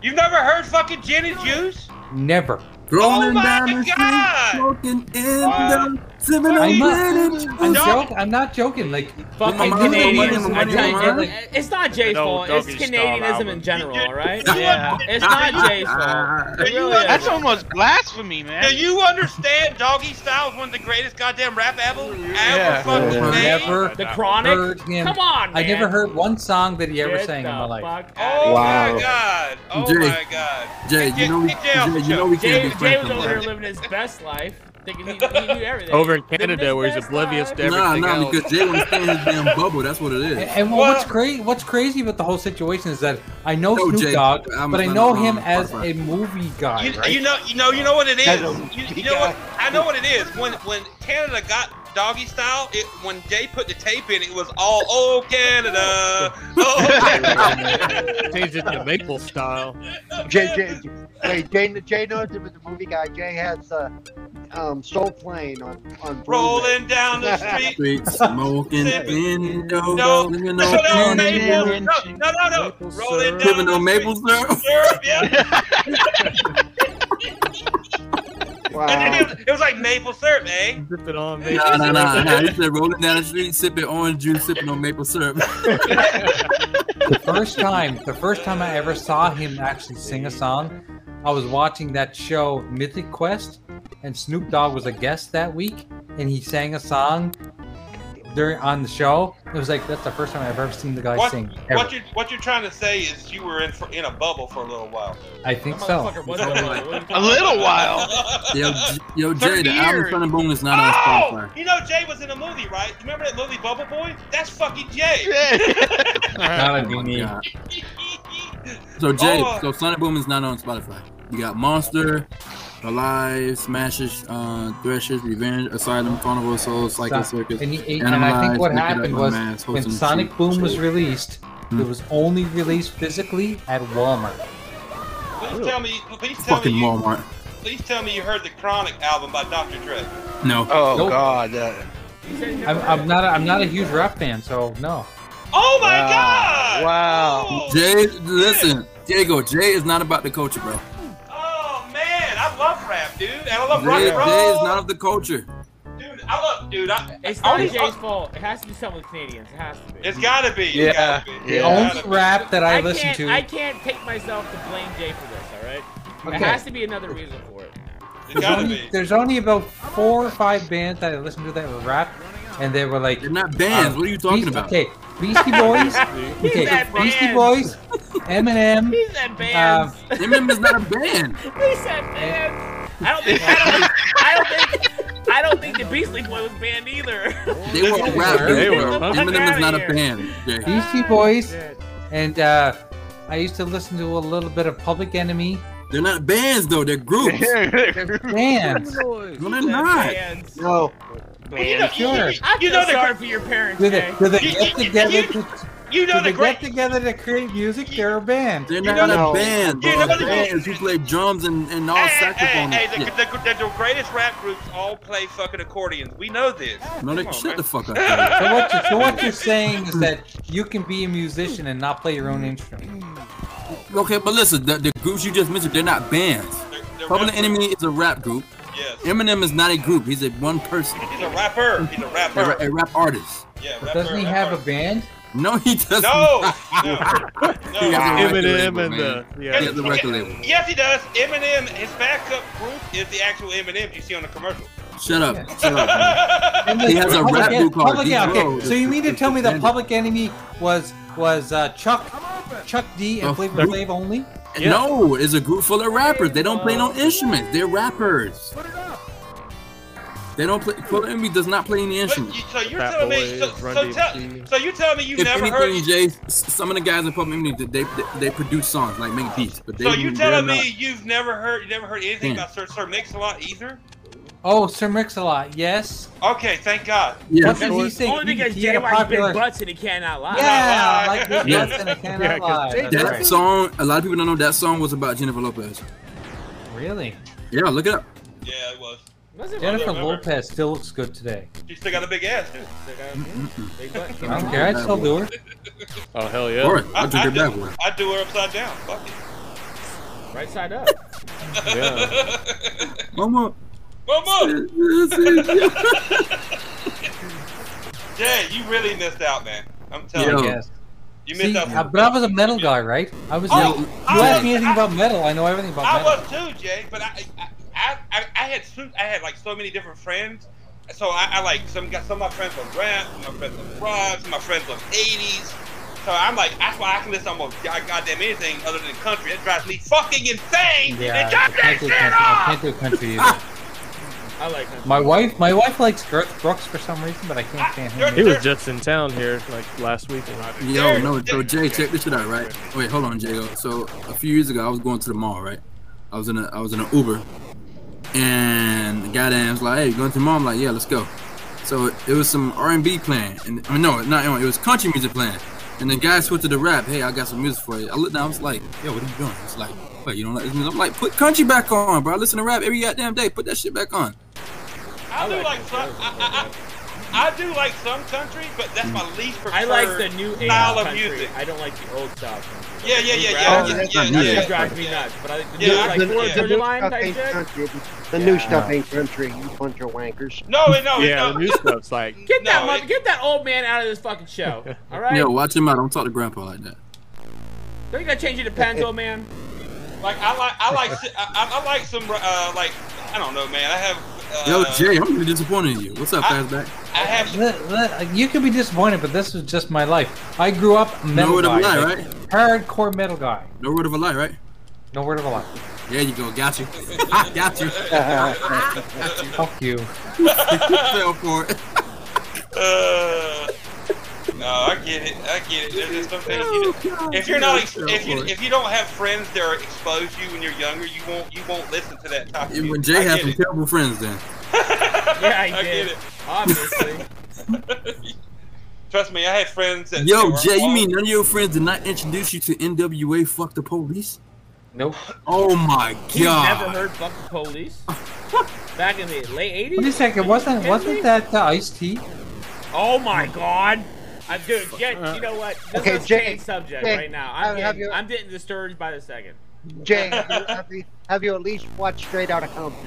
You've never heard fucking gin and juice?
Never.
Rolling
Oh my
down the
God!
street, smoking in
Wow.
the seven oh
I'm
minute.
not, I'm, joke, I'm not joking. Like
my
Fucking
mom-
Canadians.
my mom-
I'm
my
telling
mom-
you, It's not Jay's
No,
fault.
doggy
It's
style
Canadianism in
album.
general, all right?
you-
Yeah. It's not Jay's fault. It really is.
That's almost blasphemy, man.
Do you understand Doggy Style's one of the greatest goddamn rap albums ever
Yeah.
fucking
I've
made?
never
The Chronic?
heard him.
Come on,
I never
man.
heard one song that he ever
Get
sang in
the
my life.
fuck
Oh
Wow.
my god! Oh
Jay.
my god!
Jay, you know we,
Kick Jay off
Jay,
the
you
show.
know we
Jay,
can't be
Jay
friends.
was over there living his best life, thinking he, he knew everything.
Over in
Living
Canada,
his
where he's
best
oblivious
life.
to everything
nah, nah,
else.
because Jay wants to stay in his damn bubble. That's what it is.
And, and well, what's crazy? What's crazy about the whole situation is that I know
No,
Snoop
Jay,
Dogg,
I'm
but I
not
know
on
him as
Spotify.
a movie guy,
You,
right?
you know, you know, you know what it is.
That's a-
You, you know what I know what it is. When when Canada got Doggy Style, it when Jay put the tape in, it was all oh Canada. Oh, Canada.
Changed it to maple style.
Jay, Jay, Jay, Jay, Jay knows him as a movie guy. Jay has uh, um, Soul Plane on on. Blu-ray.
Rolling down the street.
Street smoking in no,
No,
no,
no,
no,
no,
no,
maple.
no,
No, no, no, no. Rolling down
Living
the
on
maple
maple syrup.
syrup. Yeah. And it,
Wow.
was, it was like maple syrup, eh?
Rip it on maple
Nah, nah, nah,
syrup.
nah. You said rolling down the street, sipping orange juice, sipping on maple syrup.
the first time, the first time I ever saw him actually sing a song, I was watching that show Mythic Quest, and Snoop Dogg was a guest that week, and he sang a song during on the show. It was like that's the first time I've ever seen the guy
What,
sing.
what
Ever.
you what you're trying to say is you were in for, in a bubble for a little while.
I think
That
so.
motherfucker wasn't alone. What are you
A
talking
little
about?
while.
Yo, J- yo, Jay,
30
the album
years.
Sonic Boom is not on
Oh,
Spotify.
you know Jay was in a movie, right? Remember that movie Bubble Boy? That's fucking Jay.
Gotta be me.
Oh, God. So Jay,
Oh.
so Sonic Boom is not on Spotify. You got Monster, Alive, Smashes, uh, Threshers, Revenge, Asylum, Carnival of Souls, Psycho
So-
Circus.
And, he- and I think what
Analyze,
happened
Liquid
was
Mass,
when
Wholesome
Sonic
Truth,
Boom was
Shit.
released,
Hmm.
it was only released physically at Walmart.
Please tell me, please tell
Fucking
me, you,
Walmart.
please tell me you heard the Chronic album by Dr. Dre.
No.
Oh
Nope.
God. uh,
He said he never
I'm,
heard
I'm
it.
not. A, I'm not a huge rap fan, so no.
Oh my
Wow.
God!
Wow.
Oh,
Jay, listen, Diego, Jay is not about the culture, bro.
oh man, I love rap, dude, and I love rock
Jay,
and roll.
Jay is not of the culture.
Dude, I love, dude. I,
It's not
Only-
Jay's fault. It has to be something with Canadians. It has to be.
it's gotta be. It's
Yeah.
Gotta be.
The
The
It's
Yeah.
only
gotta be.
rap that I, listen
can't,
to.
I can't take myself to blame Jay for this. All right.
Okay.
There has to be another reason for it.
It's
there's,
gotta
only,
be.
there's only about four or five bands that I listened to that were rap, and they were like.
They're not bands.
um,
what are you talking
Beast-
about?
Okay, Beastie Boys. okay,
that
Beastie
band.
Boys, Eminem.
He said bands.
Um,
Eminem is not a band.
he said bands. I don't think. I don't think. I don't think. I don't think the Beastly Boy was banned either.
They were a rap
They
group,
were.
bro.
Fuck
Eminem
outta
is not a
here.
band. Jay.
Beastie Boys, and uh, I used to listen to a little bit of Public Enemy.
They're not bands though; they're groups.
they're bands.
Oh,
No, they're not.
No.
You know, you-
Sure.
you- you know the
sorry for your parents.
Do they,
Jay.
do they get together? To,
you
know do they get together to create music? They're a band.
They're not a band, bro.
You know the-
bands who play drums and, and all
Hey,
saxophone.
hey,
and
the,
shit.
the, the, the greatest rap groups all play fucking accordions. We know this.
No, they,
Come on,
shut
man.
the fuck up.
So what, you're, so what you're saying is that you can be a musician and not play your own instrument.
Okay, but listen, the, the groups you just mentioned, they're not bands. Public Enemy is a rap group.
Yes.
Eminem is not a group. He's a one person,
He's a rapper. He's a
a,
rapper.
ra- a rap artist.
Yeah,
But doesn't he have a band?
No, he doesn't.
No, no.
he has a record
Eminem
label,
and
man.
the- yeah.
He has a record label.
Yes, he does. Eminem, his backup group is the actual Eminem you see on the commercial.
Shut up. Shut up. man. he has a rap group called
Public,
D
yeah,
Road.
okay. So you mean to tell me that
Bandit.
Public Enemy was was uh, Chuck Chuck D and
Oh,
Flavor
fuck.
Flav only?
No, it's a group full of rappers. They don't play no instruments. They're rappers. They don't play. Public Enemy does not play any instruments.
So you're
Fat
telling me,
Boys,
so,
Run
so, tell,
DMC.
so you tell me you
if
never
anything,
heard.
Jay, s- some of the guys in Public Enemy, they, they they produce songs like make beats, but they.
So you
they're
telling me
not-
you've never heard, you never heard anything
Yeah.
about Sir Sir Mix a Lot either?
Oh, Sir Mix-a-Lot, yes.
Okay, thank God.
What does he say?
Only because
He had a
Jaywalk's big
popular-
butts and he cannot lie.
Yeah, like big
Yeah.
butts and a can
Yeah,
of
'cause
lies.
they-
That's
That
right.
song, a lot of people don't know that song was about Jennifer Lopez.
Really?
Yeah, look it up.
Yeah, it was.
Jennifer Lopez still looks good today.
She still got a big ass, too. Big butt.
I don't care. I'd still do her.
Oh hell yeah!
Alright,
I, I, do, I do her upside down. Fuck it.
Right side up.
Mama.
Mama. Jay, you really missed out, man. I'm telling
I
you.
guess.
You missed
See,
out.
uh, but I was a metal guy, right? I was.
Oh,
you
I
asked
was-
me anything about metal, I know everything about
I
metal.
was too, Jay, but I I, I, I I had so- I had like so many different friends. So I, I like some got some of my friends love rap, some of my friends love rock, some of my friends love eighties. So I'm like, that's why I can listen to almost god- goddamn anything other than country. That drives me fucking insane. it
Yeah, I
drives that
can't do country.
shit
I
off.
can't do country either.
I like him.
My wife, my wife likes Garth Brooks for some reason, but I can't stand him.
He was just in town here like last weekend.
Yo, no, so Jay, check this shit out, right? Wait, hold on, Jay. So a few years ago, I was going to the mall, right? I was in a I was in an Uber, and the guy damn was like, "Hey, you going to the mall?" I'm like, "Yeah, let's go." So it was some R&B playing, and I mean, no, not R&B, it was country music playing. And the guy switched to the rap. Hey, I got some music for you. I looked down, I was like, "Yo, what are you doing?" It's like, "What? You don't like this music?" I'm like, "Put country back on, bro. I listen to rap every goddamn day. Put that shit back on."
I do like some. I, I, I, I do like some country, but that's my least preferred
I like the new age
style of
country.
music.
I don't like the old style country.
Yeah, yeah, yeah,
New
yeah,
rap,
Oh,
yeah,
like,
yeah,
that
yeah,
shit
yeah.
drives me nuts. But I like the
Yeah,
new,
I-
like
the-
Florida
yeah.
Georgia
The
Line
stuff
type
ain't
shit.
country. The new stuff ain't country, you bunch of wankers.
No, Oh, no,
yeah, the new stuff's like
Get that mother, get that old man out of this fucking show. All right.
Yo, watch him out. Don't talk to grandpa like that.
Don't you gotta change your depends, old man?
Like I like I like si- I, I like some uh, like I don't know, man. I have uh,
Yo, Jay, I'm really disappointed in you. What's up, fastback?
Look, look, You could be disappointed, but this was just my life. I grew up metal
word of
guy,
a lie,
like, hardcore metal guy.
No word of a lie, right?
No word of a lie.
There you go. Got you. got you.
Fuck you.
Fell for it.
Uh, no, I get it. I get it. There's just some things you don't- if you're not, ex- if you if you don't have friends that are exposed to you when you're younger, you won't you won't listen to that type of
And
music.
When Jay
I
had
get
some
it.
terrible friends, then
Yeah, I,
I
did.
get it.
Obviously.
Trust me, I had friends that. that
yo,
were
Jay, you
all-
mean none of your friends did not introduce you to NWA? Fuck the police.
Nope.
Oh my
You've never
god.
heard "Fuck the Police" back in the late
Wait a
'80s.
second. Wasn't
kidding me?
wasn't that uh, Ice T?
Oh my God. I dude, get you know what? This
Okay,
is a
Jay,
strange subject
Jay,
right now.
have-
I'm
have
getting,
you-
I'm getting disturbed by the second.
Jay, have you, have you, have you at least watched Straight Outta Compton?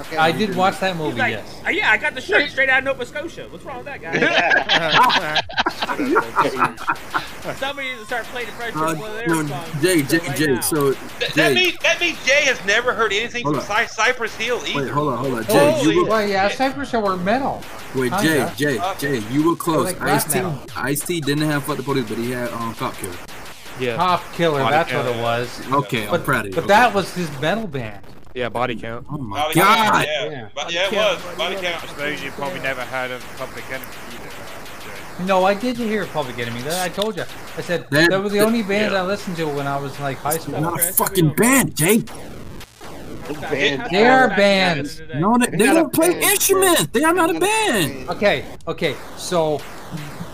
Okay.
I did watch that
He's
movie.
like,
yes.
"Uh, yeah, I got the shirt straight out of Nova Scotia. What's wrong with that
Yeah.
guy? Somebody needs to start playing the French
Uh,
Vanilla
no,
Air song.
Jay, Jay, Jay. So,
That, that
Jay,
means that means Jay has never heard anything
Hold
from
on.
Cy- Cypress Hill either.
wait, hold on, hold on, Jay.
Oh,
You were,
well, yeah, Cypress Hill were metal.
wait, Jay,
Kinda.
Jay, Jay, you were close.
like
Ice
rap
T,
now.
Ice T didn't have fuck the police, but he had um cop killer.
yeah.
Top Killer.
Body
That's what
Killer.
it was.
Okay, I'm
But,
proud of you.
but
Okay.
that was his metal band.
Yeah, body count.
Oh my
Body count, God.
yeah.
yeah.
But yeah, it was. Body count.
Those you probably never heard of Public Enemy either.
No, I did hear Public Enemy. That I told you. I said
That-
that was the only band
yeah.
I listened to when I was like high school.
Not a fucking band, Jake.
band. They are bands.
No, they, they don't play instruments. They are not a band.
Okay, okay. So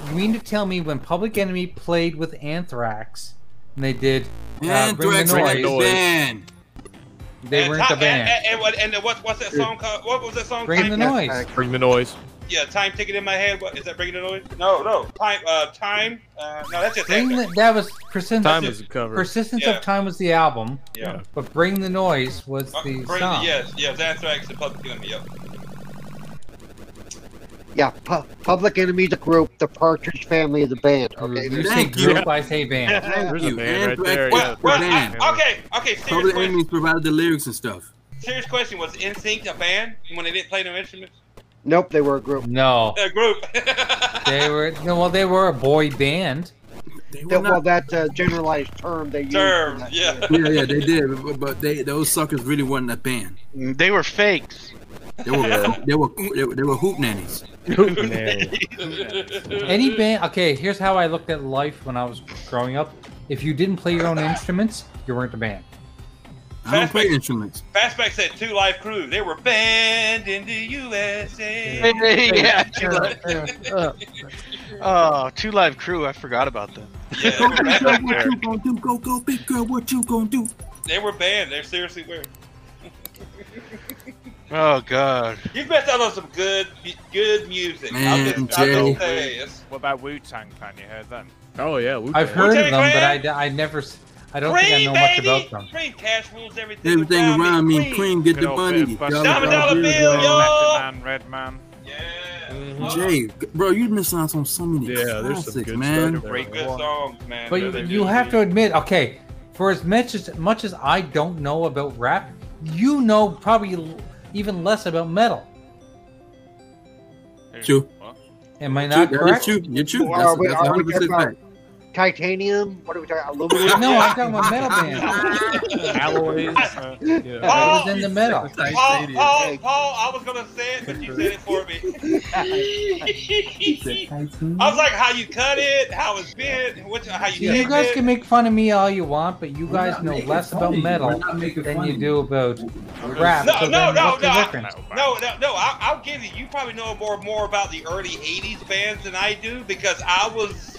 you mean to tell me when Public Enemy played with Anthrax and they did uh, Bring the
Anthrax were a
Noise,
band.
They weren't the
Top- and-
band.
And, and, what- and, what, what's that song called? What was that song?
Bring
Time-
the noise.
uh,
Bring the noise.
Yeah, time ticket in my head. What is that? Bringing the noise? No, no. Time. Uh, time. Uh, no, that's just
Bring the, that was persistence.
Time is the cover.
Persistence
Yeah.
of Time was the album.
Yeah.
But Bring the Noise was
Uh,
the
bring the-
song.
yes, yes. Anthrax and Public Enemy. Yep.
Yeah, pu- Public Enemy's a group. The Partridge Family is a band. Okay,
You say group, I say band.
There's
You,
a band right
Anthrax
there.
was
Yeah.
a
Well, I,
band.
okay, okay. Serious
Public
question.
Enemy provided the lyrics and stuff.
Serious question. Was NSYNC a band when they didn't play no instruments?
Nope, they were a group.
No,
A group.
they were no. Well, they were a boy band.
They were
That, well,
not.
that uh, generalized term they use. for
Term.
that.
Yeah.
Yeah, yeah, they did, but, but they those suckers really wasn't a band.
They were fakes.
They were they were they were, they were hoop nannies.
Any band. Okay, here's how I looked at life when I was growing up. If you didn't play your own instruments, you weren't a band.
I don't play instruments.
Fastback said Two Live Crew. They were banned in the USA.
yeah. Two live. Oh, Two Live Crew. I forgot about them.
Yeah,
Girl, what you gonna do? Go go, big girl. What you gonna do?
they were banned. They seriously were.
Oh God.
You've missed out on some good, good music.
Man,
I'll just, I'll
Jay.
just say it's-
What about Wu Tang Clan? You heard them?
Oh yeah, Wu-Tang.
I've heard of
Wu-Tang
them, but I,
Clan?
d- I never. s- I don't think I
Cream,
know much
baby.
about them.
Cream cash rules everything.
Everything around me, cream, get the
Good old
money.
band,
Dollar,
Diamond dollar bill,
dollar.
yo.
Method Man, Red Man.
Yeah.
Mm-hmm. Jay, bro, you missed out on so many
Yeah, there's some
classics,
good
man.
stuff.
Great good songs, man.
But you, you have to admit, okay, for as much as much as I don't know about rap, you know probably l- even less about metal.
True.
Am I not
True, that is
correct?
true. You're true.
Well, are
That's,
we-
that's
are we
100%
talking
fact.
Titanium? What are we talking about? Aluminum?
No, I'm talking about metal bands.
Alloys. uh, yeah.
I was in the metal.
Paul, Paul, Paul, I was gonna say it, but you said it for me. I was like, how you cut it, how it's bent, what, how you
See, you
shaped
guys
it.
can make fun of me all you want, but you
We're
guys
not
know
making
less
fun
about
of you.
metal
We're not making
than
fun
you
of
do about rap.
No,
so
no,
then
no,
what's the
no.
difference?
No, no, no. I, I'll give you. You probably know more more about the early '80s bands than I do because I was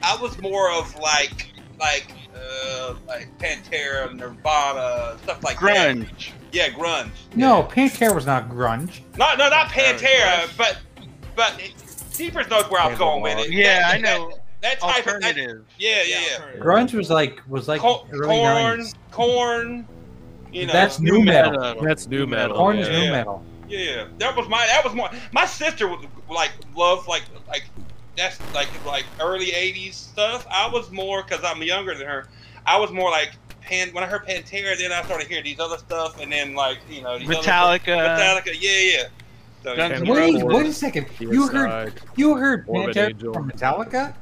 I was more of like like uh, like Pantera, Nirvana, stuff like that.
Grunge.
Yeah, grunge.
No, Pantera was not grunge.
No, no, not Pantera, but but Deepers knows where I'm going with it.
Yeah,
That-
I know.
That, that type of that,
Alternative.
yeah, yeah, yeah.
Grunge was like was like
Cor-
early
corn,
90s.
corn. You know,
That's new metal.
That's new metal.
Corn is
Oh,
yeah.
new
Yeah.
metal.
Yeah, that was my that was my my sister would like love like like that's like like early '80s stuff. I was more because I'm younger than her. I was more like Pan when I heard Pantera, then I started hearing these other stuff, and then like you know these other stuff.
Metallica.
Metallica, yeah, yeah. So,
Guns N'
Wait,
Roses.
wait a second. You heard
Suicide,
you heard
Orbit
Pantera
Angel.
from Metallica?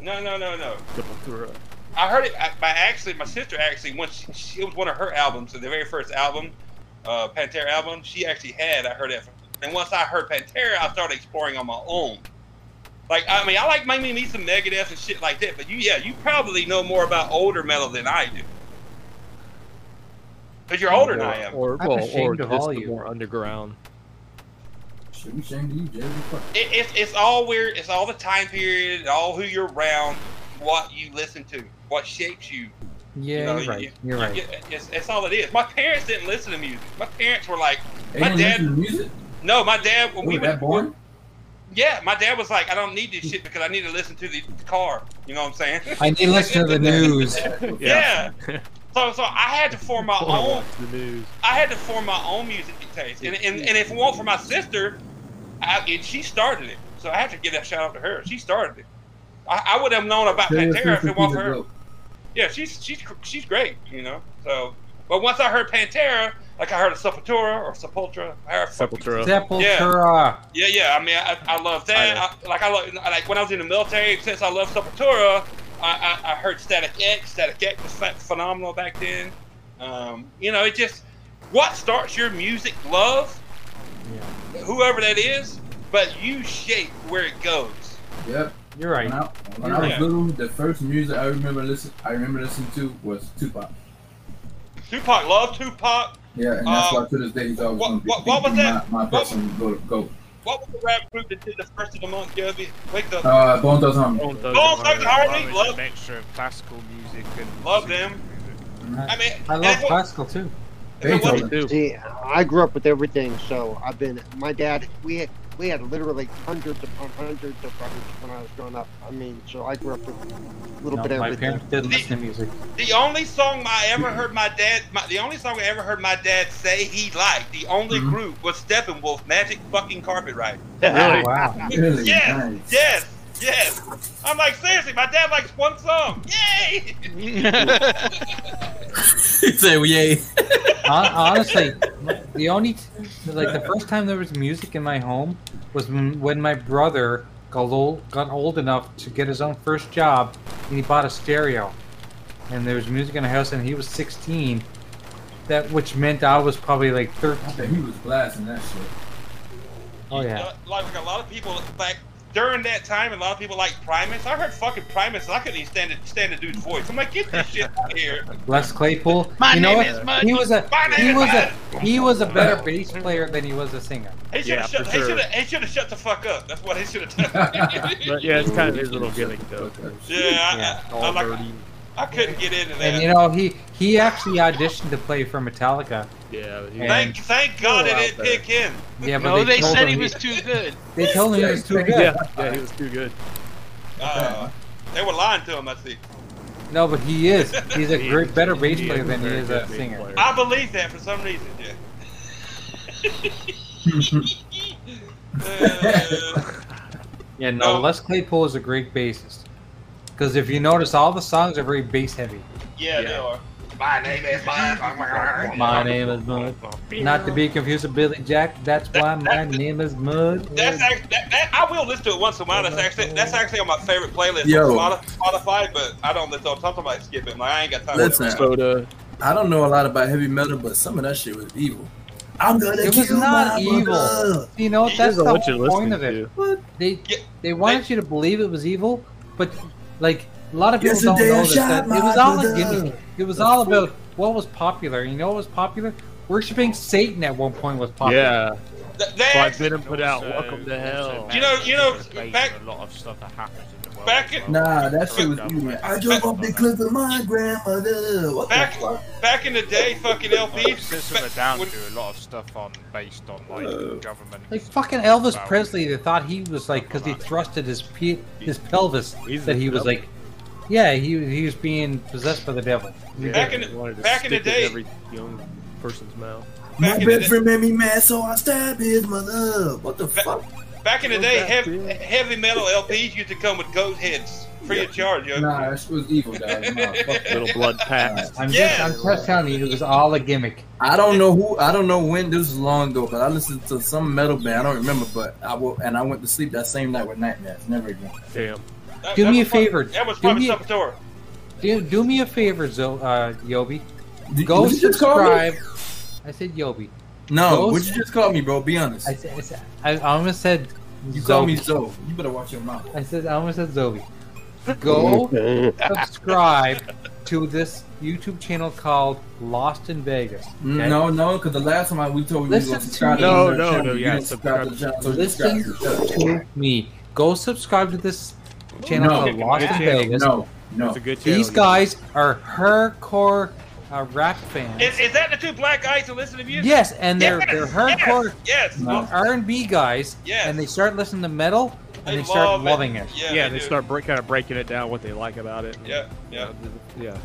no, no, no, no.
Sepultura.
I heard it I- by accident. My sister actually when she, she it was one of her albums, so the very first album, uh, Pantera album, she actually had. I heard that, from, and once I heard Pantera, I started exploring on my own. Like I mean, I like maybe me some Megadeth and shit like that, but you yeah, you probably know more about older metal than I do. Cause you're older than I am.
Or,
I'm
well, or
ashamed
just
of all
the
you.
more underground.
Shouldn't shame you, Jay. Fuck.
It, it's it's all where it's all the time period, all who you're around, what you listen to, what shapes you.
Yeah,
You know,
you're
you-
right.
you-
You're
Yeah,
right.
it's, it's all it is. My parents didn't listen to music. My parents were like,
They
My
didn't
dad-
listen to music.
no, my dad.
Oh,
When we
Ooh,
were-
that boring?
Yeah, my dad was like, I don't need this shit because I need to listen to the car. You know what I'm saying?
I need to listen to the news.
yeah. So, so I had to form my
Wanna
own.
watch the news.
I had to form my own music taste, and and, and if it weren't for my sister, I, and she started it, so I have to give that shout out to her. She started it. I, I would have known about
Taylor
Pantera if
Swift
it weren't
is
for
a
her.
joke.
Yeah, she's she's she's great, you know. So, but once I heard Pantera, like I heard of Sepultura or Sepultura, I heard
Sepultura.
Sepultura.
yeah, yeah. I mean, I, I love that.
I
I, like I love, like when I was in the military. Since I love Sepultura, I, I, I heard Static X. Static X was ph- phenomenal back then. Um, you know, it just What starts your music love? Whoever that is, but you shape where it goes.
Yep.
You're right.
When I, when I was
Yeah.
little, the first music I remember listen I remember listening to was Tupac.
Tupac loved Tupac.
Yeah, and that's
Um,
why to this day he's always
what-
gonna be,
what- what was
be
that?
my, my
What-
person go go.
What was the rap group that did the first of the month, Gubby? Wake up.
Uh, Bone Thugs Harmony.
Bone
Those
Thugs
are my-
Harmony.
mine was
Love,
a mixture of classical music and
love them. I mean,
I love classical too.
See, I grew up with everything, so I've been. My dad, we had we had literally hundreds upon hundreds of records when I was growing up. I mean, so I grew up with a little
No,
bit of
my
everything.
parents didn't listen to music.
The only song I ever heard my dad, my, the only song I ever heard my dad say he liked, the only
Mm-hmm.
group was Steppenwolf, Magic Fucking Carpet Ride.
Oh, wow. Really?
Yes,
Nice.
yes, yes. I'm like seriously, my dad likes one song. Yay!
he said, "Yay!"
Hon- Honestly, the only t- like the first time there was music in my home was when when my brother got old, got old enough to get his own first job, and he bought a stereo, and there was music in the house, and he was 16. That which meant I was probably like
Man, he
13.
was blasting that shit.
Oh yeah,
Uh, Like, like a lot of people like during that time, a lot of people like Primus. I heard fucking Primus, and I couldn't even stand the, stand the dude's voice. I'm like, get this shit out of here.
Les Claypool.
My
you know
name
what?
is Mud.
He was a
My name
he
is
was a
Mud.
he was a better bass player than he was a singer.
He should
Yeah,
have shut.
for
He
sure.
should have. He should have shut the fuck up. That's what he should have done.
But yeah, it's kind of his little gimmick though.
Yeah, I, I, I, like, I couldn't get into that.
And you know he he actually auditioned to play for Metallica.
Yeah.
he-
thank, thank God they didn't pick him.
Yeah, but No, they they told said him he he- was
too good.
They told him he was too good.
Yeah, yeah, he was too good.
Uh, they were lying to him. I see.
No, but he is. He's a great, better bass player than he is a singer.
I believe that for some reason. Yeah.
yeah, no, uh, Les Claypool is a great bassist. Because if you notice, all the songs are very bass heavy.
Yeah, they are. My name is Mud.
My name is Mud. Not to be confused with Billy Jack. That's why my name is Mud.
That's actually, that, that, I will listen to it once in a while. That's actually that's actually on my favorite playlist
Yo.
on Spotify- Spotify, but I don't listen. I'm talking about skipping. Like I ain't got time.
Listen,
for that.
I don't know a lot about heavy metal, but some of that shit was evil. I'm gonna
It was
kill
not
my
evil.
mother.
You know, that's
Depends on
the
what
whole
you're
point
listening
of it. They they wanted you to believe it was evil, but like a lot of people don't
Yesterday I
know this.
shot
That it
my
was all a
brother.
gimmick. It was all about what was popular. You know what was popular? Worshipping Satan at one point was popular.
Yeah.
Five
minute put out. Welcome
to hell.
You know- you know,
back a lot of stuff that happens in the world.
Back in
Nah, that shit was evil. man. I drove off the cliff with my grandmother. What the
Back-
fuck?
back in the day, fucking
Like,
LPs.
System of a Down do a lot of stuff on based on like government.
Like fucking Elvis
Wow.
Presley, they thought he was like because he thrusted his pe- his pelvis that he was
devil.
like, yeah, he he was being possessed by the devil.
Back in the-
Wanted to
back in the
stick it
day-
every young person's mouth.
My
in the
best friend made me mad, so I stabbed his mother. What the fuck?
Back in the day, heavy, heavy metal LPs used to come with goat heads free of charge. Yo.
Nah, that shit was evil, dog. Nah, fuck
Little blood pact.
I'm
Yeah.
just I'm just telling you, it was all a gimmick.
I don't know who I don't know when this was long ago, but I listened to some metal band. I don't remember, but I will, and I went to sleep that same night with nightmares. Never again.
Damn.
That-
Do
that
me
was
a
fuck-
favor.
That was
Do
probably
me-
something to her.
Do, do me a favor, Zo, uh, Yobi.
Did-
Go
would you just call me?
subscribe. I said Yobi.
No,
Those-
would you just call me, bro? Be honest.
I said, I, said, I almost said.
you call me
Zobi.
Zoe. You better watch your mouth.
I said I almost said Zobi.
Oh.
Go subscribe to this YouTube channel called Lost in Vegas. okay?
Mm, No, no, because the last time I, we told you we was
Listen
gonna
to
subscribe
me.
to
No,
the
no,
channel,
no,
you
yeah,
didn't subscribe to the channel, so you
Listen
subscribe to the channel.
to me. Go subscribe to this channel
No,
called Lost in
good channel.
Vegas.
No, no. It's a
good
These guys are hardcore uh, rap fans.
Is, is that the two black guys that listen to music?
Yes, and they're
Yes,
they're hardcore
Yes. yes.
R and B guys,
Yes.
and they start listening to metal and they,
They
start
love it.
loving it.
Yeah,
Yeah,
they
they
do.
start break, kind of breaking it down, what they like about it.
Yeah, yeah.
Yeah.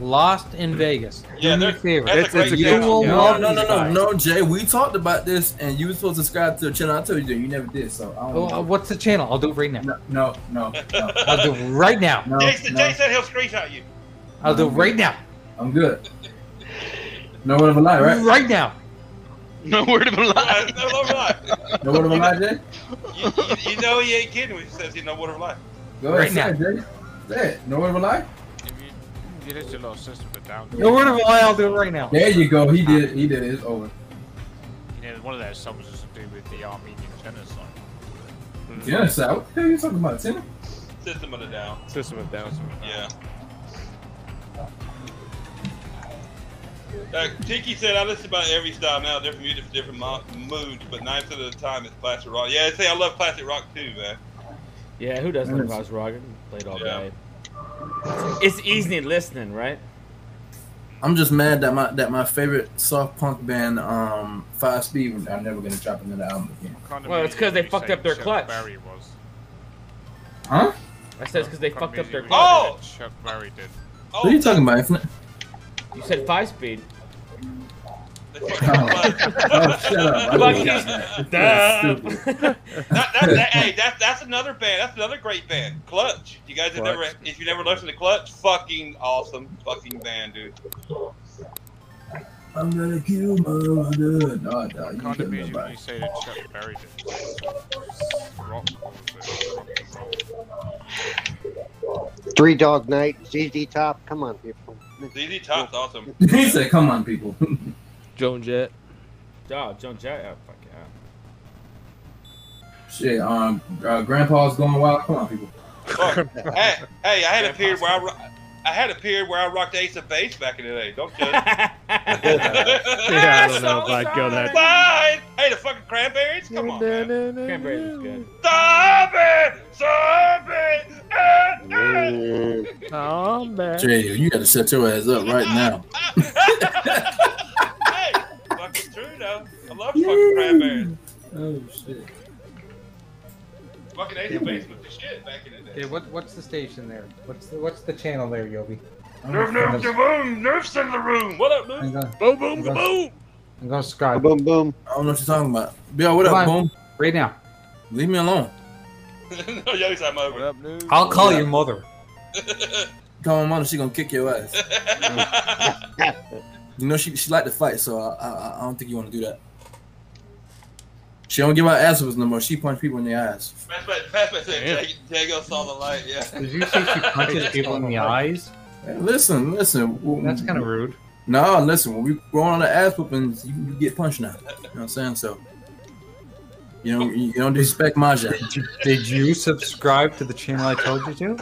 Lost in Vegas.
Yeah,
Do me a
they're-
favor.
that's a It's- great it's a
you
good-
will
yeah.
love
No, no,
these
no,
guys.
no, no, Jay. We talked about this, and you were supposed to subscribe to the channel. I told you that you never did, so I
Oh, uh,
don't. know.
what's the channel? I'll do it right now.
No, no, no.
I'll do it right now.
No,
Jason,
no.
Jay said he'll screenshot you.
I'll do it right now.
I'm good. No word of a lie, right?
Right now.
No word of a lie.
Uh, No word of a lie.
No word of a lie, Jay.
You, you, you know he ain't kidding when he says he no word of a lie.
Go ahead,
Right
say it, Jay. Say it. No word of a lie.
It is a little system, but down.
No word of a lie, I'll do it right now.
There you go. He did. He did. it. It's over.
You know, one of those songs has to do with the Armenian genocide.
Genocide. What the hell are you talking about? Tina?
System of the Down.
System of Down.
Yeah. Uh, Tiki said, I listen about every style now, different music for different mo- moods, but nine percent of the time it's classic rock. Yeah, I say I love classic rock too, man.
Yeah, who doesn't love Ross Rock? I can play it all day. It's easy listening, right?
I'm just mad that my that my favorite soft punk band, um, Five Speed, are never gonna drop another album again.
Well, it's because they fucked up their
Chuck
clutch.
Berry was.
Huh?
I said because they fucked up their
Music
clutch.
we said Chuck Berry did.
What are you talking about, Infinite?
You said five speed.
Oh, shut up. I
Fuck
didn't
is-
get that.
Duh.
That's stupid.
That, that, that, hey, that's that's another band. That's another great band, Clutch. You guys have never,
Clutch.
if you never listened to Clutch, fucking awesome, fucking band, dude.
I'm gonna kill my mother. No, no, you
Can't
couldn't
imagine
remember.
when you say that Chuck Berry did. Rock concert, rock and roll.
Three Dog Night, ZZ Top. Come on, people.
ZZ Top's awesome.
he said, "Come on, people."
Joan Jett.
Oh, Joan Jett. Oh, fuck yeah.
Shit, um, uh, Grandpa's going wild. Come on, people.
Fuck. hey, hey, I had a period where I, ro- I had a period where I rocked Ace of Base back in the day. Don't judge.
Yeah, I don't know if I'd go that.
Bye. Hey, the fucking cranberries. Come on, man.
Cranberries is good.
Stop it! Stop it!
Oh man.
Jay, you gotta shut your ass up right now.
hey, fucking true though. I love fucking cranberries.
Oh shit.
Fucking Ace of Base was the shit back in the day.
Okay, what what's the station there? What's the what's the channel there, Yobi? I'm
Nerf,
gonna-
nerf, kaboom! Nerf's in the room! What up,
I'm
Nerf?
gonna-
Boom, boom,
Nerf.
boom!
I'm gonna subscribe
Boom, boom.
I don't know what you're talking about. Bill, what
Come
up,
on.
boom?
right now.
Leave me alone.
no, yo, I'm over.
up, dude?
I'll call your mother.
Call my mother, she gonna kick your ass. You know she she like to fight, so I I, I don't think you want to do that. She don't give out ass whoopings no more. She punch people in the ass.
Pass back, pass back, say, Jago saw the light, yeah.
Did you say she punches people in the eyes?
Hey, listen, listen. w-
That's kind of rude.
No, listen. When we go on the ass whoopings, you you get punched now. You know what I'm saying? So you don't you don't disrespect Maja.
Did you subscribe to the channel I told you to?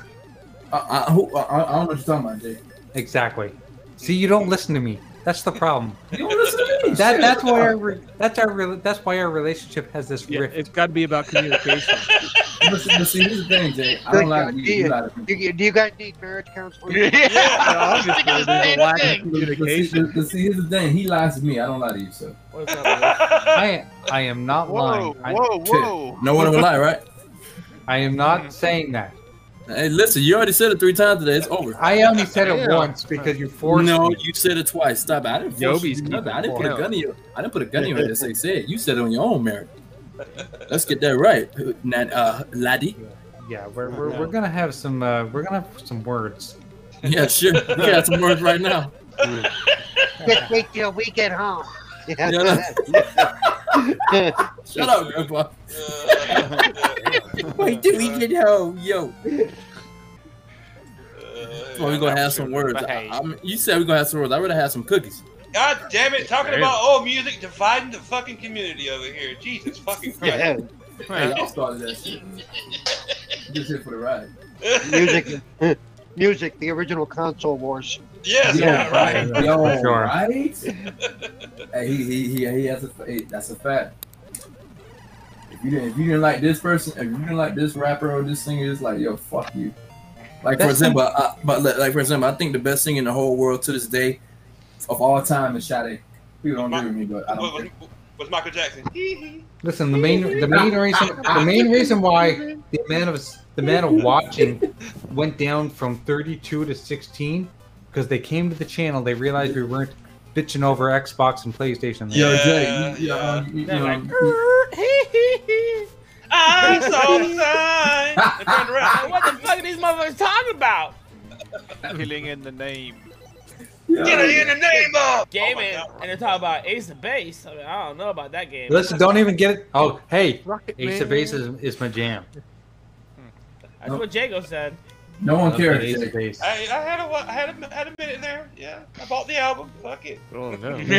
I, I, who- I, I don't know what you're talking about, Jay.
Exactly. See, you don't listen to me. That's the problem.
You don't listen to me.
That
Shit.
that's why our re- that's our re- that's why our relationship has this
Yeah,
rift.
it's got to be about communication.
But see- but see, here's the thing, Jay. I don't like you. You lie to me.
Do you, do you guys need marriage counseling?
Obviously, there's a lack of
But see,
communication.
but- but see, here's the thing. He lies to me. I don't lie to you, so.
What's up, man?
I I am not
Whoa,
lying. I,
whoa, whoa.
No one would lie, right?
I am
Hmm.
not saying that.
Hey, listen. You already said it three times today. It's over.
I only said it
Yeah.
once because you forced
no,
me.
you said it twice. Stop. it. I didn't. force
Yobi's
you to do nothing. I didn't put
keeping
a
count.
gun in your. I didn't put a gun in your head. They said you said it on your own merit. Let's get that right, Nan, uh, laddie.
Yeah, we're, we're, we're gonna have some uh, we're gonna have some words.
Yeah, sure. We got some words right now.
Just wait till we get home. Yeah,
Yeah, no.
that's-
Shut up, Grandpa. Wait till we get home, yo.
Uh,
Well, we're gonna have some words. I, I'm, you said we're gonna have some words. I would have had some cookies.
God damn it, talking about old music dividing the fucking community over here. Jesus fucking Christ.
yeah.
Hey, y'all started that shit. Just here for the ride.
Music, music, the original console wars.
yes,
Yeah,
yeah, right.
Yo,
Sure.
right? hey, he, he, he, he has a, hey, that's a fact. If you didn't, if you didn't like this person, if you didn't like this rapper or this singer, it's like, yo, fuck you. Like for
That's-
example, I, but li- like for example, I think the best singer in the whole world to this day, of all time, is Sade. People don't agree with me, but I don't.
Was,
think-
was Michael Jackson.
Listen, the main the main reason the main reason why the amount of s- the amount of watching went down from 32 to 16 because they came to the channel, they realized we weren't bitching over Xbox and PlayStation.
Yo,
Yeah,
Jay, you, you,
yeah.
um, you, you,
They're
um,
I saw the sign. I turned around.
what the fuck are these motherfuckers talking about?
Killing in the name.
yo,
Get it in the name of.
Gaming, and they're talking about Ace of Base. I mean, I don't know about that game.
Listen, don't even get it. Oh, hey,
Rocket
Ace of
Man.
Base is, is my jam.
That's what Jago said.
No one
Of the
cares.
Ace of Base.
I, I had a wa- I had a I had a minute there. Yeah, I bought the album. Fuck it.
Oh no.
He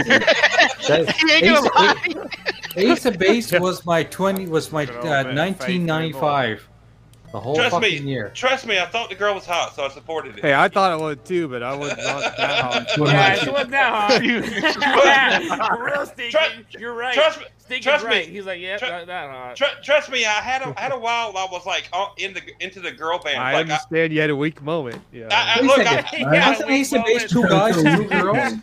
ain't gonna
Ace,
lie.
Ace of Base was my twenty was my uh, nineteen ninety five. The whole
Trust me.
fucking year.
Trust me, I thought the girl was hot, so I supported it.
Hey, I thought it would too, but I was not that hot.
Um,
Yeah, she wasn't that hot. Real stinky. You're right.
trust me-
Stinky's
trust me.
right. He's like, yeah, not that uh, hot.
Tr- trust me, I had a I had a while. I was like uh, in the into the girl band.
I
like, I,
understand you had a weak moment. Yeah.
I, I, look, I,
Wasn't Ace of Base two guys, two girls?
he
look,
got a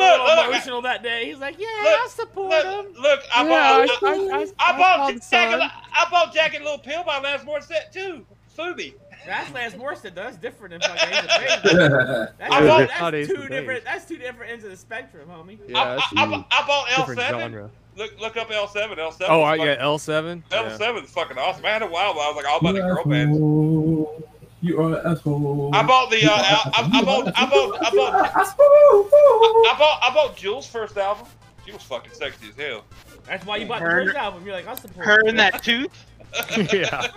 little
look, look,
emotional that day. He's like, yeah, I'll support him.
Look, I
Yeah,
bought, I,
I- I- I-
I
I
bought
called
Jack and,
son.
I bought Jack and Little Pill by Lance Morissette too. Sue me.
That's Lance Morrison. though. That's different than fucking Ace of Base. That's,
I bought-
that's
Not Ace
two
of Base.
different. That's two different ends of the spectrum, homie.
Yeah, that's
I, bu- I bought L
different
seven.
genre.
Look look up L seven. L seven.
Oh, I got L seven.
L seven is fucking awesome. I had a while. Where I was like all about the girl band.
You are an asshole.
I bought the uh, I, I, I bought I bought I bought I, I bought I bought Jules' first album. She was fucking sexy as hell.
That's why you bought
Her-
the first album. You're like, I'll support
her
him.
and that tooth?
yeah.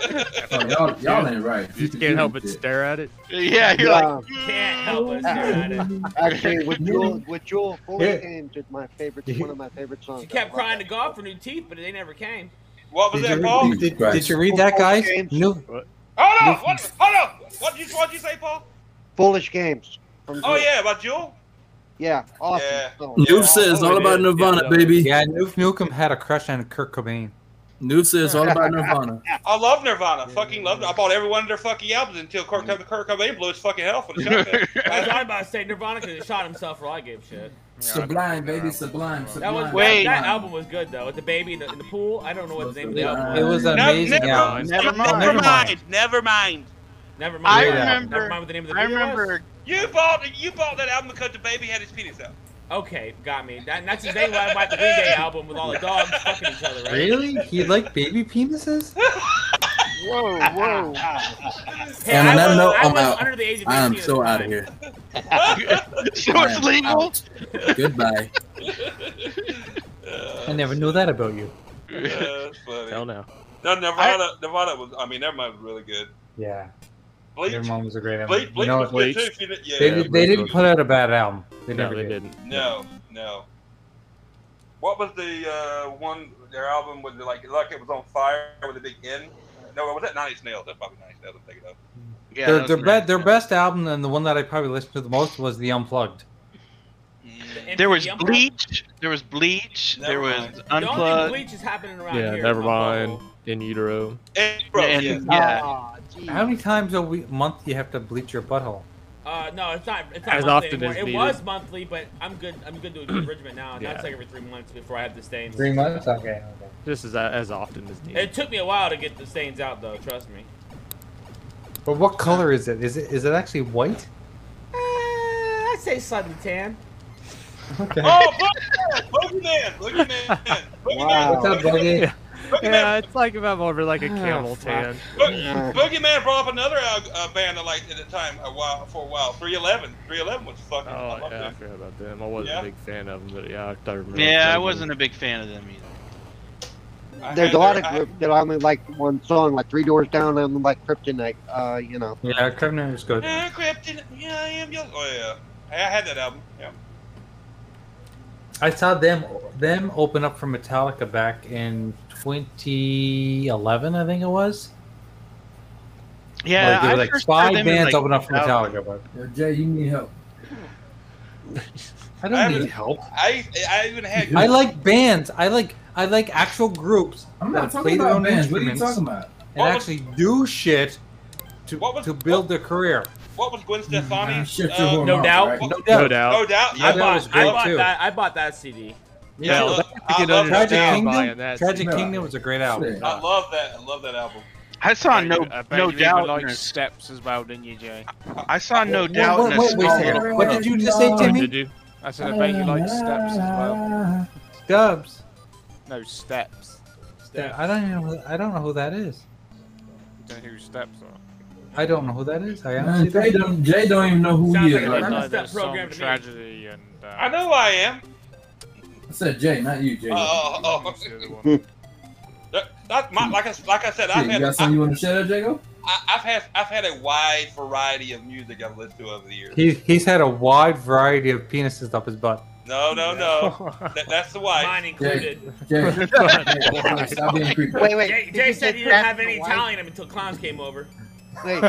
Oh, y'all- y'all ain't right.
You just can't help but stare at it.
Yeah, you're like,
can't help us.
Actually, with Jewel, with Jewel, Foolish
Yeah.
Games is my favorite, one of my favorite songs.
She kept
I love
crying to God for new teeth, but they never came.
What was
Did
that,
you,
Paul?
read, did, did you read that, guys? New,
Hold on, what, hold on. What did you what did you say, Paul?
that. Foolish Games. from
Oh
Jewel.
yeah, about Jewel.
Yeah, awesome.
Yeah.
song.
Noob says all about Nirvana, baby.
Yeah, Nuke Nukem had a crush on Kurt Cobain.
Noob says all about Nirvana.
I love Nirvana. Fucking love. I bought every one of their fucking albums until Kurt, Cobain- Kurt Cobain blew his fucking hell for the shotgun.
I was right about to say Nirvana could have shot himself for all I gave a shit.
Sublime, baby, sublime,
That
sublime.
was
Wait.
That, that album was good though. With the baby in the, in the pool. I don't know what the name of the album was.
It was amazing.
never-
yeah.
mm, never mind.
Never mind.
Never mind.
Never mind.
I
Yeah.
remember.
Never mind what the name of the
I
video was.
remember.
You bought you bought that album because the baby had his penis out.
Okay, got me. That, that's exactly why I bought the Green Day album with all the dogs fucking each other, right?
Really? He liked baby penises?
Whoa, whoa.
Hey,
And on
I
that
was,
note,
I
I'm
was
out.
under the age of
I am
18 at
so
the
out of
time.
here.
So
I
it's
am
legal.
out. Goodbye.
I never knew that about you.
Uh, that's
Hell
funny.
no.
No, Nirvana, Nirvana was. I mean, Nirvana was really good.
Yeah.
Bleach,
Your mom was a great album.
Bleach, Bleach
no,
was good too. If you didn't, yeah,
They,
yeah.
did, they didn't put out a bad album. They
No,
never
they
did.
didn't.
No, no. What was the uh, one? Their album was like like it was on fire with a big N. No, was that Nine Inch Nails? That's probably Nine Inch Nails. I'm thinking of.
Yeah,
their
that
their,
was
be-
nice.
their best album and the one that I probably listened to the most was The Unplugged.
And
There was
the Unplugged-
bleach. There was bleach.
Never
there
mind.
was
The only
unplugged.
bleach is happening around
Yeah,
here. is
never
Unplugged.
mind. In utero.
And, bro,
and-
yeah.
yeah.
Ah, geez.
How many times a week month do you have to bleach your butthole?
Uh, no, it's not. It's not
As
monthly
often
anymore.
as
it
needed.
was monthly, but I'm good. I'm good to abridgment now. Now it's
Yeah.
like every three months before I have the stains.
Three months? Okay. okay.
Just as as often as needed.
It took me a while to get the stains out, though. Trust me.
But what color is it? Is it is it actually white?
Uh, I'd say slightly tan.
Okay.
Oh, Boogeyman! Boogeyman! Boogeyman!
What's up, buddy?
Yeah, it's like about over like a camel
fuck.
tan.
Boogeyman, Boogeyman brought up another uh, uh, band I liked at the time a while for a while. 311. 311 was
Oh,
fucking. I love
yeah, I
them.
forgot about them. I wasn't
Yeah.
a big fan of them, but yeah, I thought I remember.
Yeah, I wasn't a big fan of them either.
I
There's
had
a lot
their-
of
I-
groups that only like one song, like Three Doors Down and like Kryptonite. Uh, you know.
Yeah, Kremner was good.
Yeah, Krypton, yeah, I am yours. Oh yeah, Hey, I had that album. Yeah.
I saw them them open up for Metallica back in 2011, I think it was.
Yeah,
like, there
I
were like
first
five
heard them in,
bands
like,
open up for
2000.
Metallica, but
Yeah, Jay, you need help.
I don't
I
need
haven't-
help.
I I even had.
I like bands. I like I like actual groups
I'm
that
not talking
play their
about
own
bands. What are you
instruments
talking about?
and
What was-
actually do shit to
What was-
to build their career.
what was Gwen
Ah,
Stefani's?
shit, you're
uh,
going
no
off,
doubt.
right?
No
No
doubt.
doubt.
no doubt.
Yeah,
I
I
that
bought.
was
bought.
great,
I bought
too.
that. I bought that CD.
Yeah, I
Yeah,
love-
I
I
can
love that album.
Tragic
understand
Kingdom.
buying that.
Tragic
No.
Kingdom was a great album.
Shit.
I love that. I love that album.
I saw
I
no
bet you- I bet
no
you even
doubt.
Like
in a-
steps as well, didn't you, Jay?
I saw no
Wait,
doubt. in
wait,
a
wait, wait a
small-
second. What did you just say,
Oh, Did
Timmy?
you?
I said I bet you like steps as well.
Dubs.
No steps.
I don't even know. I don't know who that is.
You don't know who steps are.
I don't know who that is.
Uh,
I honestly
Man, Jay
don't.
don't, Jay don't even know who
Sounds
he
like
is.
a
Right?
Step
Like
now.
the
program
song
to me.
tragedy and. Uh,
I know I am.
I said Jay, not you, Jay.
Oh, oh,
who's the
oh.
other one?
That- That, my, like I like I said, I
Shit, you
had.
got something
I,
you want to share, Jago?
I, I've had I've had a wide variety of music I've listened to over the years.
He, he's had a wide variety of penises up his butt.
No, no, no. That, that's the wife. Mine
included.
Jay, Jay, Jay, stop being creepy. Wait, wait,
Jay,
did
Jay
you
said
just
he didn't
ask
have any
the wife?
Italian until clowns came over.
Wait.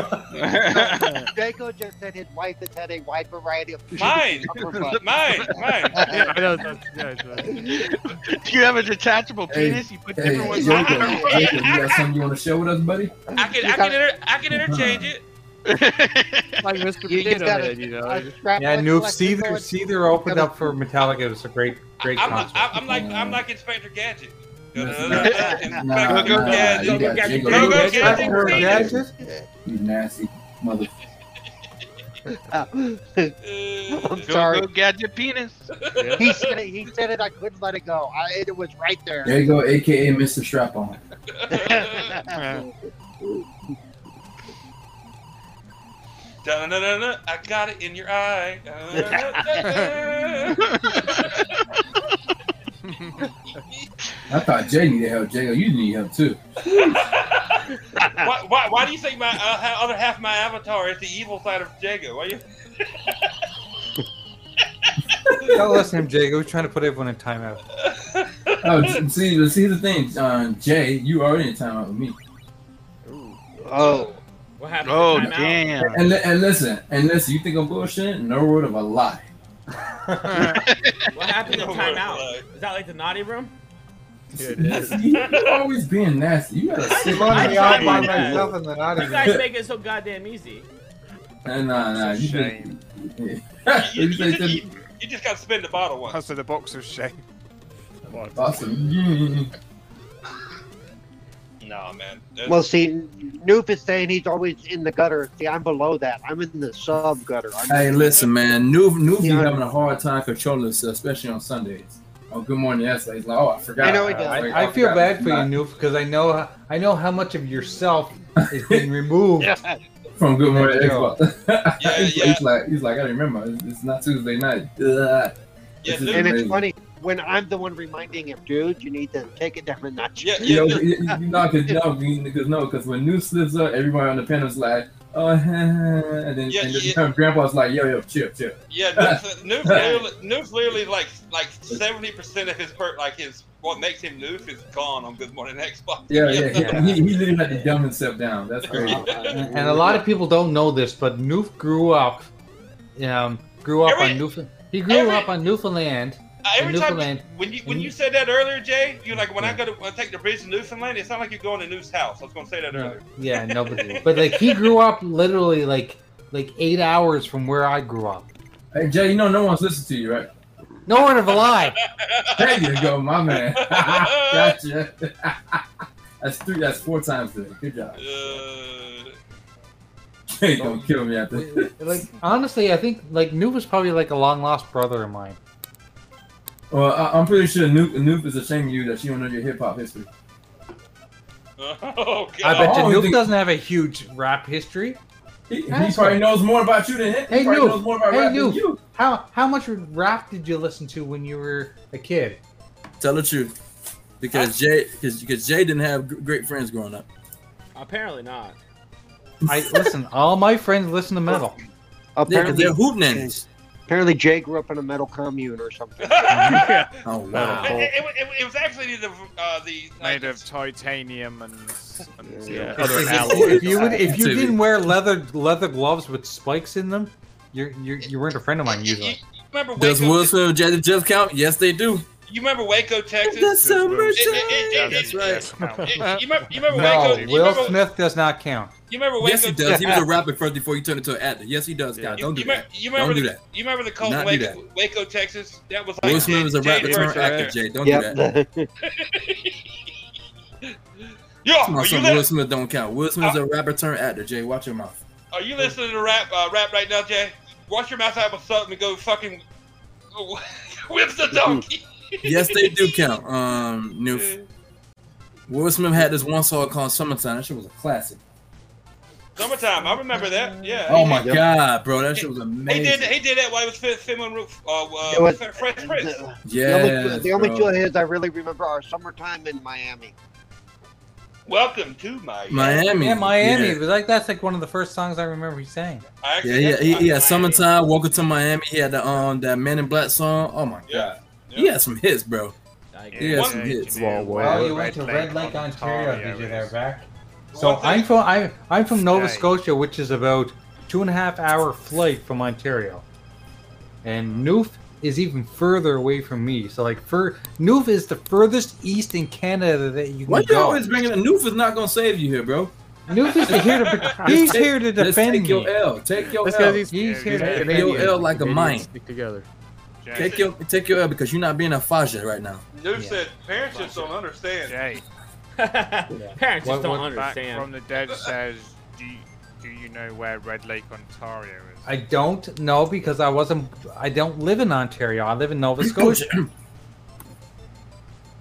Jaco just said his wife has had a wide variety of
Mine. Mine. Mine.
Yeah, I know. That's, yeah, it's right.
Do you have a detachable
Hey,
penis? You put
Hey,
different
Jacob,
ones
Jacob, you got something you want to share with us, buddy?
I can I can inter- I can interchange it.
like Mr.
You just
Potato
gotta-
Head, you know.
Yeah, Noob Seether, Seether opened up for Metallica. It was a great, great
I'm,
concert.
I'm, I'm like I'm like Inspector Gadget.
Nah,
Go-go
nah,
Gadget.
you
Go-go
got Jacob.
Gadget.
Jacob,
Go-go Gadget.
You nasty mother.
I'm
Go,
sorry.
go gadget penis.
He said it. He said it. I couldn't let it go. I, it was right there.
There you go, aka Mr. Strap on.
Da-na-na-na-na, I got it in your eye.
I thought Jay needed help. Jay, you need help too.
why, why, why do you think my uh, ha- other half of my avatar is the evil side of Jago? Why you?
Don't listen to him, Jake. We're trying to put everyone in timeout.
Oh, j- see, but see the thing, uh, Jay, you already in timeout with me.
Oh.
What happened?
Oh
Time out.
damn.
And li- and listen, and listen, you think I'm bullshitting? No word of a lie.
What happened in
Oh,
timeout? Is that like the naughty room?
you always being nasty. You gotta sit
I
down.
tried by myself in the naughty
You
room.
guys make it so goddamn easy.
Nah, nah, uh, nah. You
Shame.
think-
You,
you
you
think
just,
that-
you, you just got to spin the bottle once.
That's the box of shame.
Awesome. Mm.
No, man.
Well, see, Noob is saying he's always in the gutter. See, I'm below that. I'm in the sub gutter. I'm
Hey, listen, man. New New be having a hard time controlling himself, especially on Sundays. Oh, good morning. Yes, like, oh, I forgot.
I know he does.
I, I feel bad for you, Noof, because I know I know how much of yourself is being removed
From Good Morning
There you go.
Xbox. he's, he's like, he's like, I remember. It's, it's not Tuesday night. Ugh. This is
and it's
amazing.
funny when I'm the one reminding him, dude, you need to take it down a notch.
Yeah,
You know, you, you know, cause, no, because no, because when news slips up, everybody on the panel's like, oh, and then
Yeah,
and
yeah.
then grandpa's like, yo, yo, chill, chill.
Yeah, Noob's, Noob's literally, Noob's literally like like seventy percent of his per like his what makes him Noob is gone on Good Morning Xbox.
Yeah, yeah, He, he, he literally had to dumb himself down. That's crazy.
and, and a lot of people don't know this, but Noof grew up, um, grew up on Newfoundland. He grew up on Newfoundland. in
Every time
Newfoundland.
when you when you said that earlier, Jay, you're like when I go to when I take the bridge to Newfoundland, it sounds like you're going to Noob's house. I was gonna say that earlier.
yeah, nobody. But like, he grew up literally like like eight hours from where I grew up.
Hey Jay, you know no one's listening to you, right?
No one of a lie.
There you go, my man. gotcha. that's three. That's four times today. Good job. Jay, don't kill me after. this.
Like honestly, I think like Noof was probably like a long lost brother of mine.
Well, I, I'm pretty sure Noob, Noob is ashamed of you that she don't know your hip hop history.
Oh god.
I bet you
only
Noof
think-
doesn't have a huge rap history.
He, he
Asshole.
probably knows more about you than him. He
Hey
probably knows more
Noof,
about
hey
rap than
Noof,
you.
how how much rap did you listen to when you were a kid?
Tell the truth, because Jay, because because Jay didn't have gr- great friends growing up.
Apparently not.
I listen. All my friends listen to metal.
Yeah, 'cause
Apparently,
they're hoop nannies.
apparently, Jay grew up in a metal commune or something.
Oh
It,
wow.
it, it- it- it was actually the uh, the like,
Made of titanium and, and you know,
Yeah.
other
If you-
alloys.
if you would, if you
Dude.
didn't wear leather leather gloves with spikes in them, you're, you're you weren't a friend of mine usually.
remember
Does
Waco,
Will Smith and Jay Jeff count? Yes, they do.
you remember Waco, Texas?
The summertime.
it- it-
That's
it-
right.
It- you remember, you remember
No,
Waco? You
Will
remember,
Smith does not count.
you remember Waco?
Yes, he does. He was a rapper first before he turned into an actor. Yes, he does. God,
You,
don't do
you, me-
that.
you remember
Don't do
the,
that.
you remember the cult
Not
in
do
Waco, Waco, Texas? That was like
Will Smith was a
Jay-
rapper
Jay
turned
Bird
actor.
there.
Jay, don't do that.
Yep.
Yo,
Come on,
are Oh, you, Oh.
son,
li-
Will Smith don't count. Will Smith is a rapper turned actor. Jay, watch your mouth.
are you listening to rap uh, rap right now, Jay? Wash your mouth out with something and go fucking whips the donkey.
Yes, they do count. Um, Noof. Will Smith had this one song called "Summertime." That shit was a classic.
Summertime, I remember that. Yeah.
Oh
he
my
did-
god, bro, that shit was
He
amazing.
did. He did that while he was fi- filming Roof. Uh, uh,
It was-
Fresh Prince.
The-
Yes,
the only, two, the only
bro.
two of his I really remember are "Summertime" in Miami.
Welcome to my uh,
Miami.
Yeah, Miami.
Yeah.
It was like that's like one of the first songs I remember he sang.
Yeah, yeah, he, he had summertime. Welcome to Miami. He had the um that Man in Black song. Oh my god, he had some hits, bro. He had some hits.
Oh, you went to Red Lake, Ontario, did you there, back? So I'm from I'm I'm from Nova
Nice.
Scotia, which is about two and a half hour flight from Ontario, and Noof is even further away from me. So like, fur Noof is the furthest east in Canada that you can
Why you
go.
always bringing a Noof is not gonna save you here, bro.
Noof is here to he's here to
Let's
defend
take your
me.
L. Take your
That's 'cause
L.
he's- He's here to
Take
defend
your
me.
L like a
Canadians
mine.
Stick together.
Take your take your L because you're not being a Faja right now.
Noob said parents just don't understand.
Parents
just don't
understand.
Back from the dead says, do you, do you know where Red Lake, Ontario is?
I don't know because I wasn't. I don't live in Ontario. I live in Nova Scotia.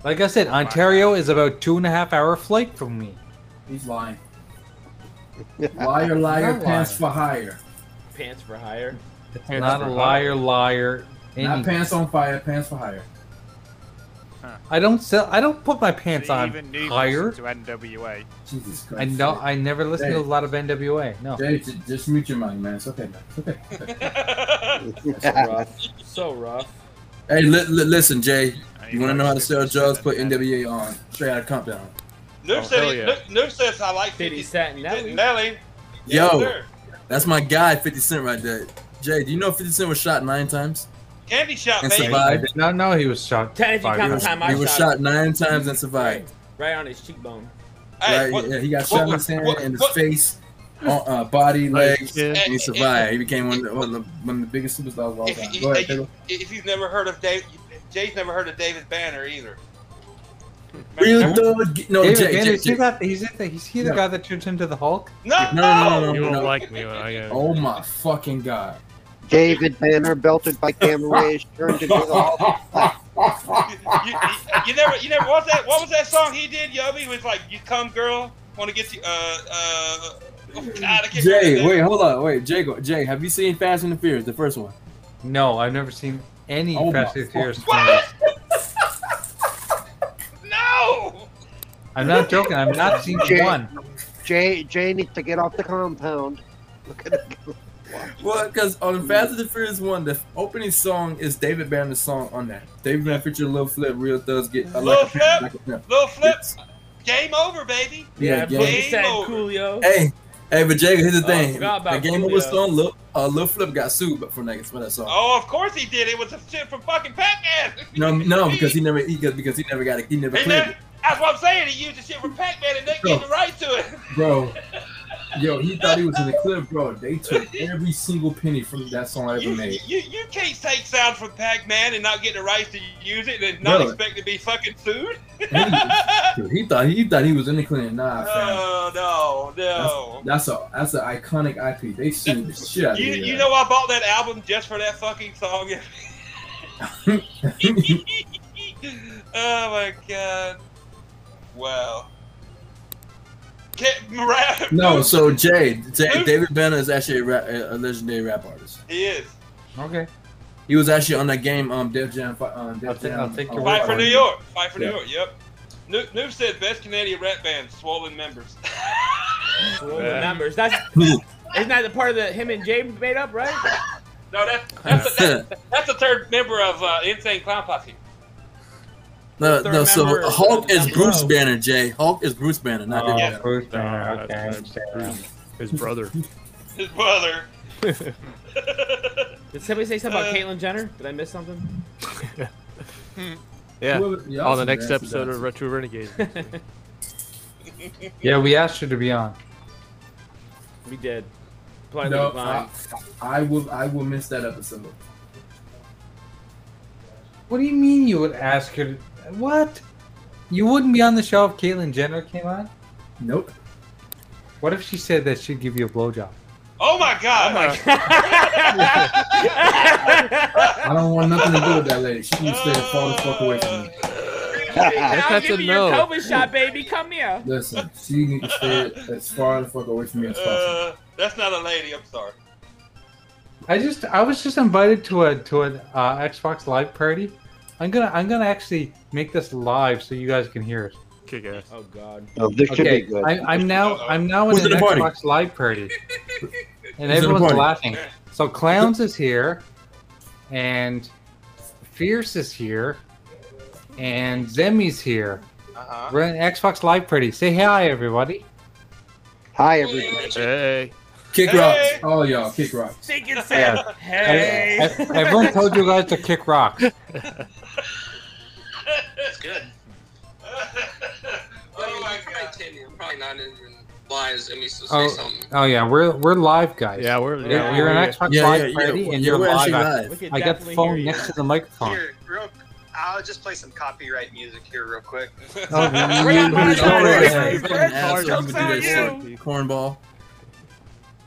like I said, Ontario is about two and a half hour flight from me.
He's lying.
Liar, liar,
Not
pants for hire.
Pants for hire.
Not a liar, liar.
Not
any-
pants on fire, pants for hire.
I don't sell. I don't put my pants
So you
on
even knew
higher.
to NWA.
Jesus Christ.
I know. I never listen to a lot of NWA. No.
Jay, j- just mute your mic, man. It's okay, man. It's okay.
So rough.
Hey, li- li- listen, Jay. You want to know how to sell drugs? Put NWA on. Straight out of Compton.
Noob
Oh, hell
said,
yeah.
Noob, Noob says I like 50
Cent
Nelly. Nelly. Yes,
Yo,
sir.
that's my guy, 50 Cent, right there. Jay, do you know 50 Cent was shot nine times?
Candy shop,
And
baby.
survived.
No, no, he was shot.
Technically,
He
count the
was,
time I
he was
shot
shot
him.
nine times and survived.
Right on his cheekbone.
Right? yeah, he got shot in his hand, in his face, on, uh, body, legs, and he survived. He became one of the, one of the, one of the biggest superstars of all time. Go ahead, Taylor.
If you've never heard of Dave, Jay's never heard of David Banner either.
Real thug. No,
David
Jay,
Banner,
Jay,
is he
Jay.
that? He's the, he's he the
No.
guy that turns into the Hulk?
No,
No, no, no, no,
You
no,
won't
no.
like
me when I uh, am.
Oh my fucking god.
David Banner, belted by Cam Reyes, turned into the Hulk.
You never, you never. What was that? What was that song he did? Yobi was like, "You come, girl, want to get you." Uh, uh. Oh God, I can't
Jay, wait, hold on, wait, Jay, go- Jay, have you seen Fast and the Furious, the first one?
No, I've never seen any
Oh my
Fast and Furious.
No!
I'm not joking. I've not seen
Jay,
one.
Jay, Jay needs to get off the compound.
Well, because on Fast and the Furious one, the opening song is David Banner's song on that. David Banner featured Lil Flip, Real Thugs Get I
Lil
like a pimp, like a
Flip,
pimp.
Lil Flip, game over, baby.
Yeah, game-
game
Sad
over.
Coolio.
Hey, hey, but Jay, here's the
Oh,
thing:
forgot
the
about
game
Coolio.
over song, Lil, uh, Lil Flip got sued, but for niggas for that song.
Oh, of course he did. It was a shit from fucking Pac-Man.
No, no, because he never, he, because he never got it, he never
He
cleared
never- That's what I'm saying. He used the shit from Pac-Man and they
Bro.
gave the right to it.
it, bro. Yo, he thought he was in the clear, bro. They took every single penny from that song I ever made.
You you can't take sound from Pac-Man and not get the rights to use it and not
Bro.
expect to be fucking sued.
Dude, he thought he thought he was in the clear. Nah, fam.
Oh no, no.
That's a that's an iconic IP. They sued the shit out of
You, you
you.
know I bought that album just for that fucking song. oh my god! Wow. Can't, Mariah,
No, so Jay, Jay
Who?
David Banner is actually a, rap, a a legendary rap artist.
he is.
Okay.
He was actually on that game, um, Def Jam. fi- Um, Def
take-
Jam.
I'll take
um,
your
Fight for New York. Fight for
Yeah.
New York. Yep. Noob, Noob said best Canadian rap band, Swollen Members.
Swollen members. That's isn't that the part of the him and Jay made up, right?
no, that's that's a, that's, that's the third member of uh, Insane Clown Posse.
No,
Third
no. So
member-
Hulk is
Third
Bruce
member.
Banner. Jay Hulk is Bruce Banner, not
Oh,
David Banner.
Bruce Banner. Okay, I understand.
His
Oh.
brother.
His brother.
Did somebody say something about Caitlyn Jenner? Did I miss something?
Yeah.
Well, yeah,
on the
I'll
next
see that, I'll see
episode
that.
of Retro Renegade.
Yeah, we asked her to be on.
We did. Politely
No, uh,
declined.
I, I will I will miss that episode.
What do you mean you would ask her? To, what? You wouldn't be on the show if Caitlyn Jenner came on?
Nope.
What if she said that she'd give you a blowjob?
Oh my god!
I don't want nothing to do with that lady. She needs to stay far the fuck away
Uh,
from me.
I'll
That's
give
a
you
no.
your COVID shot, baby. Come here.
Listen, she needs to stay as far the fuck away from me as possible.
Uh, that's not a lady. I'm sorry.
I just I was just invited to a to an uh, Xbox Live party. I'm gonna I'm gonna actually make this live so you guys can hear it.
kick ass.
Oh god.
Oh, this should
okay,
be good.
I, I'm now I'm now in
Who's
an
at the party?
Xbox Live party,
at
and
the
everyone's
party?
laughing. So clowns is here, and fierce is here, and Zemmy's here.
Uh-huh.
We're in Xbox Live party. Say hi, everybody.
Hi, everybody.
Hey.
Kick
Hey.
rocks.
All y'all kick rocks.
Stinking
Yeah.
Hey.
I- I- everyone told you guys to kick rocks.
That's good. oh my god. I'm probably not even lies. I mean, so say
Oh,
something.
oh yeah, we're we're live guys.
Yeah, we're
you're,
yeah,
you're
we're-
an Xbox
yeah,
Live
yeah, yeah,
party,
we're-
and you're
we're
live.
actually
I-
live. We could
I got the
definitely
phone
hear
next
you.
to the microphone.
Here, real. I'll just play some copyright music here, real quick.
Oh,
We're not
We're not
buying it.
buying it.
Yeah, you
It's
fucking
hard.
ass. You
Jokes
can do
on
that shit. Cornball.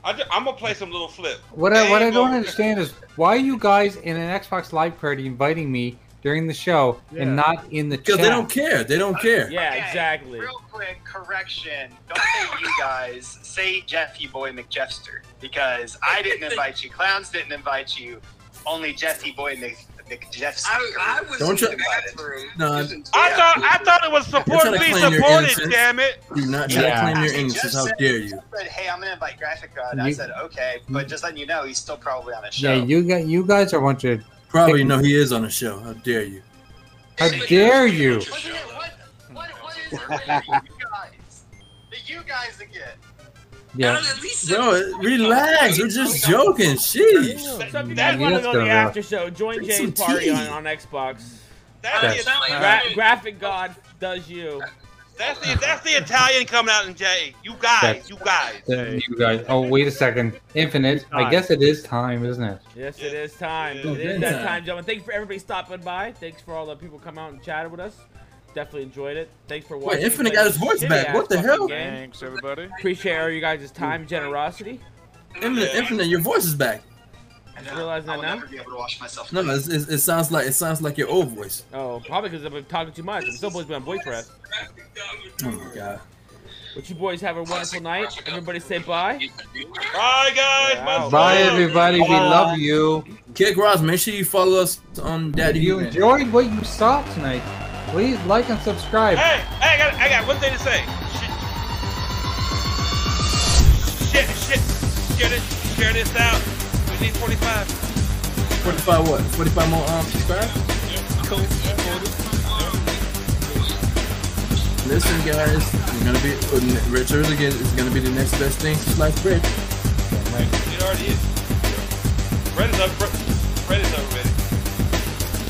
I am gonna play some little flip.
What I, what I don't understand is why you guys in an Xbox Live party inviting me during the show
Yeah.
and not in the
Because
chat?
they don't care. They don't care.
Yeah, exactly.
Real quick correction. Don't say you guys. Say Jeffy Boy McJeffster because I didn't invite you. Clowns didn't invite you. Only Jeffy Boy Mc, McJeffster. I,
was Don't in you- the
bathroom.
No,
I thought I thought it was support
Don't try to
be
claim your
supported.
innocence.
Damn it!
do not try
Yeah.
to claim your
Actually,
innocence.
just
How
said-
dare you?
But hey, I'm gonna invite Graphic God. I
You-
said okay, but just letting you know, he's still probably on a show.
Yeah, you got you guys are a bunch of
Probably
dick-
know he is on the show. How dare you?
How dare you?
You guys again.
Yeah.
Bro, relax. We're just joking. Sheesh.
So if you
Yeah,
guys want to
let's
go to
go,
the
yeah.
after show, join
Drink
Jay's
some
party
tea.
on, on Xbox.
That's the,
Yes.
Gra-
Italian,
graphic God does you.
that's the that's the Italian coming out in Jay. You guys,
That's-
you guys.
You guys. Oh wait a second. Infinite. I guess it is time, isn't it?
Yes, it is time.
Oh,
It is
good
that
time.
time, gentlemen. Thanks for everybody stopping by. Thanks for all the people coming out and chatted with us. Definitely enjoyed it. Thanks for watching.
Infinite got his voice back. What the hell?
Thanks, everybody. Appreciate all you guys' time and generosity.
Infinite, Infinite, your voice is back.
I just realized that now.
No, it's, it's, it sounds like it sounds like your old voice.
Oh, probably because I've been talking too much. I'm still supposed to be on voice rest.
Oh my god.
But you boys have a wonderful night. Everybody say bye.
Bye, guys.
Wow.
Bye
oh,
everybody. We love you.
Kick Ross, make sure you follow us on
If
Daddy.
you
Human.
enjoyed what you saw tonight, please like and subscribe.
Hey, hey, I got I got one thing to say. Shit, shit, shit. Share this, share this out. We need 45.
45 what? 45 more um subscribers? Listen guys, we're gonna be Richard again is gonna be the next best thing since life bread.
It already is. Red is up. Red is up already.